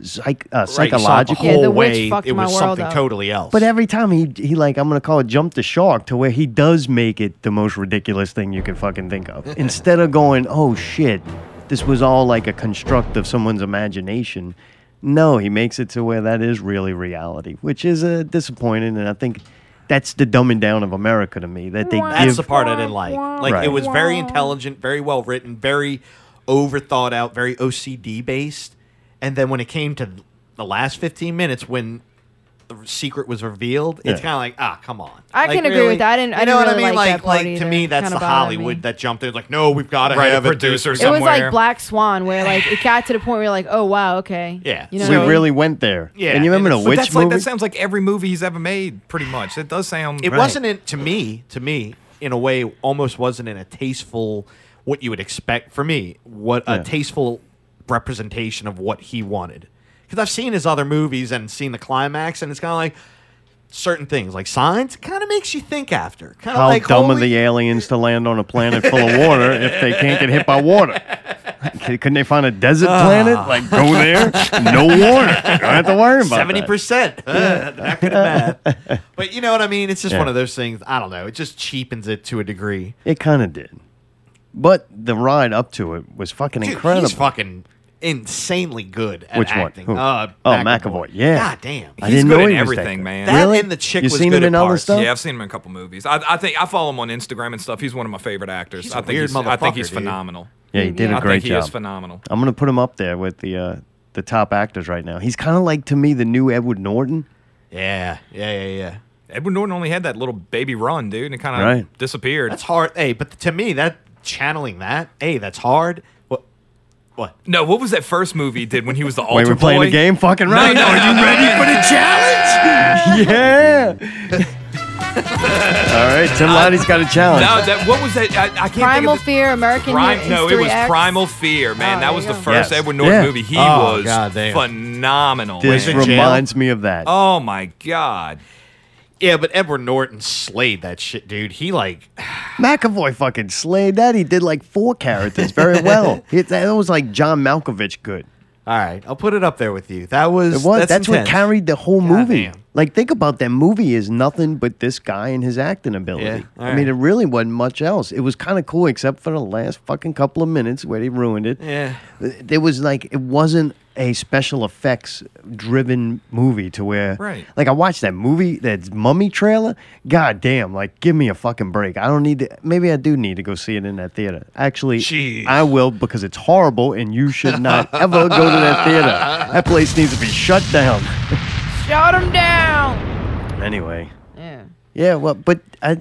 psych, uh,
Right, you saw the
psychological.
whole
Yeah, the witch
way
fucked
it
my
was
world
something
up.
totally else.
But every time he he like I'm gonna call it jump the shark to where he does make it the most ridiculous thing you can fucking think of. Instead of going, oh shit, this was all like a construct of someone's imagination. No, he makes it to where that is really reality, which is uh, disappointing. And I think that's the dumbing down of America to me that they
That's
give.
the part I didn't like. Like
Right.
it was very intelligent, very well written, very over thought out, very OCD based. And then when it came to the last 15 minutes when the secret was revealed, it's
Yeah.
kind of like, ah, come on.
I
Like,
can agree with that. I didn't- I
you know
didn't
what
really
I mean?
like
Like,
that part
like, to
either.
me, that's
Kinda
the
bothered
Hollywood
me.
that jumped in. Like, no, we've got to
Right, a
have
producer
It,
It was like Black Swan, where like it got to the point where you're like, oh wow, okay,
Yeah.
you know,
we
what I mean?
really went there.
Yeah,
and you remember
it's-
the
but
witch
that's
movie?
Like, that sounds like every movie he's ever made, pretty much. It does sound.
it wasn't in, to me, to me, in a way, almost wasn't in a tasteful, what you would expect for me, what a
Yeah.
tasteful representation of what he wanted. Because I've seen his other movies and seen the climax, and it's kind of like certain things, like signs, kind of makes you think after. Kind of
How
like,
dumb
holy
are the aliens to land on a planet full of water if they can't get hit by water? C- Couldn't they find a desert
Ah.
planet? Like go there, no water. Don't have to worry about [LAUGHS]
seventy percent. [LAUGHS]
Yeah.
Not good at math. But you know what I mean. It's just
Yeah.
one of those things. I don't know. It just cheapens it to a degree.
It kind of did, but the ride up to it was fucking
Dude,
incredible.
He's fucking insanely good at
Which
acting.
one? Who?
Uh,
oh,
McAvoy.
McAvoy. Yeah.
God damn.
I didn't
good
know
in
he was that
everything,
good.
man.
That Really? and the chick
you
was
seen
good
him
at
in other
parts.
stuff?
Yeah, I've seen him in a couple movies. I, I think I follow him on Instagram and stuff. He's one of my favorite actors.
He's a
I think
weird
he's, I think
motherfucker,
he's
dude.
phenomenal.
Yeah, he did a
I
great
think
job.
He is phenomenal.
I'm gonna put him up there with the uh, the top actors right now. He's kind of like to me the new Edward Norton.
Yeah, yeah, yeah, yeah.
Edward Norton only had that little baby run, dude, and it kind of
Right.
disappeared.
That's hard. Hey, but to me, that channeling that. Hey, that's hard. What? What?
No, what was that first movie he did when he was the
[LAUGHS]
altar
Wait, we're playing
boy?
a game, fucking right?
No, no,
Are
no,
you
no,
ready
no,
for
no,
the
no.
[LAUGHS] challenge? yeah. All right, Tim Lottie's got a challenge.
No, that what was that? I, I can't
Primal
think of
Fear, American
the, Prime-
Hero-
No, it
History
was
X. Oh,
Primal Fear, man. that was the first
Yes.
Edward Norton
Yeah.
movie. He
Oh,
was
God damn.
phenomenal.
this
man.
reminds me of that.
Oh my god.
Yeah, but Edward Norton slayed that shit, dude. He like [SIGHS]
McAvoy fucking slayed that. He did like four characters very well. It, that was like John Malkovich good.
All right, I'll put it up there with you. That was
It was. That's, what
intense.
carried the whole movie.
damn.
Like, think about that movie is nothing but this guy and his acting ability.
Yeah, all
I mean,
right.
it really wasn't much else. It was kind of cool, except for the last fucking couple of minutes where they ruined it.
Yeah.
There was like, it wasn't a special effects driven movie to where,
Right.
like, I watched that movie, that mummy trailer. God damn, like, give me a fucking break. I don't need to, maybe I do need to go see it in that theater. Actually,
Jeez.
I will because it's horrible and you should
[LAUGHS]
not ever go to that theater. That place needs to be shut down.
shut him down.
Anyway.
Yeah.
Yeah, well, but I,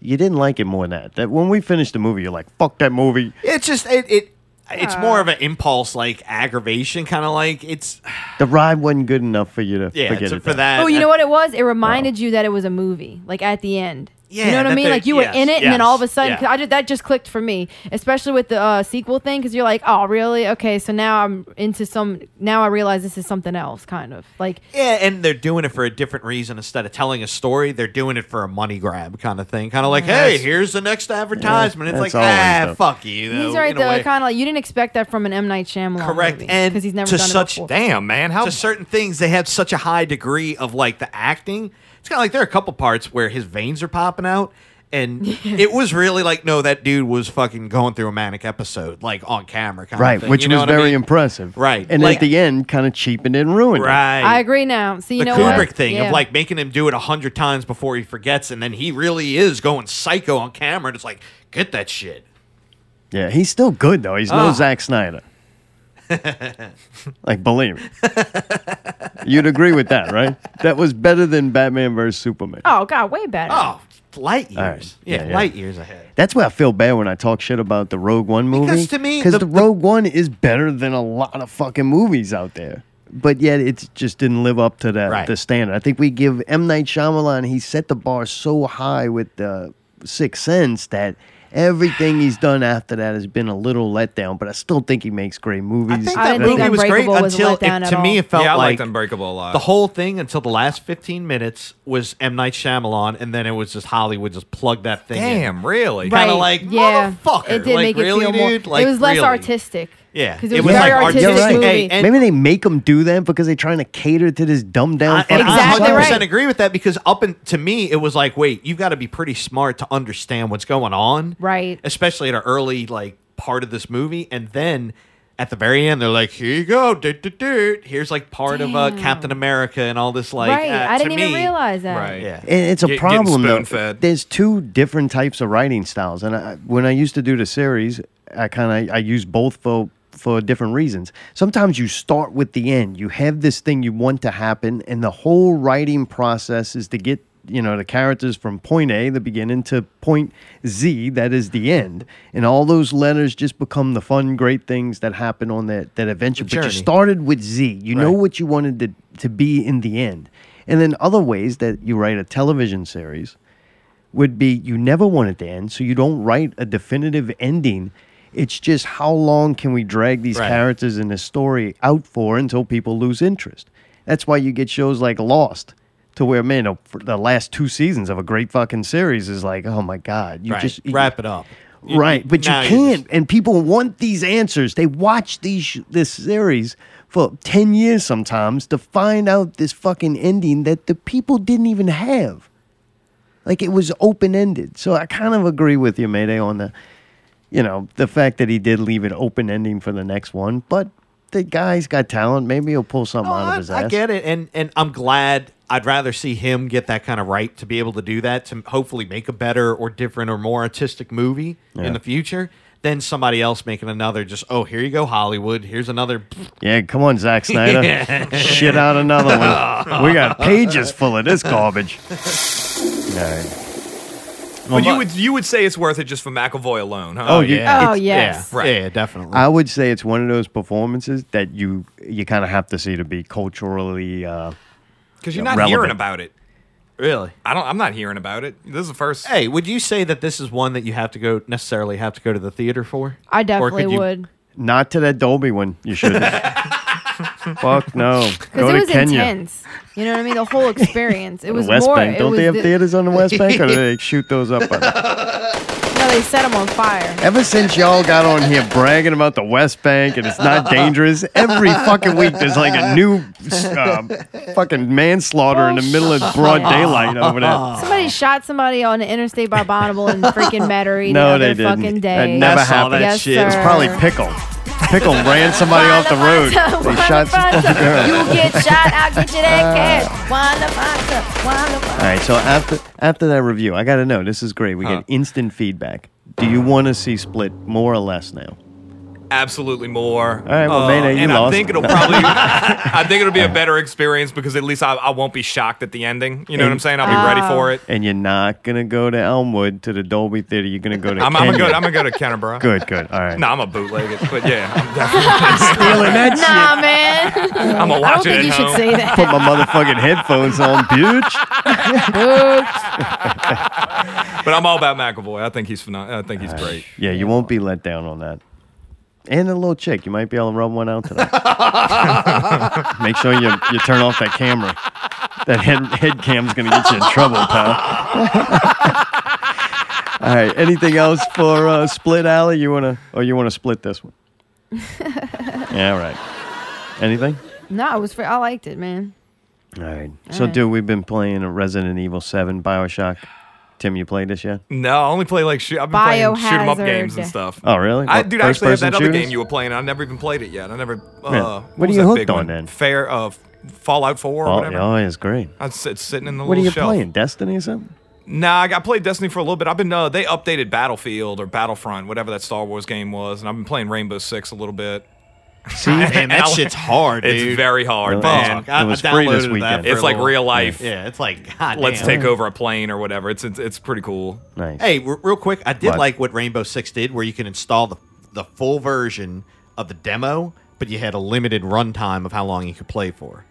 you didn't like it more than that. That when we finished the movie, you're like, "Fuck that movie."
It's just it. it it's more
Ah.
of an impulse, like aggravation, kind of like it's
The ride wasn't good enough for you to
yeah.
forget
so
it.
for
though.
that,
Oh, you know what it was? It reminded you that it was a movie, like at the end.
Oh. Yeah,
you know what I
that
mean?
there-
Like you were
yes,
in it, and
yes,
then all of a sudden, 'cause
yeah.
I just, that just clicked for me, especially with the uh, sequel thing, because you're like, oh, really? Okay, so now I'm into some. Now I realize this is something else, kind of like
Yeah, and they're doing it for a different reason. Instead of telling a story, they're doing it for a money grab kind of thing. Kind of like, hey,
That's-
here's the next advertisement.
that's
it's like, ah,
always the-
fuck you. Though,
he's right
in a
though.
way.
Kind of like you didn't expect that from an M Night Shyamalan.
Correct,
and because he's never
to
done
such
it before.
damn man how to certain things they have such a high degree of like the acting it's kind of like there are a couple parts where his veins are popping out [LAUGHS] and it was really like no that dude was fucking going through a manic episode like on camera kind
right,
of thing,
which
you know
was
what I
very
mean?
impressive.
Right,
and
like-
at the end, kind of cheapened and ruined. it.
right
I agree now. So you
the
know
Kubrick
what?
thing
Yeah.
of like making him do it a hundred times before he forgets, and then he really is going psycho on camera. And it's like, get that shit.
Yeah, he's still good though. He's
Ah.
no Zack
[LAUGHS]
Snyder. like, believe me. You'd agree with that, right? That was better than Batman versus Superman.
oh god, way better.
Oh, light years.
All right.
Yeah,
Yeah, yeah.
light years ahead.
That's why I feel bad when I talk shit about the Rogue One movie.
Because to me,
because
the-
the,
the-
Rogue One is better than a lot of fucking movies out there. But yet, it just didn't live up to that
Right.
the standard. I think we give M Night Shyamalan he set the bar so high with the Sixth Sense that everything he's done after that has been a little letdown. But I still think he makes great movies.
I think
I
that
didn't think
movie was great
Unbreakable was a
until
letdown
it,
at
to me
all.
it felt
yeah, I
like
liked Unbreakable a lot.
the whole thing until the last 15 minutes was M. Night Shyamalan, and then it was just Hollywood just plugged that thing in.
Damn, really?
Right. kinda like, motherfucker,
It did
like,
make it
really,
feel more.
dude? Like,
it was less
really?
artistic.
Yeah.
because it, was, very
like
artistic
artistic.
Yeah, right.
movie.
Hey, and-
Maybe they make him do that because they're trying to cater to this dumbed down.
I, and
fucking
I
Exactly
100%
right.
agree with that because up and to me it was like, wait, you've got to be pretty smart to understand what's going on,
Right.
Especially at an early like part of this movie, and then at the very end they're like, here you go, dirt, dirt, dirt. here's like part of uh,
Damn.
Captain America and all this like,
right.
uh,
I didn't
to
even
me-
realize that.
Right.
yeah.
And it's a
Get- getting
problem though.
spoon-fed.
There's two different types of writing styles, and I, when I used to do the series, I kind of I use both for for different reasons. Sometimes you start with the end. You have this thing you want to happen, and the whole writing process is to get you know the characters from point A, the beginning, to point Z, that is the end, and all those letters just become the fun, great things that happen on that that adventure. But you
journey.
started with Z. You know
Right.
what you wanted to, to be in the end. And then other ways that you write a television series would be you never want it to end, so you don't write a definitive ending. It's just how long can we drag these
Right.
characters in this story out for until people lose interest? That's why you get shows like Lost, to where man, the- for the last two seasons of a great fucking series is like, oh my god, you
Right.
just
wrap it up. You-
right? But you
now you're
can't, and people want these answers. They watch these sh- this series for ten years sometimes to find out this fucking ending that the people didn't even have. Like it was open ended. So I kind of agree with you, Mayday, on the, you know, the fact that he did leave it open ending for the next one. But the guy's got talent. Maybe he'll pull something out
Oh, I,
of his
I
ass.
get it, and and I'm glad. I'd rather see him get that kind of right to be able to do that to hopefully make a better or different or more artistic movie
Yeah.
in the future than somebody else making another. Just oh, here you go, Hollywood. Here's another. [LAUGHS]
Yeah, come on, Zack Snyder. Shit out another
[LAUGHS]
one. We got pages full of this garbage. All right.
But you would you would say it's worth it just for McAvoy alone, huh?
Oh, you-
Oh,
it's-
yes.
yeah,
Right.
yeah, definitely.
I would say it's one of those performances that you you kind of have to see to be culturally. Uh,
because
Yeah,
you're not
relevant.
hearing about it.
really.
I don't. I'm not hearing about it. This is the first.
Hey, would you say that this is one that you have to go necessarily have to go to the theater for?
I
Or
definitely
could you-
would.
not to that Dolby one. You shouldn't. Fuck
[LAUGHS]
no. Go
Because it
to
was
Kenya.
intense. You know what I mean?
[LAUGHS]
The whole experience. It was
West
more.
Bank.
it
Don't
was
they have
the-
theaters on the West Bank, or do
[LAUGHS]
they shoot those up? on-
No, they set them on fire.
Ever since y'all got on here bragging about the West Bank and it's not dangerous,
[LAUGHS]
every fucking week there's like a new uh, fucking manslaughter in the middle of broad
[LAUGHS]
daylight over there.
Somebody shot somebody on the interstate by Bonneville and freaking Metairie
No,
the other
they didn't.
fucking
That
day.
never
I saw
happened.
that
Yes,
shit.
sir.
It's probably Pickle. Pickle ran somebody off the road. They shot some fucking [LAUGHS] girl.
You get shot, I'll get
[LAUGHS]
you that cat. Wanda Wanda
All right, so after after that review, I got to know. This is great. We get instant feedback. Do you want to see Split more or less now?
absolutely more. All
right, well, Mayday, you
and I
lost.
think it'll
[LAUGHS]
probably, I think it'll be a better experience because at least I, I won't be shocked at the ending. You know what I'm saying? I'll be ready for it.
And you're not gonna go to Elmwood to the Dolby Theater. You're gonna go to.
I'm, I'm gonna go.
Kenyon.
I'm gonna go to Canterbury.
Ah. Good, good. All right.
No, I'm a bootleg it, but yeah, I'm definitely
Stealing that
Nah, man.
I'ma watch
I don't
it
think
at
you
home.
should say that.
Put my motherfucking headphones on, bitch.
But I'm all about McAvoy. I think he's phenomenal. I think he's great.
Yeah, you won't be let down on that. And a little chick, you might be able to rub one out today.
[LAUGHS]
Make sure you, you turn off that camera. That head, head cam's going to get you in trouble,
[LAUGHS]
pal. All right. Anything else for uh, split, Alley? You want to, or you want to split this
[LAUGHS]
one? yeah. All right. Anything?
No, it was. Fr- I liked it, man.
All right. so, dude, we've been playing a Resident Evil Seven, Bioshock. Tim, you played this yet?
No, I only play like shoot. I've been playing shoot 'em up
Biohazard.
games and stuff.
Oh, really?
I,
What,
dude, I actually have
first-person
that other
shooters?
game you were playing. I never even played it yet. I never. Uh,
Yeah.
What,
What are
was
you
that
hooked
big one?
on then?
Fair uh, Fallout Four or
Oh,
whatever.
yeah, it's great.
I sit sitting in the
What are
little
you
shelf.
playing? Destiny or something?
Nah, I got played Destiny for a little bit. I've been uh, they updated Battlefield or Battlefront, whatever that Star Wars game was, and I've been playing Rainbow Six a little bit.
[LAUGHS]
[LAUGHS]
Man, that shit's hard, dude.
It's very hard,
Really?
man.
Fuck.
I-
It was
I
free this
downloaded that
weekend.
for
It's
a
like
little-
real life.
Yeah, it's like God
Let's
damn.
take over a plane or whatever. It's it's, it's pretty cool.
Nice.
Hey, r- real quick, I did
What?
like what Rainbow Six did, where you can install the the full version of the demo, but you had a limited runtime of how long you could play for.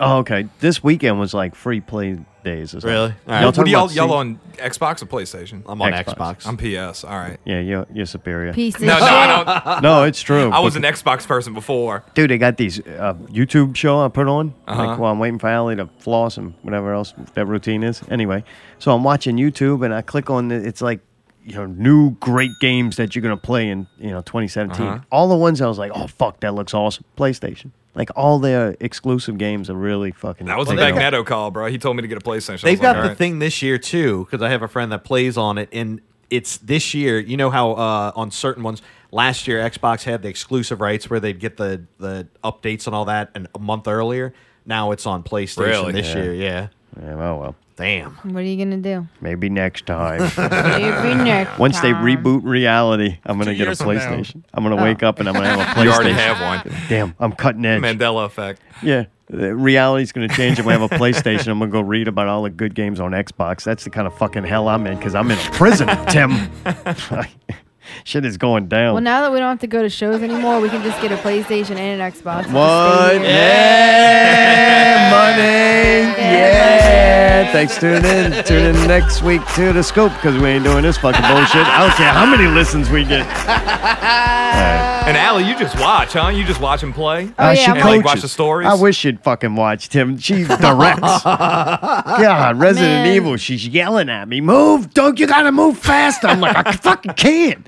Oh, okay. This weekend was like free play days. Or something.
Really? All right.
Y'all
What
What
talking
do y'all
about
y'all
se-
on Xbox or PlayStation?
I'm on
Xbox.
Xbox.
I'm PS. All right.
Yeah, you're, you're superior.
Piece of
No, no,
shit.
I don't.
No, it's true.
Uh-huh. I was an Xbox person before.
dude. They got these uh, YouTube show I put on.
Uh-huh.
Like, while I'm waiting for Allie to floss and whatever else that routine is. Anyway, so I'm watching YouTube and I click on the, it's like you know new great games that you're gonna play in you know 2017.
Uh-huh.
All the ones I was like, oh fuck, that looks awesome. PlayStation. Like all their exclusive games are really fucking.
That was a
Well, they-
Magneto call, bro. He told me to get a PlayStation.
They've got the
thing.
thing this year too, because I have a friend that plays on it, and it's this year. You know how uh, on certain ones last year Xbox had the exclusive rights where they'd get the the updates and all that, and a month earlier. Now it's on PlayStation
Really?
this year. Yeah,
Yeah, oh, well, well,
damn.
What are you gonna do?
maybe next time.
Every next
Once they
time.
reboot reality, I'm gonna
Two
get a
years from now.
PlayStation. I'm gonna wake up and I'm gonna have a PlayStation.
[LAUGHS] You already have one.
Damn, I'm cutting edge.
Mandela effect.
Yeah, the reality's gonna change. I'm gonna have a PlayStation. I'm gonna go read about all the good games on Xbox. That's the kind of fucking hell I'm in because I'm in a prison, Tim. [LAUGHS] Shit is going down.
Well, now that we don't have to go to shows anymore, we can just get a PlayStation and an Xbox. and just stay
One,
here.
yeah, money, yeah. Thanks for tuning in. Tune in next week to the scoop because we ain't doing this fucking bullshit. I don't care how many listens we get. All right.
And Allie, you just watch, huh? You just watch him play.
Oh,
Uh,
yeah,
she
I'm
And, like,
coaches.
watch the stories?
I wish you'd fucking watched him.
[LAUGHS]
She directs. God, Resident
Man.
Evil. She's yelling at me. Move, don't you gotta move faster? I'm like, I fucking can't.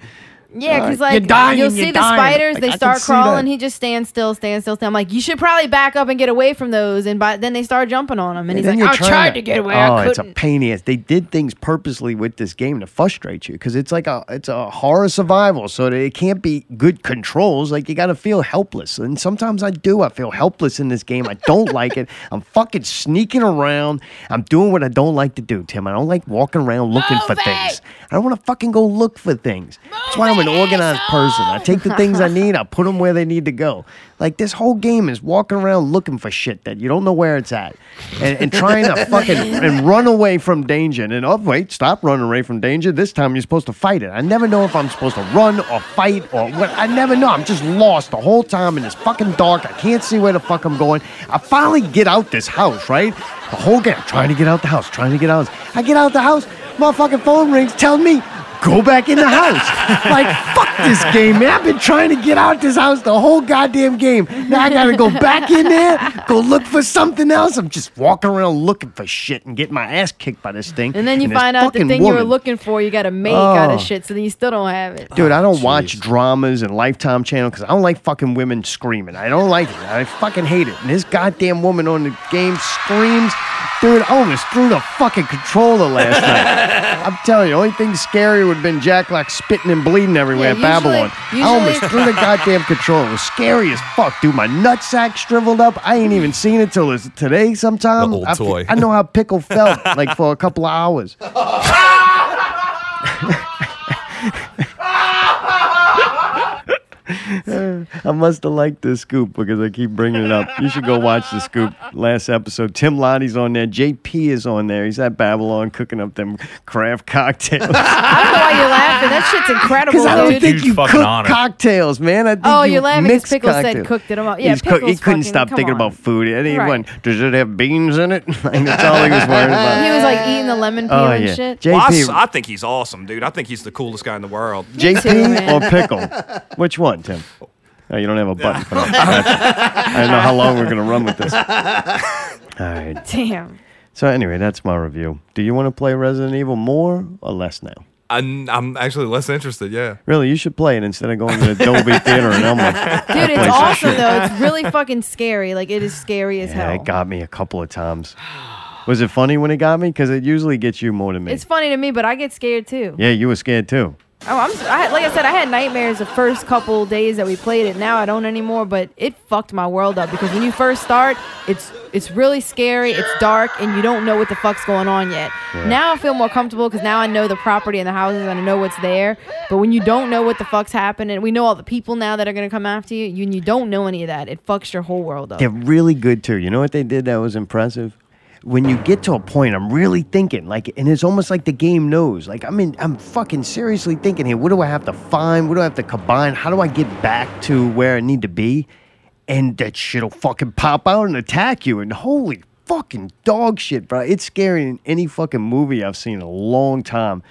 Yeah, because
You're
like
dying,
you'll
you're
see the
dying.
spiders,
Like, I
they
can
start
see
crawling.
that.
He just stands still, stands still, stands. I'm like, you should probably back up and get away from those. And by, then they start jumping on him, and he's
then
like,
you're
I
trying
tried to, get away,
Oh,
I
it's a
couldn't.
pain in the ass. They did things purposely with this game to frustrate you because it's like a it's a horror survival, so that it can't be good controls. Like you got to feel helpless, and sometimes I do. I feel helpless in this game. I
[LAUGHS]
don't like it. I'm fucking sneaking around. I'm doing what I don't like to do, Tim. I don't like walking around looking for things. I don't want to fucking go look for things. That's why I'm an organized person. I take the things I need, I put them where they need to go. Like this whole game is walking around looking for shit that you don't know where it's at, and, and trying to fucking and run away from danger. And then, oh wait, stop running away from danger. This time you're supposed to fight it. I never know if I'm supposed to run or fight or what. I never know. I'm just lost the whole time in this fucking dark. I can't see where the fuck I'm going. I finally get out this house, right? The whole game, I'm trying to get out the house, trying to get out. I get out the house. My fucking phone rings, telling me go back in the
[LAUGHS]
house. like, fuck this game, man. I've been trying to get out this house the whole goddamn game. Now I gotta go back in there, go look for something else. I'm just walking around looking for shit and getting my ass kicked by this thing.
"Ah," And then you
this
find out the
fucking
thing you were
woman.
looking for, you got to make out of
Oh.
shit, so then you still don't have it.
[LAUGHS] Dude, I don't watch dramas and Lifetime Channel because I don't like fucking women screaming. I don't like it. I fucking hate it. And this goddamn woman on the game screams. Dude, I almost threw the fucking controller last
[LAUGHS]
night. I'm telling you, the only thing scary would have been Jack like spitting and bleeding everywhere
Yeah,
at
usually-
Babylon. I
usually-
almost threw the goddamn controller. It was scary as fuck, dude. My nutsack shriveled up. I ain't even seen it till it's today sometime.
The old
I, fe-
toy.
I know
[LAUGHS]
how pickle felt like for a couple of hours. [LAUGHS] I must have liked this scoop because I keep bringing it up. You should go watch the scoop last episode. Tim Lottie's on there. JP is on there. He's at Babylon cooking up them craft cocktails.
I don't know why you're laughing. That
[LAUGHS]
shit's incredible.
Because I
dude.
don't think you cook cocktails, man. I think
Oh,
you
you're laughing 'cause
mix
Pickles said
cocktails.
cooked it them up. Yeah,
He's cook- he
Pickles
couldn't
fucking-
stop
come
thinking
on.
about food. And he
Right.
went, does it have beans in it? [LAUGHS] Like, that's all he was worried about.
[LAUGHS] [LAUGHS] He was like eating the lemon peel
Oh,
and
yeah.
shit.
JP
Well, I, s- I think he's awesome, dude. I think he's the coolest guy in the world.
JP or pickle? Which one, Tim? Oh, you don't have a button for [LAUGHS] that. I don't know how long we're going to run with this. [LAUGHS] All right.
Damn.
So anyway, that's my review. Do you want to play Resident Evil more or less now?
I'm, I'm actually less interested. Yeah.
Really, you should play it instead of going to the Dolby Theater in Elmwood.
Dude, it's awesome though. It's really fucking scary. Like it is scary as
Yeah,
hell.
it got me a couple of times. Was it funny when it got me? Because it usually gets you more than me.
It's funny to me, but I get scared too.
yeah, you were scared too.
Oh, I'm I, had- like I said, I had nightmares the first couple days that we played it. Now I don't anymore, but it fucked my world up because when you first start, it's it's really scary, it's dark, and you don't know what the fuck's going on yet.
Yeah.
Now I feel more comfortable because now I know the property and the houses and I know what's there. But when you don't know what the fuck's happening, we know all the people now that are gonna come after you, you and you don't know any of that. It fucks your whole world up.
They're really good too. You know what they did that was impressive? When you get to a point, I'm really thinking, like, and it's almost like the game knows. Like, I'm in, I'm fucking seriously thinking here. What do I have to find? What do I have to combine? How do I get back to where I need to be? And that shit'll fucking pop out and attack you. And holy fucking dog shit, bro! It's scarier than any fucking movie I've seen in a long time.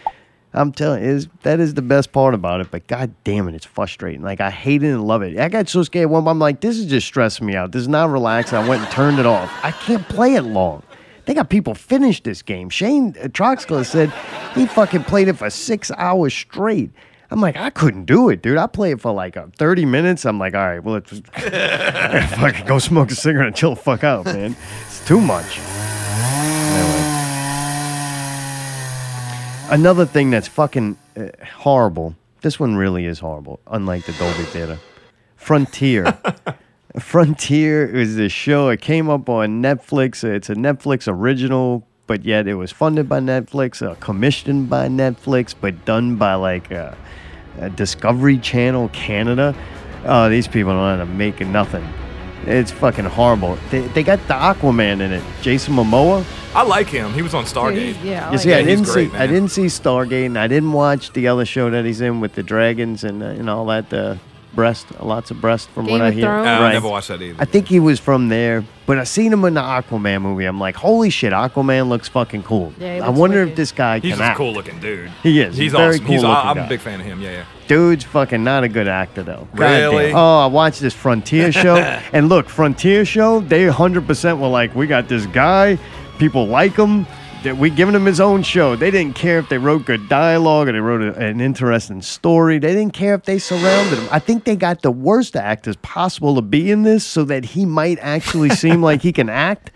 I'm telling you, is that is the best part about it. But god damn it, it's frustrating. Like I hate it and love it. I got so scared one. I'm like, this is just stressing me out. This is not relaxing. I went and turned it off. I can't play it long. They got people finished this game. Shane uh, Troxler said he fucking played it for six hours straight. I'm like, I couldn't do it, dude. I play it for like uh, 30 minutes. I'm like, all right, well, it's [LAUGHS] fucking go smoke a cigarette and chill the fuck out, man. It's too much. Another thing that's fucking uh, horrible. This one really is horrible, unlike the Dolby Theater. Frontier. Frontier is this show. It came up on Netflix. uh, It's a Netflix original, but yet it was funded by Netflix, uh, commissioned by Netflix, but done by like uh, uh, Discovery Channel Canada. Oh, these people don't know how to make nothing. It's fucking horrible. They, they got the Aquaman in it, Jason Momoa.
I like him. He was on Stargate.
yeah.
You see, I
he's
didn't see
great,
I
man.
didn't see Stargate, and I didn't watch the other show that he's in with the dragons and uh, and all that. Uh, breast, lots of breast from
Game
what I
of
hear.
Thrones? Uh, I never watched that either.
I think he was from there, but I seen him in the Aquaman movie. I'm like, holy shit, Aquaman looks fucking cool.
Yeah, he
I
looks
wonder if this guy
He's
can
just a
act.
cool looking dude.
He is.
He's
Very
awesome. He's,
cool-looking
I, I'm
guy.
a big fan of him. Yeah, yeah.
Dude's fucking not a good actor though. Goddamn.
Really?
Oh, I watched this Frontier show, and look, Frontier show. They 100% were like, we got this guy, people like him. that We giving him his own show. They didn't care if they wrote good dialogue or they wrote a- an interesting story. They didn't care if they surrounded him. I think they got the worst actors possible to be in this, so that he might actually seem like he can act.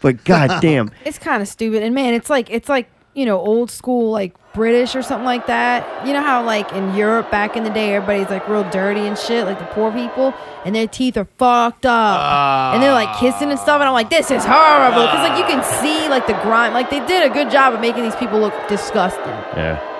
But goddamn,
It's kind of stupid, and man, it's like it's like you know old school like British or something like that. You know how like in Europe back in the day, everybody's like real dirty and shit, like the poor people, and their teeth are fucked up, and they're like kissing and stuff. And I'm like, this is horrible because like you can see like the grime. Like they did a good job of making these people look disgusting.
yeah.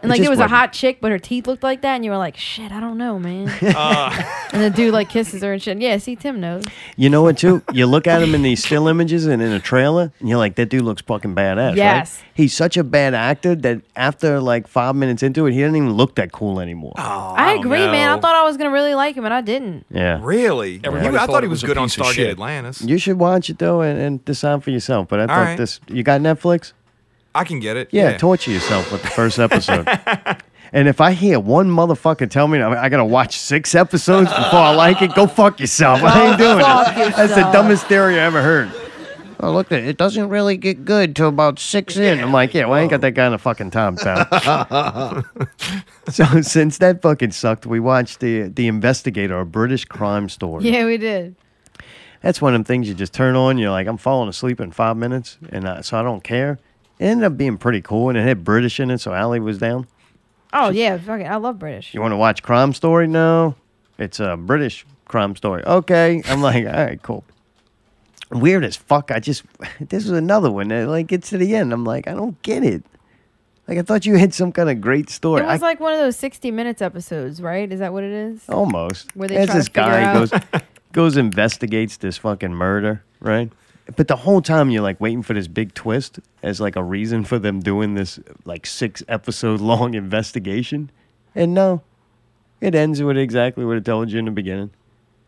And like there was a hot chick, but her teeth looked like that, and you were like, shit, I don't know, [LAUGHS] man. Uh. and the dude like kisses her and shit. Yeah, see, Tim knows.
You know what, too? You look at him in these still images and in a trailer, and you're like, that dude looks fucking badass.
Yes.
Right? He's such a bad actor that after like five minutes into it, he doesn't even look that cool anymore. Oh,
I, agree, man. I thought I was gonna really like him, and I didn't.
Yeah.
Really?
Everybody
You- I
thought
thought
it
he was
was a
good on
piece of
Stargate
shit.
Atlantis.
You should watch it, though, and, and decide for yourself. But I thought
right.
this, you got Netflix?
I can get it.
Yeah, torture yourself with the first episode. and if I hear one motherfucker tell me I, I gotta watch six episodes before I like it, go fuck yourself. I ain't doing
Fuck
it. That's the
yourself.
dumbest theory I ever heard. Oh, look, it it doesn't really get good till about six in. I'm like, yeah, well, I ain't got that kind of fucking time, pal. so since that fucking sucked, we watched the the investigator, a British crime story.
Yeah, [LAUGHS] we did.
That's one of them things you just turn on. You're like, I'm falling asleep in five minutes, and uh, so I don't care. It ended up being pretty cool, and it had British in it, so Allie was down.
Oh yeah, fucking, I love British.
You want to watch Crime Story? No, it's a British Crime Story. Okay, I'm like, all right, cool. [LAUGHS] Weird as fuck. I just this was another one that like gets to the end. I'm like, I don't get it. Like I thought you had some kind of great story.
It was
I- Oh.
like one of those 60 Minutes episodes, right? Is that what it is?
almost.
Where they
As
try to
this
figure
guy
out- [LAUGHS]
goes goes investigates this fucking murder, right? But the whole time you're like waiting for this big twist as like a reason for them doing this like six episode long [LAUGHS] investigation, and no, it ends with exactly what it told you in the beginning.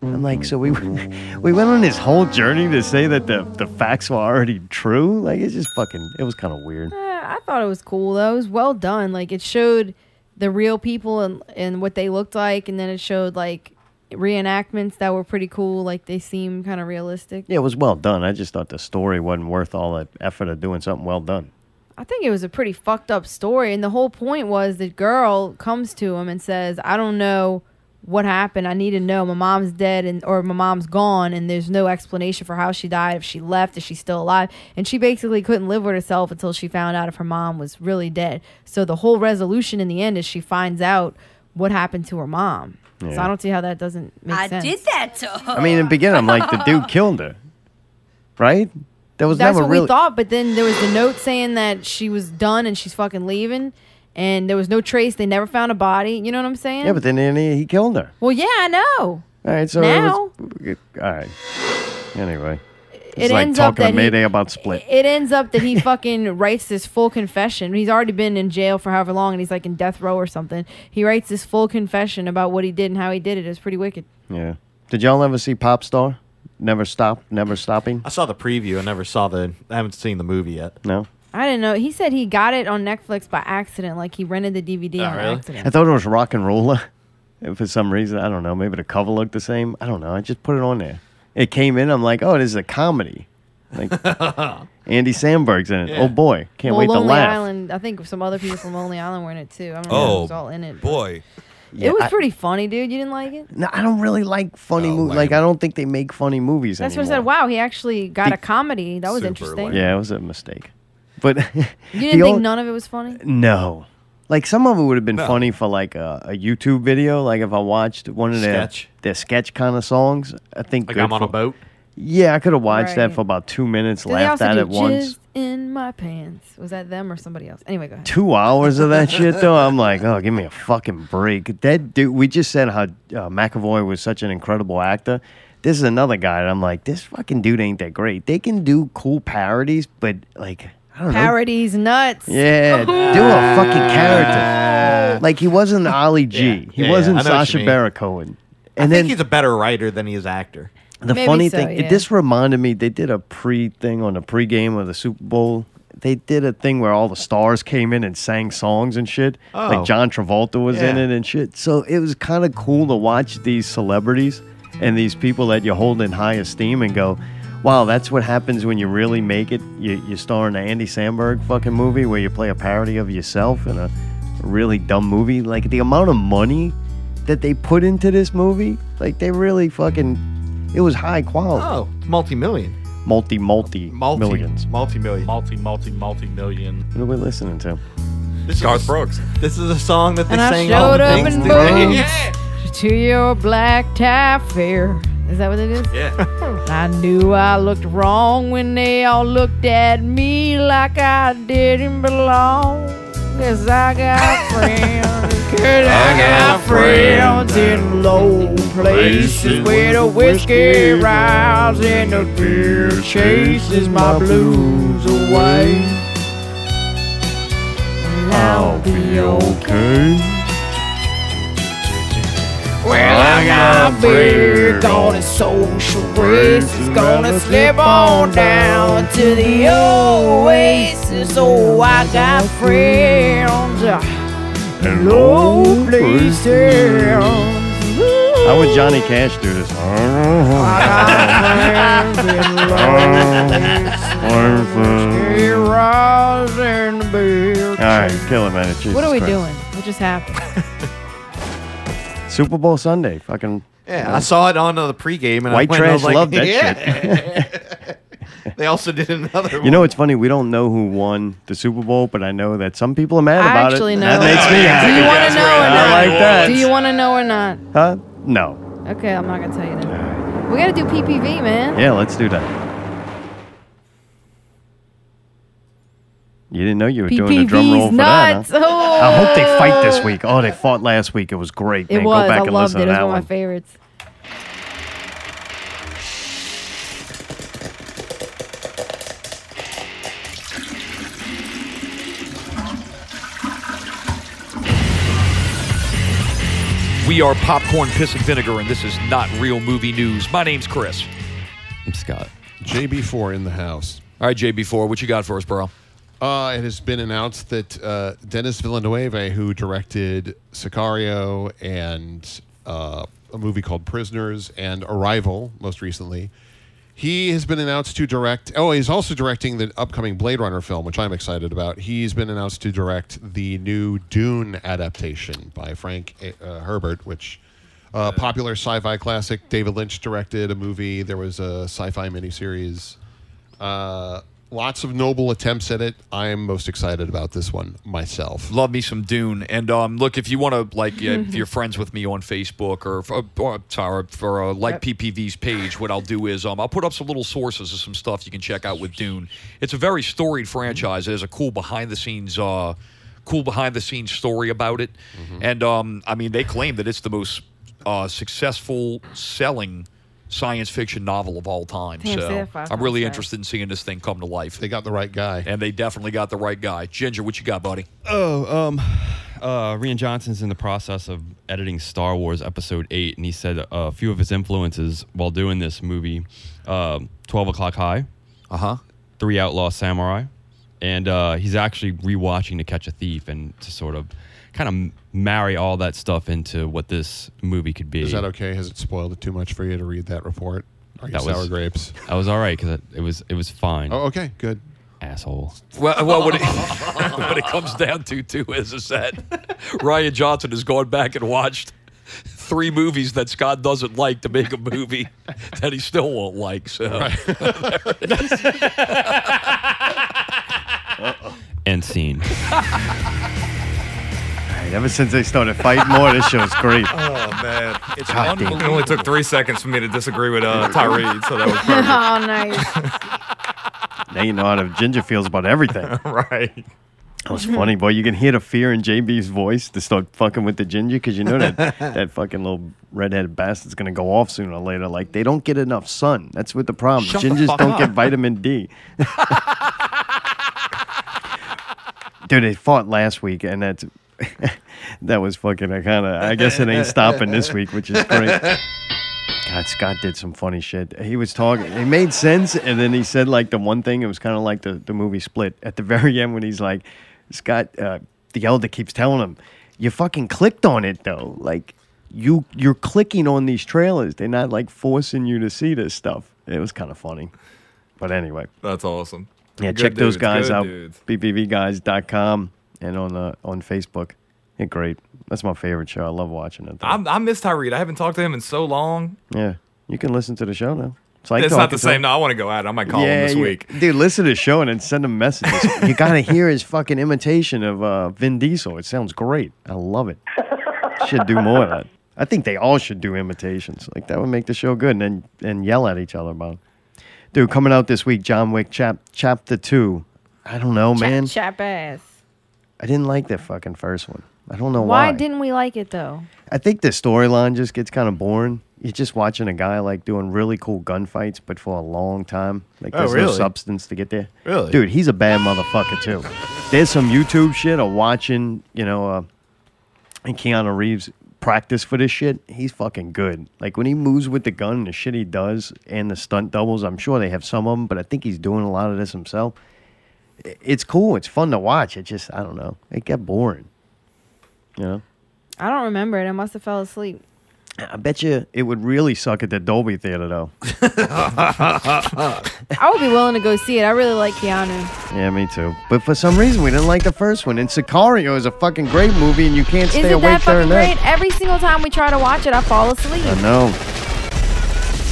I'm like, so we we went [LAUGHS] on this whole journey to say that the the facts were already true. Like it's just fucking. It was kind of weird.
Yeah, I thought it was cool though. It was well done. Like it showed the real people and and what they looked like, and then it showed like reenactments that were pretty cool. Like they seemed kind of realistic.
Yeah, it was well done. I just thought the story wasn't worth all that effort of doing something well done.
I think it was a pretty fucked up story, and the whole point was the girl comes to him and says, "I don't know." What happened? I need to know. My mom's dead, and or my mom's gone, and there's no explanation for how she died. If she left, if she's still alive, and she basically couldn't live with herself until she found out if her mom was really dead. So the whole resolution in the end is she finds out what happened to her mom. So
Yeah.
I don't see how that doesn't make
I
sense.
did that to her.
I mean, in the beginning, I'm like, the
[LAUGHS]
dude killed her, right? That was
That's
never
what
really.
we thought, but then there was the note saying that she was done and she's fucking leaving, and there was no trace. They never found a body. You know what I'm saying?
Yeah, but then in the end, he killed her.
well, yeah, I know.
All right, so
Now-
it was, all right. Anyway, it's
It
like
ends up
talking
that
to
he-
Mayday about Split.
It ends up that he
[LAUGHS]
fucking writes this full confession. He's already been in jail for however long, and he's like in death row or something. He writes this full confession about what he did and how he did it. It's pretty wicked.
yeah. Did y'all ever see Pop Star? Never stop, never stopping.
I saw the preview. I never saw the. I haven't seen the movie yet.
No.
I didn't know. He said he got it on Netflix by accident. Like he rented the DVD
Oh,
on
really?
accident.
I thought it was rock and roller. [LAUGHS] And For some reason, I don't know. Maybe the cover looked the same. I don't know. I just put it on there. It came in. I'm like, oh, this is a comedy. Like Andy Sandberg's in it.
Yeah.
Oh boy, can't
well,
wait
Lonely
to laugh.
Island. I think some other people from Lonely Island were in it too. I don't know. It
Oh,
was all in it.
boy. Yeah,
it was
I-
pretty funny, dude. You didn't like it?
No, I don't really like funny movies. Like I don't think they make funny movies
That's what I
anymore.
said. Wow, he actually got
The-
a comedy. That was interesting.
Yeah, it was a mistake. But
You didn't think none of it was funny?
No. Like some of it would have been
No.
funny for like a, a YouTube video. Like if I watched one of their
Sketch.
their sketch kind of songs, I think
Like
good
I'm on
for-
a boat.
Yeah, I could have watched that
Right.
for about two minutes,
Did they
laughed
also
at
do
it once.
Jizz in my pants? Was that them or somebody else? Anyway, go
[LAUGHS]
ahead.
Two hours of that shit though, I'm like, oh, give me a fucking break. That dude, we just said how uh, McAvoy was such an incredible actor. This is another guy, and I'm like, this fucking dude ain't that great. They can do cool parodies, but like, I don't know.
Parody's nuts.
Yeah, do a fucking character. Like he wasn't Ollie G. he
yeah, yeah,
wasn't
I know what you
Sasha
mean.
Baron Cohen.
I
And
think
then
he's a better writer than he is actor.
the
Maybe
funny
so,
thing,
yeah.
this reminded me. They did a pre thing on the pregame of the Super Bowl. They did a thing where all the stars came in and sang songs and shit.
Oh.
Like John Travolta was in
Yeah.
it and shit. So it was kind of cool to watch these celebrities and these people that you hold in high esteem and go, wow, that's what happens when you really make it. You, you star in an Andy Samberg fucking movie where you play a parody of yourself in a really dumb movie. Like the amount of money that they put into this movie, like they really fucking, it was high quality.
Oh, multi million.
Multi, multi,
Multi
millions.
Multi million.
Multi, multi, multi million.
What are we listening to?
This Garth
[LAUGHS]
Brooks. This is a song that they
And I
sang all
showed
the
up
things
in
[LAUGHS] today.
boots to your black tie fair. Is that what it is?
Yeah.
I knew I looked wrong when they all looked at me like I didn't belong. Cause I got friends. Cause I got friends in low places where the whiskey rides and the beer chases my blues away.
I'll be okay.
Well, I got big on a social race. It's gonna slip on down to the oasis. Oh, I got friends. Hello, please
How would Johnny Cash do this? All right, kill him, man. Jesus Christ.
What just happened?
Super Bowl Sunday, fucking.
Yeah, I saw it on uh, the pregame, and
White
I went, and I
trash
was like,
loved that
[LAUGHS]
yeah. they also did another.
You
one.
know, it's funny. We don't know who won the Super Bowl, but I know that some people are mad
I
about
actually
it. and
know.
That makes me
Do
happy.
you wanna know or not?
I like that.
Do you want to know or not?
Huh? No.
Okay, I'm not gonna tell you that. We gotta do PPV, man.
Yeah, let's do that. You didn't know you were doing a drum
PPV's
roll for
nuts.
that. Huh? I hope they fight this
Oh.
week. Oh, they fought last week. It was great.
It
Man,
was.
go back
I
and
loved
listen
it. It
to
was
that
one of
one.
my favorites.
[LAUGHS] We are popcorn, piss, and vinegar, and this is not real movie news. My name's Chris.
I'm Scott. JB4 in the house.
All right, JB4, what you got for us, bro?
Uh, it has been announced that uh, Dennis Villanueva, who directed Sicario and uh, a movie called Prisoners and Arrival most recently, he has been announced to direct. Oh, he's also directing the upcoming Blade Runner film, which I'm excited about. He's been announced to direct the new Dune adaptation by Frank uh, Herbert, which. Uh, popular sci-fi classic. David Lynch directed a movie. There was a sci-fi miniseries. Uh, lots of noble attempts at it. I am most excited about this one myself.
Love me some Dune. And um, look, if you want to, like, yeah, if you're friends with me on Facebook or, for, or sorry, for uh, like PPV's page, what I'll do is um, I'll put up some little sources of some stuff you can check out with Dune. It's a very storied franchise. There's a cool behind the scenes. Uh, Cool behind the scenes story about it,
Mm-hmm.
and um, I mean they claim that it's the most uh, successful selling science fiction novel of all time.
Damn, say
so
that five
I'm really
times fast.
interested in seeing this thing come to life. They
got the right guy,
and they definitely got the right guy. Ginger, what you got, buddy?
Oh, um, uh, Rian Johnson's in the process of editing Star Wars Episode 8, and he said a few of his influences while doing this movie uh, 12 O'Clock High,
uh
Uh-huh.
huh,
Three Outlaw Samurai, and uh, he's actually rewatching To Catch a Thief and to sort of kind of marry all that stuff into what this movie could be.
Is that okay? Has it spoiled it too much for you to read that report? Are you
That
sour
was-
grapes?
I was all right because it, it was it was fine.
Oh, okay, good.
Asshole.
Well, well what, it,
[LAUGHS]
what it comes down to, too, is, is that Ryan Johnson has gone back and watched three movies that Scott doesn't like to make a movie that he still won't like. So, [LAUGHS]
[LAUGHS] End scene.
Right, ever since they started fighting more, this show's great.
[LAUGHS]
Oh man, it's
God damn.
It only took three seconds for me to disagree with [LAUGHS] uh, Tyree, so that was
[LAUGHS] oh,
[LAUGHS]
nice.
Now you know how the ginger feels about everything.
right.
That was funny, boy. You can hear the fear in JB's voice to start fucking with the ginger because you know
[LAUGHS]
that that fucking little redheaded bastard's gonna go off sooner or later. Like they don't get enough sun. That's what the problem.
Shut the
Gingers
fuck
don't get
up.
vitamin
[LAUGHS]
D. Dude, they fought last week, and that's [LAUGHS] that was fucking. I kind of. I guess it ain't stopping this week, which is great. God, Scott did some funny shit. He was talking. It made sense, and then he said like the one thing. It was kind of like the the movie Split at the very end when he's like, Scott, uh, the elder keeps telling him, "You fucking clicked on it though. Like you you're clicking on these trailers. They're not like forcing you to see this stuff." It was kind of funny, but anyway.
That's awesome.
Yeah,
Good
check those
dudes,
guys
good
out.
dudes.
BBVguys.com and on uh, on Facebook. They're great. That's my favorite show. I love watching it.
I, I miss Tyree. I haven't talked to him in so long.
Yeah, you can listen to the show now. like
it's not
talking
the
to him.
same. No, I want to go at it. I might call him this
you-
week.
Dude, listen to the show and then send him
[LAUGHS]
messages. you gotta hear his fucking imitation of uh, Vin Diesel. It sounds great. I love it. Should do more of that. I think they all should do imitations. Like that would make the show good and then and yell at each other about it. Dude, coming out this week, John Wick chap chapter two. I don't know, man.
Chap chap ass.
I didn't like that fucking first one. I don't know
Why
why.
didn't we like it though?
I think the storyline just gets kind of boring. You're just watching a guy like doing really cool gunfights, but for a long time. Like
Oh,
there's no
really?
substance to get there.
Really?
dude, he's a bad motherfucker too. There's some YouTube shit of watching, you know, uh, and Keanu Reeves practice for this shit. He's fucking good. Like when he moves with the gun and the shit he does, and the stunt doubles. I'm sure they have some of them, but I think he's doing a lot of this himself. I- It's cool. It's fun to watch. It just, I don't know. It got boring. You know.
I don't remember it. I must have fell asleep.
I bet you it would really suck at the Dolby Theater, though.
I would be willing to go see it. I really like Keanu.
yeah, me too. But for some reason, we didn't like the first one. And Sicario is a fucking great movie, and you can't stay
Isn't that
awake during
fucking great?
that.
Every single time we try to watch it, I fall asleep.
I know.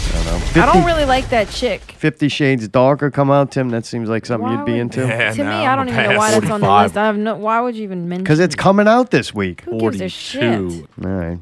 I don't know. 50,
I don't really like that chick.
Fifty Shades Darker come out, Tim. That seems like something you'd be into.
to me, I don't even know why that's on the list. I have no. Why would you even mention?
Because it's coming out this week.
Who gives a shit?
All right.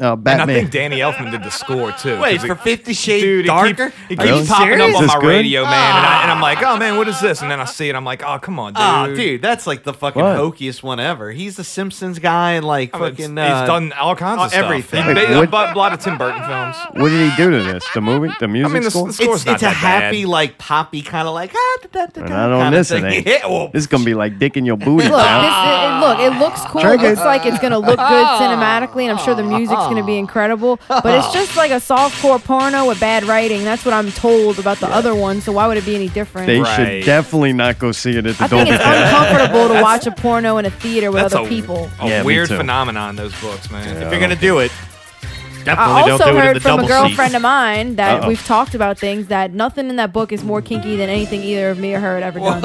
uh,
And I
Batman.
think Danny Elfman did the score too.
Wait,
'cause
for
it-
50 Shades
dude, it keep-
Darker?
It keeps,
Are you
popping
serious?
up on
Is
my
this good?
radio, man, and, I, and I'm like, oh man, what is this? And then I see it, I'm like, oh come on, dude.
Ah, dude, that's like the fucking
What?
hokiest one ever. He's the Simpsons guy and like
I mean,
fucking.
he's
uh,
done all kinds of stuff.
everything.
Ba-
Wait, what-
but a lot of Tim Burton films.
What did he do to this? The movie, the music score.
it's, it's a happy, like poppy kind of like ah, da, da, da,
And
da,
I don't
kinda
miss it.
thing.
ain't.
[LAUGHS] Yeah, well,
This is gonna be like dick in your booty.
Look,
pal.
this, it, look, it looks cool.
Check
It
it.
looks like it's gonna look good cinematically, and I'm sure the music's gonna be incredible. But it's just like a softcore porno with bad writing. That's what I'm told about the other one. So why would it be any different?
they should definitely not go see it at the
I think
Dolby
it's
Theater.
uncomfortable to watch a porno in a theater with
That's
other
a-
people.
A
Yeah, me
weird
too.
phenomenon, those books, man.
if you're gonna do it,
I
definitely
also
don't do it in
heard
the
from
double
a girlfriend
seats.
of mine that
Uh-oh.
we've talked about things that nothing in that book is more kinky than anything either of me or her had ever done.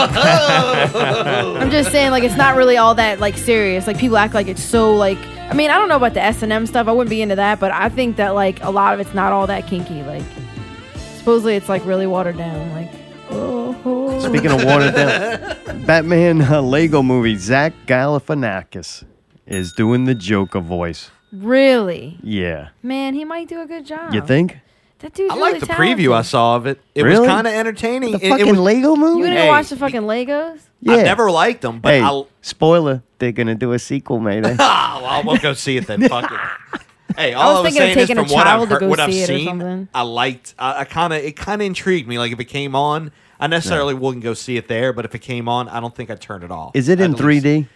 I'm just saying, like, it's not really all that like serious. Like, people act like it's so like. I mean, I don't know about the S and M stuff. I wouldn't be into that, but I think that like a lot of it's not all that kinky. Like, supposedly it's like really watered down. Like, oh.
Speaking of watered
[LAUGHS]
down, Batman uh, Lego movie. Zach Galifianakis is doing the Joker voice.
really,
Yeah,
man, he might do a good job.
Oh.
you think?
That dude's
I
really
like the
talented.
preview I saw of it. It
Really?
was kind of entertaining.
The
It- it
fucking
was-
Lego movie?
You didn't
Hey,
watch the fucking Legos?
Yeah.
I've never liked them, but
hey,
I'll,
spoiler: they're gonna do a sequel, mate.
[LAUGHS] I'll, I'll, we'll go see it then.
[LAUGHS]
Fuck it. Hey, all I was,
was thinking of
saying is
taking a
from what I've,
child to
heard,
go
what I've
see it or
seen,
something.
I liked. I, I kind of it kind of intrigued me. Like if it came on, I necessarily wouldn't go see it there, but if it came on, I don't think I'd turn it off.
Is it in 3D?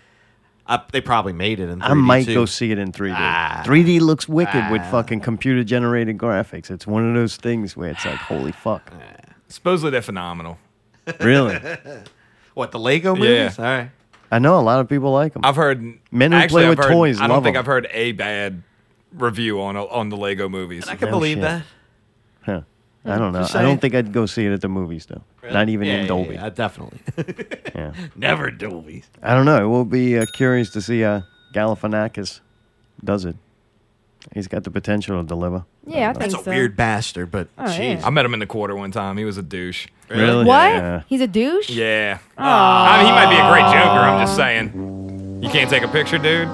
I, they probably made it in. 3D
I might
too. Ah.
go see it in 3D. 3D looks wicked with fucking computer generated graphics. It's one of those things where it's like, holy fuck.
Supposedly they're phenomenal.
Really?
What the Lego
Yeah.
movies? All right.
I know a lot of people like them.
I've heard
Men who
actually,
play
I've
with
heard-
toys
I don't
love
think
'em.
I've heard a bad review on on the Lego movies. I
can No believe shit. that.
Huh.
Yeah,
I don't know.
just
I
saying.
don't think I'd go see it at the movies though. Not even
Yeah,
in
yeah,
Dolby.
yeah, definitely.
[LAUGHS]
Yeah.
Never Dolby.
I don't know. We'll be uh, curious to see how Galifianakis does it. He's got the potential to deliver.
Yeah, I
That's
think
a
so.
weird
bastard, but
Oh, jeez. yeah.
I met him in the quarter one time. He was a douche.
Really?
What?
Yeah.
He's a douche?
Yeah. I mean, he might be a great joker. I'm just saying. You can't take a picture, dude.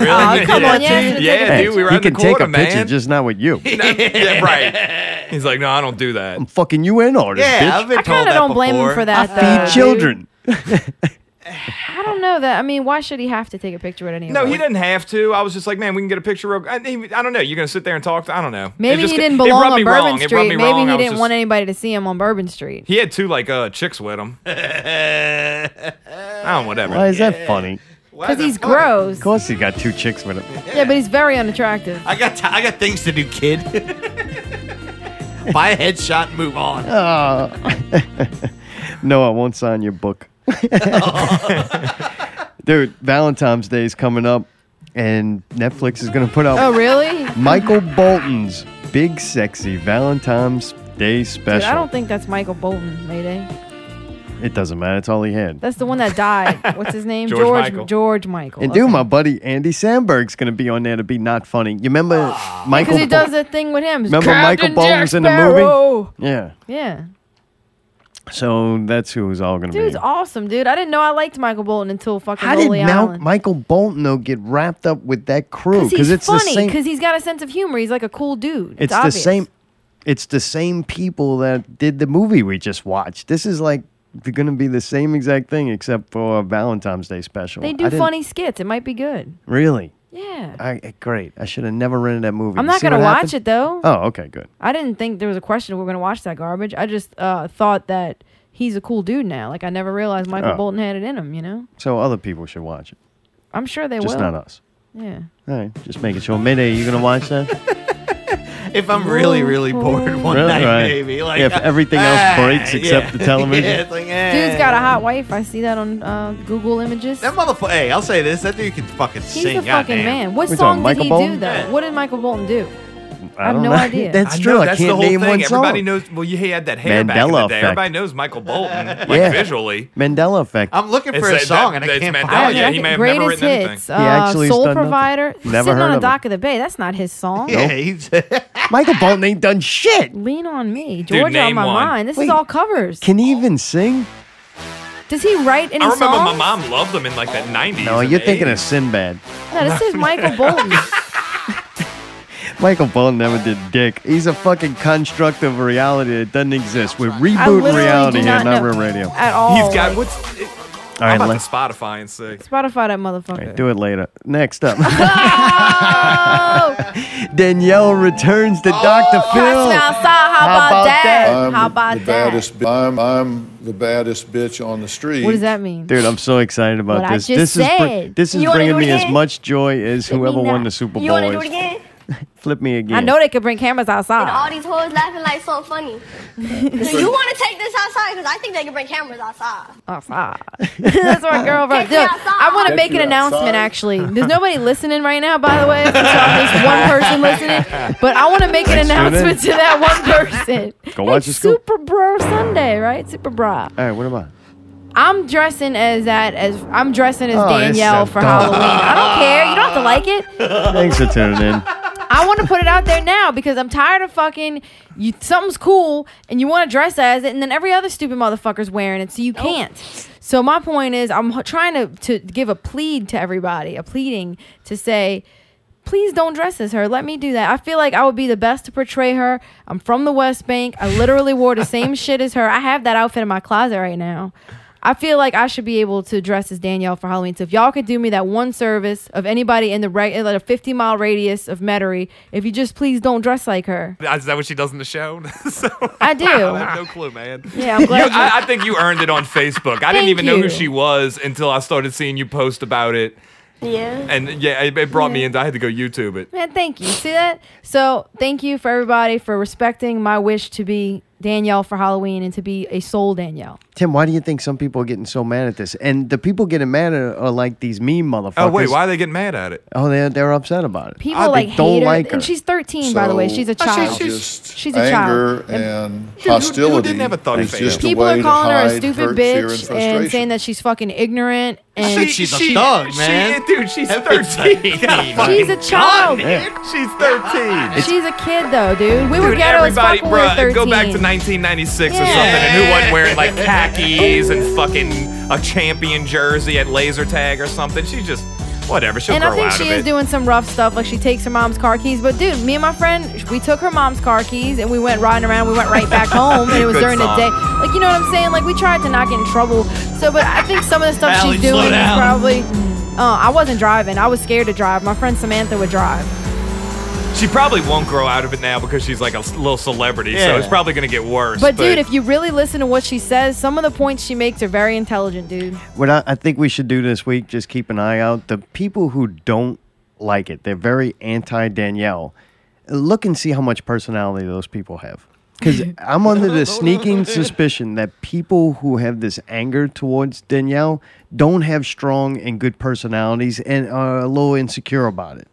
Really?
Aw, come
yeah,
on, you have to
dude.
take
Yeah,
Hey,
dude. We were
he
out in
can
the quarter,
take a picture,
man.
just not with you.
[LAUGHS] yeah, right. He's like, no, I don't do that.
I'm fucking UN artist,
Yeah,
bitch.
I've been I kinda told that
don't blame him for that,
Feed
though. dude.
children.
I don't know that. I mean, why should he have to take a picture with anyone?
No, he didn't have to. I was just like, man, we can get a picture real. I, he- I don't know. You're gonna sit there and talk. To, I don't know.
Maybe
It just-
he didn't
it
belong
rubbed
on
me
Bourbon
wrong. It rubbed
Street.
me
Maybe
wrong. I
he
was
didn't
just-
want anybody to see him on Bourbon Street.
He had two like uh, chicks with him. oh, whatever.
Why is that funny?
Because he's gross.
Of course, he got two chicks with him.
Yeah, but he's very unattractive.
[LAUGHS]
[LAUGHS]
I got t- I got things to do,
[LAUGHS]
kid. Buy a headshot, and move on.
Oh. no, I won't sign your
[LAUGHS]
book. [LAUGHS] Dude, Valentine's Day is coming up, and Netflix is going to put out
Oh, really?
Michael Bolton's Big Sexy Valentine's Day
Dude, I
Special.
don't think that's Michael Bolton, Mayday.
It doesn't matter. It's all he had.
That's the one
[LAUGHS]
that died. What's his name?
George Michael.
George Michael.
And dude, my buddy Andy Sandberg's going to be on there to be not funny. You remember
[GASPS]
Michael?
Because he
Bol-
does that thing with him.
Remember Michael Bolton's in the movie? Yeah.
movie? Yeah.
So that's who it's all going to be.
Dude's awesome, dude. I didn't know I liked Michael Bolton until fucking
How did
Lonely
Mal-
Island.
Michael Bolton though get wrapped up with that crew?
he's
Because Hmm, it's the
funny.
same.
Because he's got a sense of humor. He's like a cool dude. It's,
it's
obvious.
the same. It's the same people that did the movie we just watched. This is like going to be the same exact thing except for a Valentine's Day special.
They
I
do
didn't-
funny skits. It might be good.
Really?
Yeah.
I, eh, great. I should have never rented that movie.
I'm
You
not
see
gonna
what
watch
happened?
it, though.
Oh, okay, good.
I didn't think there was a question we were going to watch that garbage. I just uh, thought that he's a cool dude now. Like I never realized Michael
Oh.
Bolton had it in him. You know,
So other people should watch it.
I'm sure they
just
will.
not us.
Yeah.
All right, just making sure. Mayday, you gonna watch
[LAUGHS]
that?
If I'm really, really bored one
Really?
night,
Right.
maybe like
Yeah, if everything else
ah,
breaks except
yeah.
the television.
yeah,
[LAUGHS]
it's like, eh.
Dude's got a hot wife. I see that on uh, Google Images.
That motherfucker. Hey, I'll say this: that dude can fucking
He's
sing.
a fucking
goddamn.
man. What song did he do though? What did Michael Bolton do? I have
don't
no
know. [LAUGHS]
idea.
That's
I know,
true. I
that's
can't
the whole
name
thing.
one song.
Everybody knows. Well, you he had that hair back in
Mandela
the day.
effect.
Everybody knows Michael Bolton, like
Yeah.
visually.
Mandela effect.
Oh.
I'm looking for
It's
a
that-
song
that-
and I
it's
can't
Mandela.
find it.
Yeah, he may have never
Greatest
written anything.
hits.
He
Uh,
actually has
Soul
done nothing.
Provider.
Never
Sitting
heard
on
of
a
it.
dock of the bay. That's not his song.
Nope.
[LAUGHS]
Michael Bolton ain't done shit.
Lean on me,
Dude,
Georgia on
name
my
one.
mind. This
Wait.
is all covers.
Can he even sing?
Does he write any
I remember
songs?
my mom loved them in like the 90s.
No,
and
you're [LAUGHS]
they-
thinking of Sinbad.
No, this is Michael Bolton.
Michael Bone never did dick. He's a fucking construct of reality that doesn't exist. We're rebooting
literally
reality
do
here,
not
not
know
real radio.
at all.
He's got
like-
what's. It,
All
I'm
right,
about
let's
to Spotify and see.
Spotify that motherfucker.
do it later. Next
[LAUGHS]
up. Danielle returns to Dr.
Oh,
Phil.
How about that?
I'm
How
the-
about
the
that?
Baddest, bi- I'm, I'm the baddest bitch on the street.
What does that mean?
Dude, I'm so excited about
What I
this.
just
this is br-
said.
this is
You wanna
bringing
do it
me as
again?
much joy as whoever won the Super Bowl.
wanna do
is.
it again?
[LAUGHS] Flip me again.
I know they could bring cameras
And
outside.
all these hoes laughing like so
[LAUGHS]
funny. Do you want to take this outside? Because I think they can bring cameras outside.
Outside. [LAUGHS] That's my girl, bro.
Take
Dude,
me outside.
I want
Take
to make
me
an announcement,
outside.
actually. There's nobody listening right now, by the way. So I'm just one person listening. But I want to make an
Thanks, Judith.
announcement to that one person.
Go watch the school.
Super Bro Sunday, right? Super Bra.
All right, what am I?
I'm dressing as that as I'm dressing as
Oh, it's
Danielle
so
for
dumb.
Halloween. I don't care. You don't have to like it.
Thanks for tuning
[LAUGHS]
in.
I want to put it out there now because I'm tired of fucking you. Something's cool and you want to dress as it, and then every other stupid motherfucker's wearing it, so you can't. So my point is, I'm h- trying to to give a plead to everybody, a pleading to say. Please don't dress as her. Let me do that. I feel like I would be the best to portray her. I'm from the West Bank. I literally wore the same shit as her. I have that outfit in my closet right now. I feel like I should be able to dress as Danielle for Halloween. So if y'all could do me that one service of anybody in the right, like a 50 mile radius of Metairie, if you just please don't dress like her.
Is that what she does in the show? [LAUGHS] so,
I [LAUGHS] do.
I have no clue, man.
Yeah, I'm glad
You- I, I think you earned it on Facebook. I
Thank
didn't even know
you.
who she was until I started seeing you post about it.
Yeah.
And yeah, it, it brought me in. I had to go YouTube it.
[LAUGHS] Man, thank you. See that? So thank you for everybody for respecting my wish to be Danielle for Halloween and to be a soul Danielle.
Tim, why do you think some people are getting so mad at this? And the people getting mad are, are like these meme motherfuckers.
Oh, wait, why are they getting mad at it?
Oh, they're they're upset about it.
People like
they don't
hate her,
like her.
and she's 13 by the way. She's a
So,
child.
she's just
she's a
Anger
child.
and
who
hostility.
didn't have a thought
is
of
just a
People
way
are
to
calling her a
hide
stupid
hurt, fear,
bitch and,
frustration.
saying that she's fucking ignorant and
She- She's a she- thug, she- man. dude, she's 13.
She's a child.
She's 13.
She's a kid though, dude. We were
Dude,
ghetto as
everybody,
fuck when we were
bruh,
13.
go back to 1996 or
Yeah.
something, and who wasn't wearing like khakis and fucking a champion jersey at laser tag or something? She's just whatever. She'll
and
grow
I think
out
she
of
is
it.
doing some rough stuff. Like she takes her mom's car keys. But dude, me and my friend, we took her mom's car keys and we went riding around. We went right
[LAUGHS]
back home, and it was
Good
during
song.
the day. Like you know what I'm saying? Like we tried to not get in trouble. So, but I think some of the stuff
Allie,
she's
slow
doing is
down.
probably. Uh, I wasn't driving. I was scared to drive. My friend Samantha would drive.
she probably won't grow out of it now because she's like a s- little celebrity, so
Yeah.
it's probably gonna get worse.
But dude, if you really listen to what she says, some of the points she makes are very intelligent, dude.
What I, I think we should do this week, just keep an eye out. The people who don't like it, they're very anti Danielle. Look and see how much personality those people have. Because I'm under the sneaking suspicion that people who have this anger towards Danielle don't have strong and good personalities and are a little insecure about it.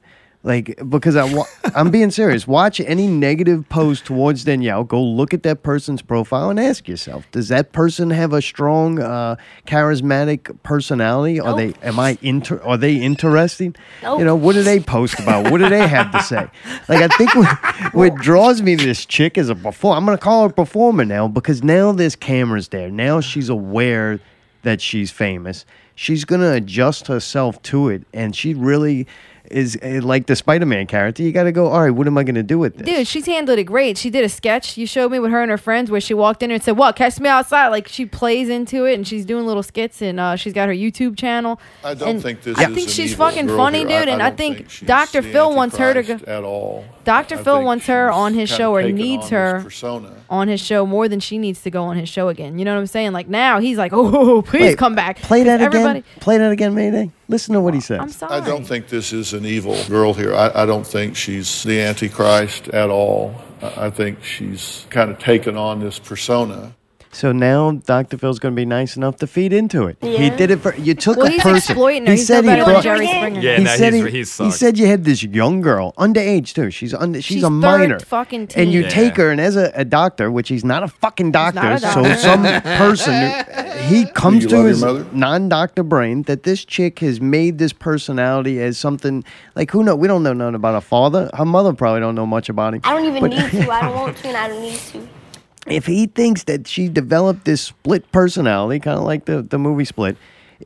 Like, because I wa- I'm being serious. Watch any negative post towards Danielle. Go look at that person's profile and ask yourself: Does that person have a strong, uh, charismatic personality? Are they? Am I inter? Are they interesting? You know, what do they post about? What do they have to say? Like, I think what, what draws me to this chick is a performer. I'm gonna call her a performer now because now there's cameras there. Now she's aware that she's famous. She's gonna adjust herself to it, and she really is eh, like the Spider-Man character. You got to go. All right, what am I gonna do with this?
Dude, she's handled it great. She did a sketch you showed me with her and her friends where she walked in and said, "What? Catch me outside!" Like she plays into it and she's doing little skits and uh, she's got her YouTube channel.
I don't
And
think this
I
is
think
an
she's
evil
fucking
girl
funny,
here.
dude.
I-
and
I
I
don't
think,
think she's
Dr.
the
Phil wants her to go.
at all.
Dr. Phil wants her on his
kinda
show or
taken
needs
on
her
his persona.
on his show more than she needs to go on his show again. You know what I'm saying? Like now he's like, [LAUGHS] "Oh, please
Wait,
come back."
Play
'Cause
that
everybody-
again. Play that again, Mayday. Listen to what he said.
I'm sorry.
I don't think this is an evil girl here. I, I don't think she's the Antichrist at all. I I think she's kind of taken on this persona.
So now Dr. Phil's going to be nice enough to feed into it. He
Yeah.
did it for you. Took
Well,
a
he's
person.
exploiting her. He's no better than Jerry Springer.
Yeah,
he
no,
said
he's-
he,
he's
he
sucked.
said you had this young girl, underage too. She's under, she's,
She's
a
third
minor,
fucking
and you
teen.
take her, and as a, a doctor, which he's not a fucking doctor,
not a
so
doctor. [LAUGHS]
some person he comes
you
to
love your
his
mother?
non-doctor brain that this chick has made this personality as something like who know we don't know nothing about her father. Her mother probably don't know much about him.
I don't even
But-
need to. I don't want to, and I don't need to.
if he thinks that she developed this split personality, kind of like the, the movie Split,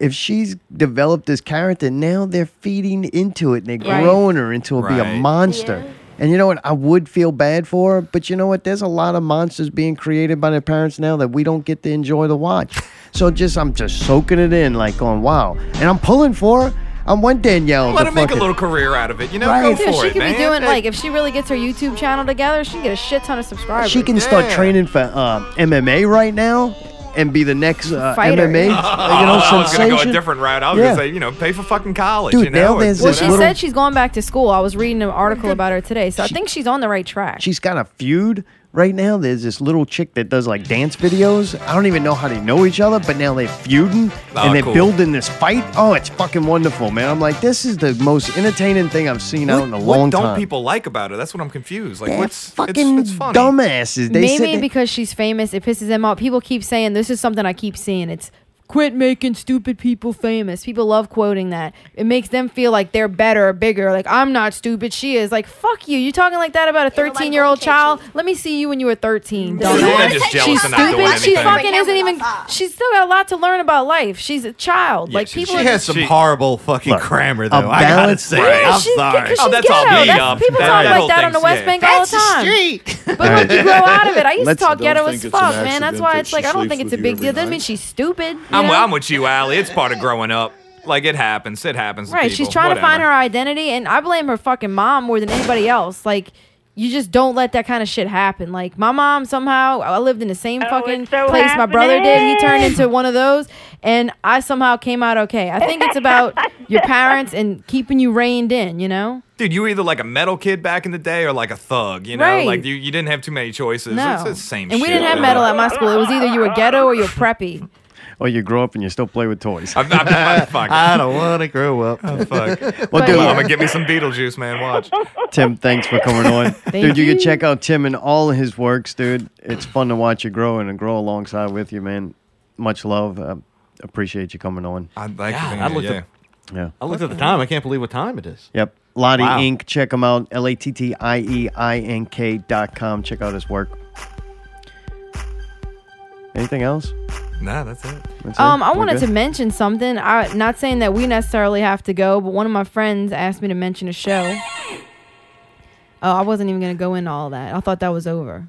if she's developed this character, now they're feeding into it and they're
Right.
growing her into a, be a
Right.
monster. And you know what? I would feel bad for her, but you know what? There's a lot of monsters being created by their parents now that we don't get to enjoy to watch. So just I'm just soaking it in, like going, wow. And I'm pulling for her. I'm one Danielle.
Let
to
her make a
fucking-
little career out of it. You know,
Right.
go
Dude,
for
she
it,
could
man.
be doing
That-
like if she really gets her YouTube channel together, she can get a shit ton of subscribers.
She can start training for uh, MMA right now and be the next uh,
Fighter. [LAUGHS]
MMA.
Oh,
you know,
I was gonna
sensation.
go a different route. I was
Yeah.
gonna say, you know, pay for fucking college.
Dude,
you know?
now there's
It's-
Well,
this
she
little-
said she's going back to school. I was reading an article about her today, so I think she's on the right track.
She's got a feud right now. There's this little chick that does like dance videos. I don't even know how they know each other, but now they're feuding
Ah,
and they're
cool.
building this fight. Oh, it's fucking wonderful, man. I'm like, this is the most entertaining thing I've seen out in a long
what don't
time.
people like about her? That's what I'm confused. Like,
They're
what's
fucking
it's, it's funny.
dumbasses. They sit
Maybe
there-
because she's famous, it pisses them off. People keep saying this is something I keep seeing. It's quit making stupid people famous. People love quoting that. It makes them feel like they're better or bigger. Like I'm not stupid. She is. Like fuck you. You talking like that about a 13 year old child? Let me see you when you were 13.
They're
dumbass.
just jealous
she's
and not doing
stupid. She
anything.
fucking isn't even. She's still got a lot to learn about life. She's a child. like people.
She
are-
has some horrible fucking grammar, though. I gotta
balanced-
say,
Right.
I'm
She's-
sorry.
she's Oh, that's all ghetto. beat That's- up. people That- talk that like whole that on the thing's- West yeah. Bank all the
That's
time.
street.
[LAUGHS] But
[LAUGHS]
like you grow out of it. I used
Let's-
to talk
Don't
ghetto
think
as
it's an
fuck, man. That's
accident
why
that
it's like
she
I don't
sleeps
think it's a
with you
big
every
deal. Doesn't
night.
mean she's stupid. you
I'm,
know?
I'm with you, Allie. It's part of growing up. Like it happens. It happens.
Right. She's trying to find her identity, and I blame her fucking mom more than anybody else. Like, you just don't let that kind of shit happen. Like, my mom somehow, I lived in the same fucking place my brother did. He turned into one of those, and I somehow came out okay. I think it's about your parents and keeping you reined in, you know?
Dude, you were either like a metal kid back in the day or like a thug. You know,
Right.
like you, you didn't have too many choices.
No.
It's the same.
and we
shit,
didn't have
man.
metal at my school. It was either you were ghetto or you were preppy.
or Oh, you grow up and you still play with toys.
[LAUGHS] I don't want to grow up. [LAUGHS]
Oh, Fuck.
Well, dude-
Mama, get me some Beetlejuice, man. Watch.
Tim, thanks for coming
[LAUGHS]
on.
Thank
dude, you.
you.
can check out Tim and all of his works, dude. It's fun to watch you grow and grow alongside with you, man. Much love. Uh, appreciate you coming on.
I like
God, I looked at-
Yeah.
I looked at the time. I can't believe what time it is.
Yep. Lottie
Wow.
Inc. Check him out. L A T T I E I N K dot com. Check out his work. Anything else?
Nah, that's it.
That's it?
Um, I
We're
wanted to
good?
mention something. I not saying that we necessarily have to go, but one of my friends asked me to mention a show. Oh, I wasn't even gonna go into all that. I thought that was over.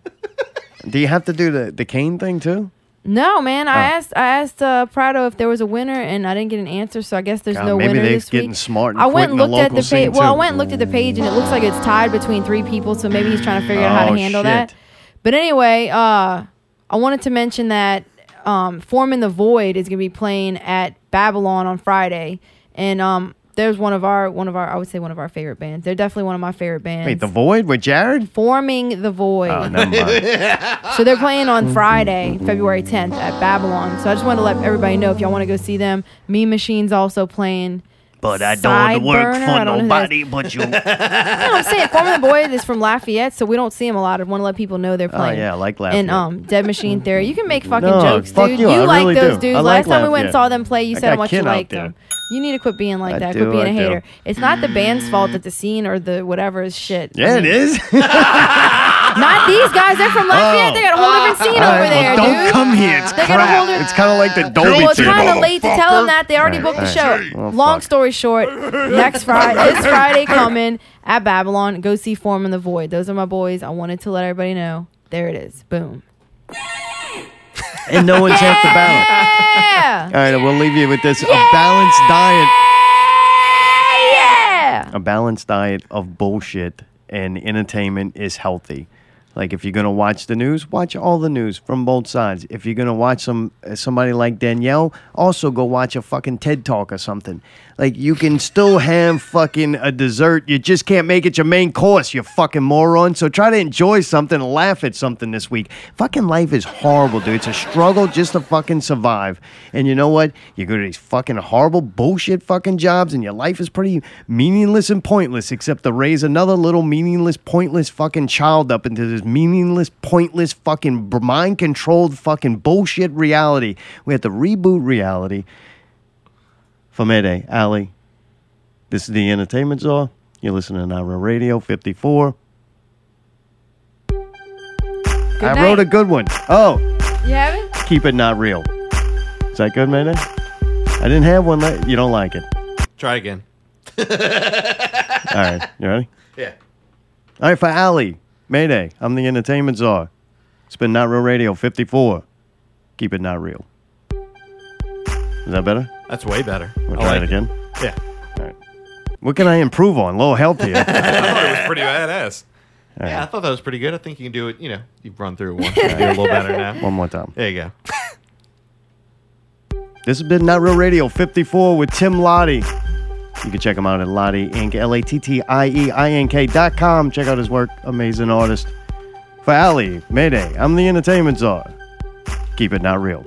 Do you have to do the, the cane thing too?
No, man. I
Oh.
asked I asked uh, Prado if there was a winner, and I didn't get an answer. So I guess there's
God,
no
maybe
winner
they're
this
getting
week.
smart and
I went
quitting the
and looked at
local
the
scene,
page. Well, I
too.
went and looked at the page, and it looks like it's tied between three people. So maybe he's trying to figure out how
Oh,
to handle
shit.
that. But anyway, uh, I wanted to mention that um, Forming the Void is going to be playing at Babylon on Friday, and um, there's one of our one of our I would say one of our favorite bands. They're definitely one of my favorite bands.
Wait, the void with [LAUGHS] Jared?
Forming the Void.
Oh, never mind.
so they're playing on Friday, February 10th at Babylon. So I just want to let everybody know if y'all want to go see them. Me Machine's also playing.
But I don't wanna work
Sideburner,
for
I don't know who that
nobody but you.
No, I'm saying Former the Boy is from Lafayette, so we don't see him a lot. I want to let people know they're
Oh,
playing.
yeah, I like
And
Lafayette.
um, Dead Machine Theory. You can make fucking
No,
jokes,
fuck
dude.
you, I
like
really
those
do.
dudes.
I like
Last time we went
Lafayette.
and saw them play, you
I
said how
got
much you
Ken out
liked
there.
them. You need to quit being like
I
that.
do,
quit being
I
a
do.
hater. It's not the band's fault that the scene or the whatever is shit.
[LAUGHS] Yeah, it is. [LAUGHS]
Not these guys. They're from Lafayette. They got a whole different scene
All right, Oh.
over
well,
there,
don't
dude.
come here. It's
They're gonna hold
crap.
it-
It's kind of like the Dolby
Well, it's
Theater.
kind of late to tell them that. They already
All right,
booked the
all
show.
right. Well,
Long story short,
[LAUGHS]
next Friday, this Friday coming at Babylon. Go see Form in the Void. Those are my boys. I wanted to let everybody know. There it is. Boom.
and no one's half the balance.
Yeah.
All right, we'll leave you with this: a balanced diet,
yeah.
a balanced diet of bullshit and entertainment is healthy. Like if you're gonna watch the news, watch all the news from both sides. If you're gonna watch some uh, somebody like Danielle, also go watch a fucking TED talk or something. Like you can still have fucking a dessert. You just can't make it your main course. You fucking moron. So try to enjoy something, and laugh at something this week. Fucking life is horrible, dude. It's a struggle just to fucking survive. And you know what? You go to these fucking horrible bullshit fucking jobs, and your life is pretty meaningless and pointless, except to raise another little meaningless, pointless fucking child up into this meaningless, pointless fucking mind controlled fucking bullshit reality. We have to reboot reality. Famede, Ali. This is the Entertainment Czar. You're listening to Ira Radio 54. I
night.
wrote a good one. Oh,
You have it?
keep it not real. Is that good, Mayday? I didn't have one. la- You don't like it.
Try again. [LAUGHS]
All right, you ready?
Yeah.
All right, for Ali, Mayday, I'm the entertainment czar. It's been Not Real Radio 54. Keep it not real. Is that better?
That's way better.
We'll
I
try it
like
again.
Yeah.
What can I improve on? Low health here.
[LAUGHS] I thought it was pretty badass.
right.
Yeah, I thought that was pretty good. I think you can do it. You know, you've run through it
[LAUGHS]
once. You can do it a little better now.
One more time.
There you go.
This has been Not Real Radio 54 with Tim Lottie. You can check him out at Lottie Inc. L A T T I E I N K dot com. Check out his work, amazing artist. For Ali, Mayday, I'm the entertainment czar. Keep it not real.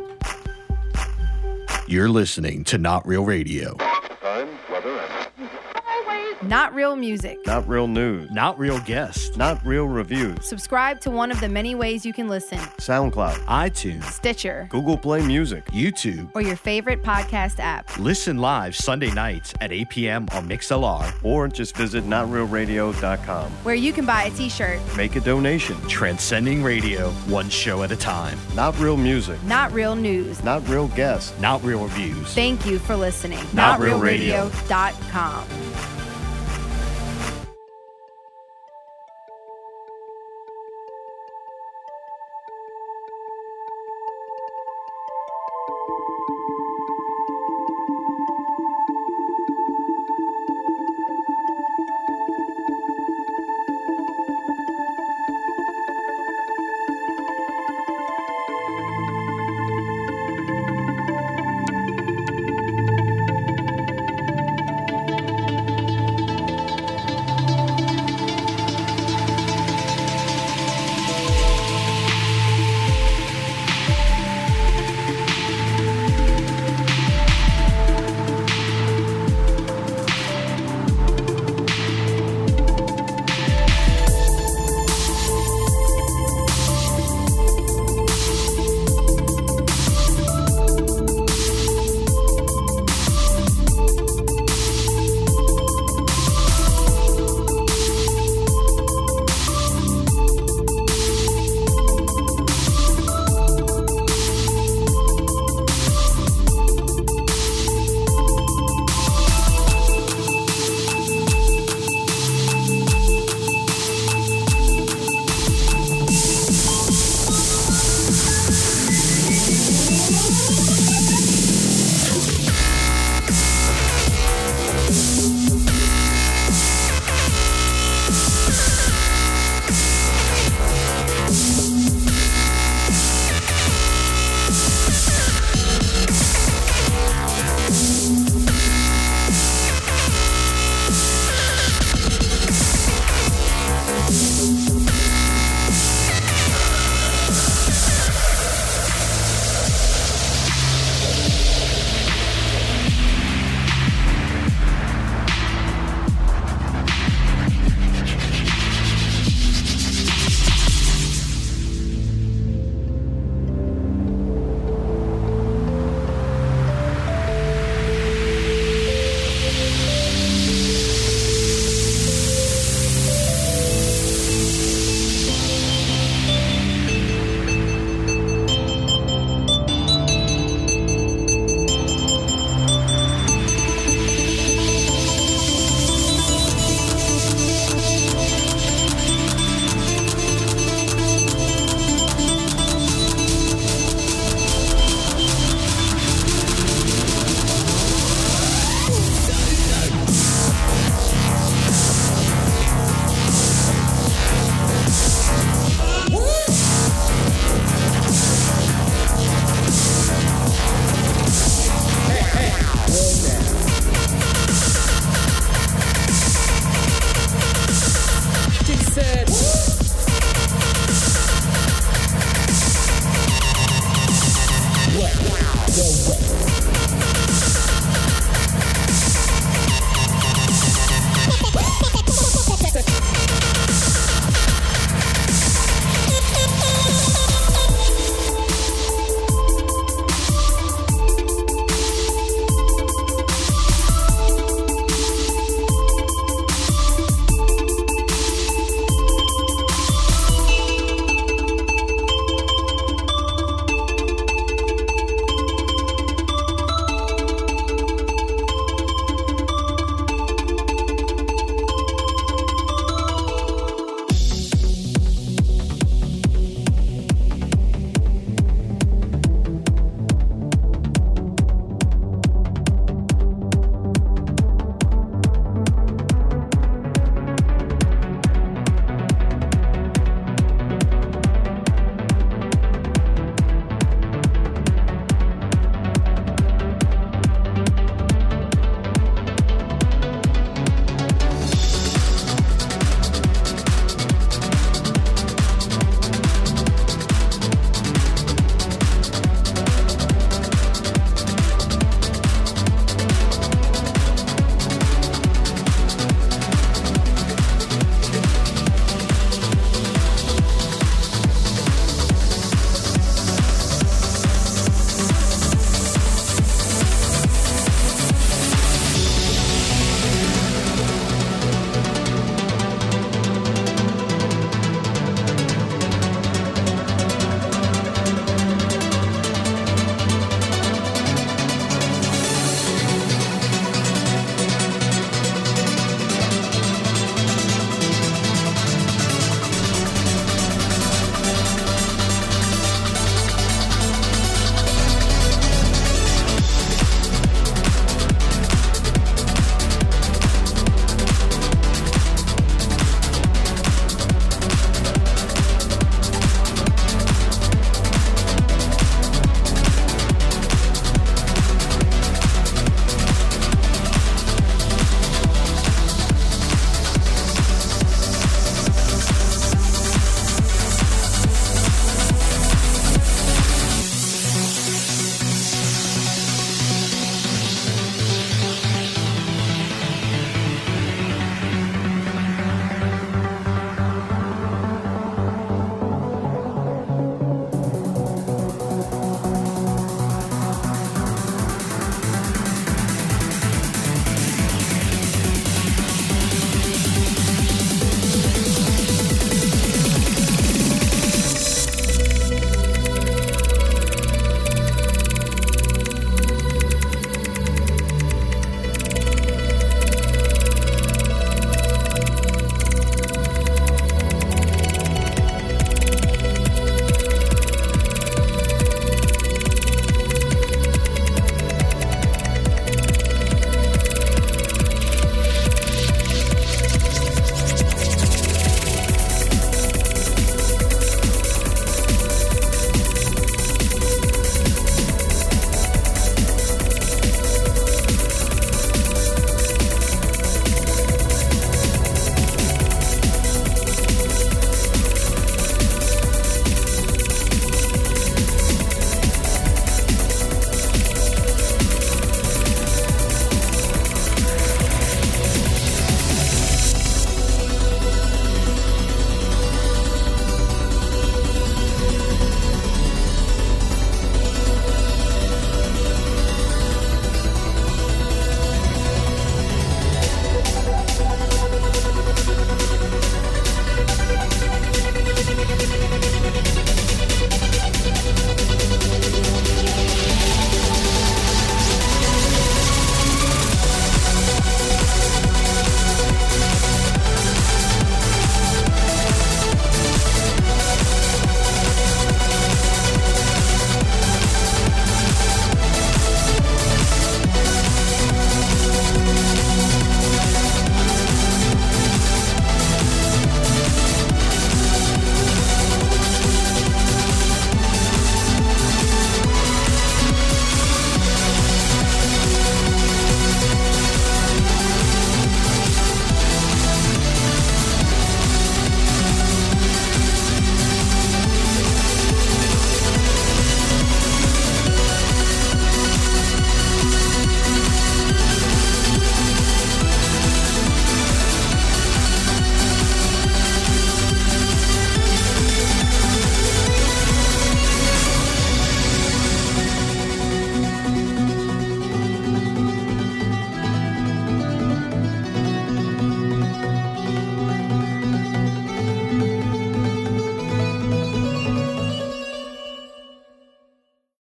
You're listening to Not Real Radio.
Not real music.
Not real news.
Not real guests.
Not real reviews.
Subscribe to one of the many ways you can listen
SoundCloud,
iTunes,
Stitcher,
Google Play Music,
YouTube.
or your favorite podcast app.
Listen live Sunday nights at 8 p.m. on MixLR.
Or just visit notrealradio.com.
Where you can buy a t shirt.
Make a donation.
Transcending radio, one show at a time.
Not real music.
Not real news.
Not real guests.
Not real reviews.
Thank you for listening.
Not Real Radio.
NotRealRadio.com.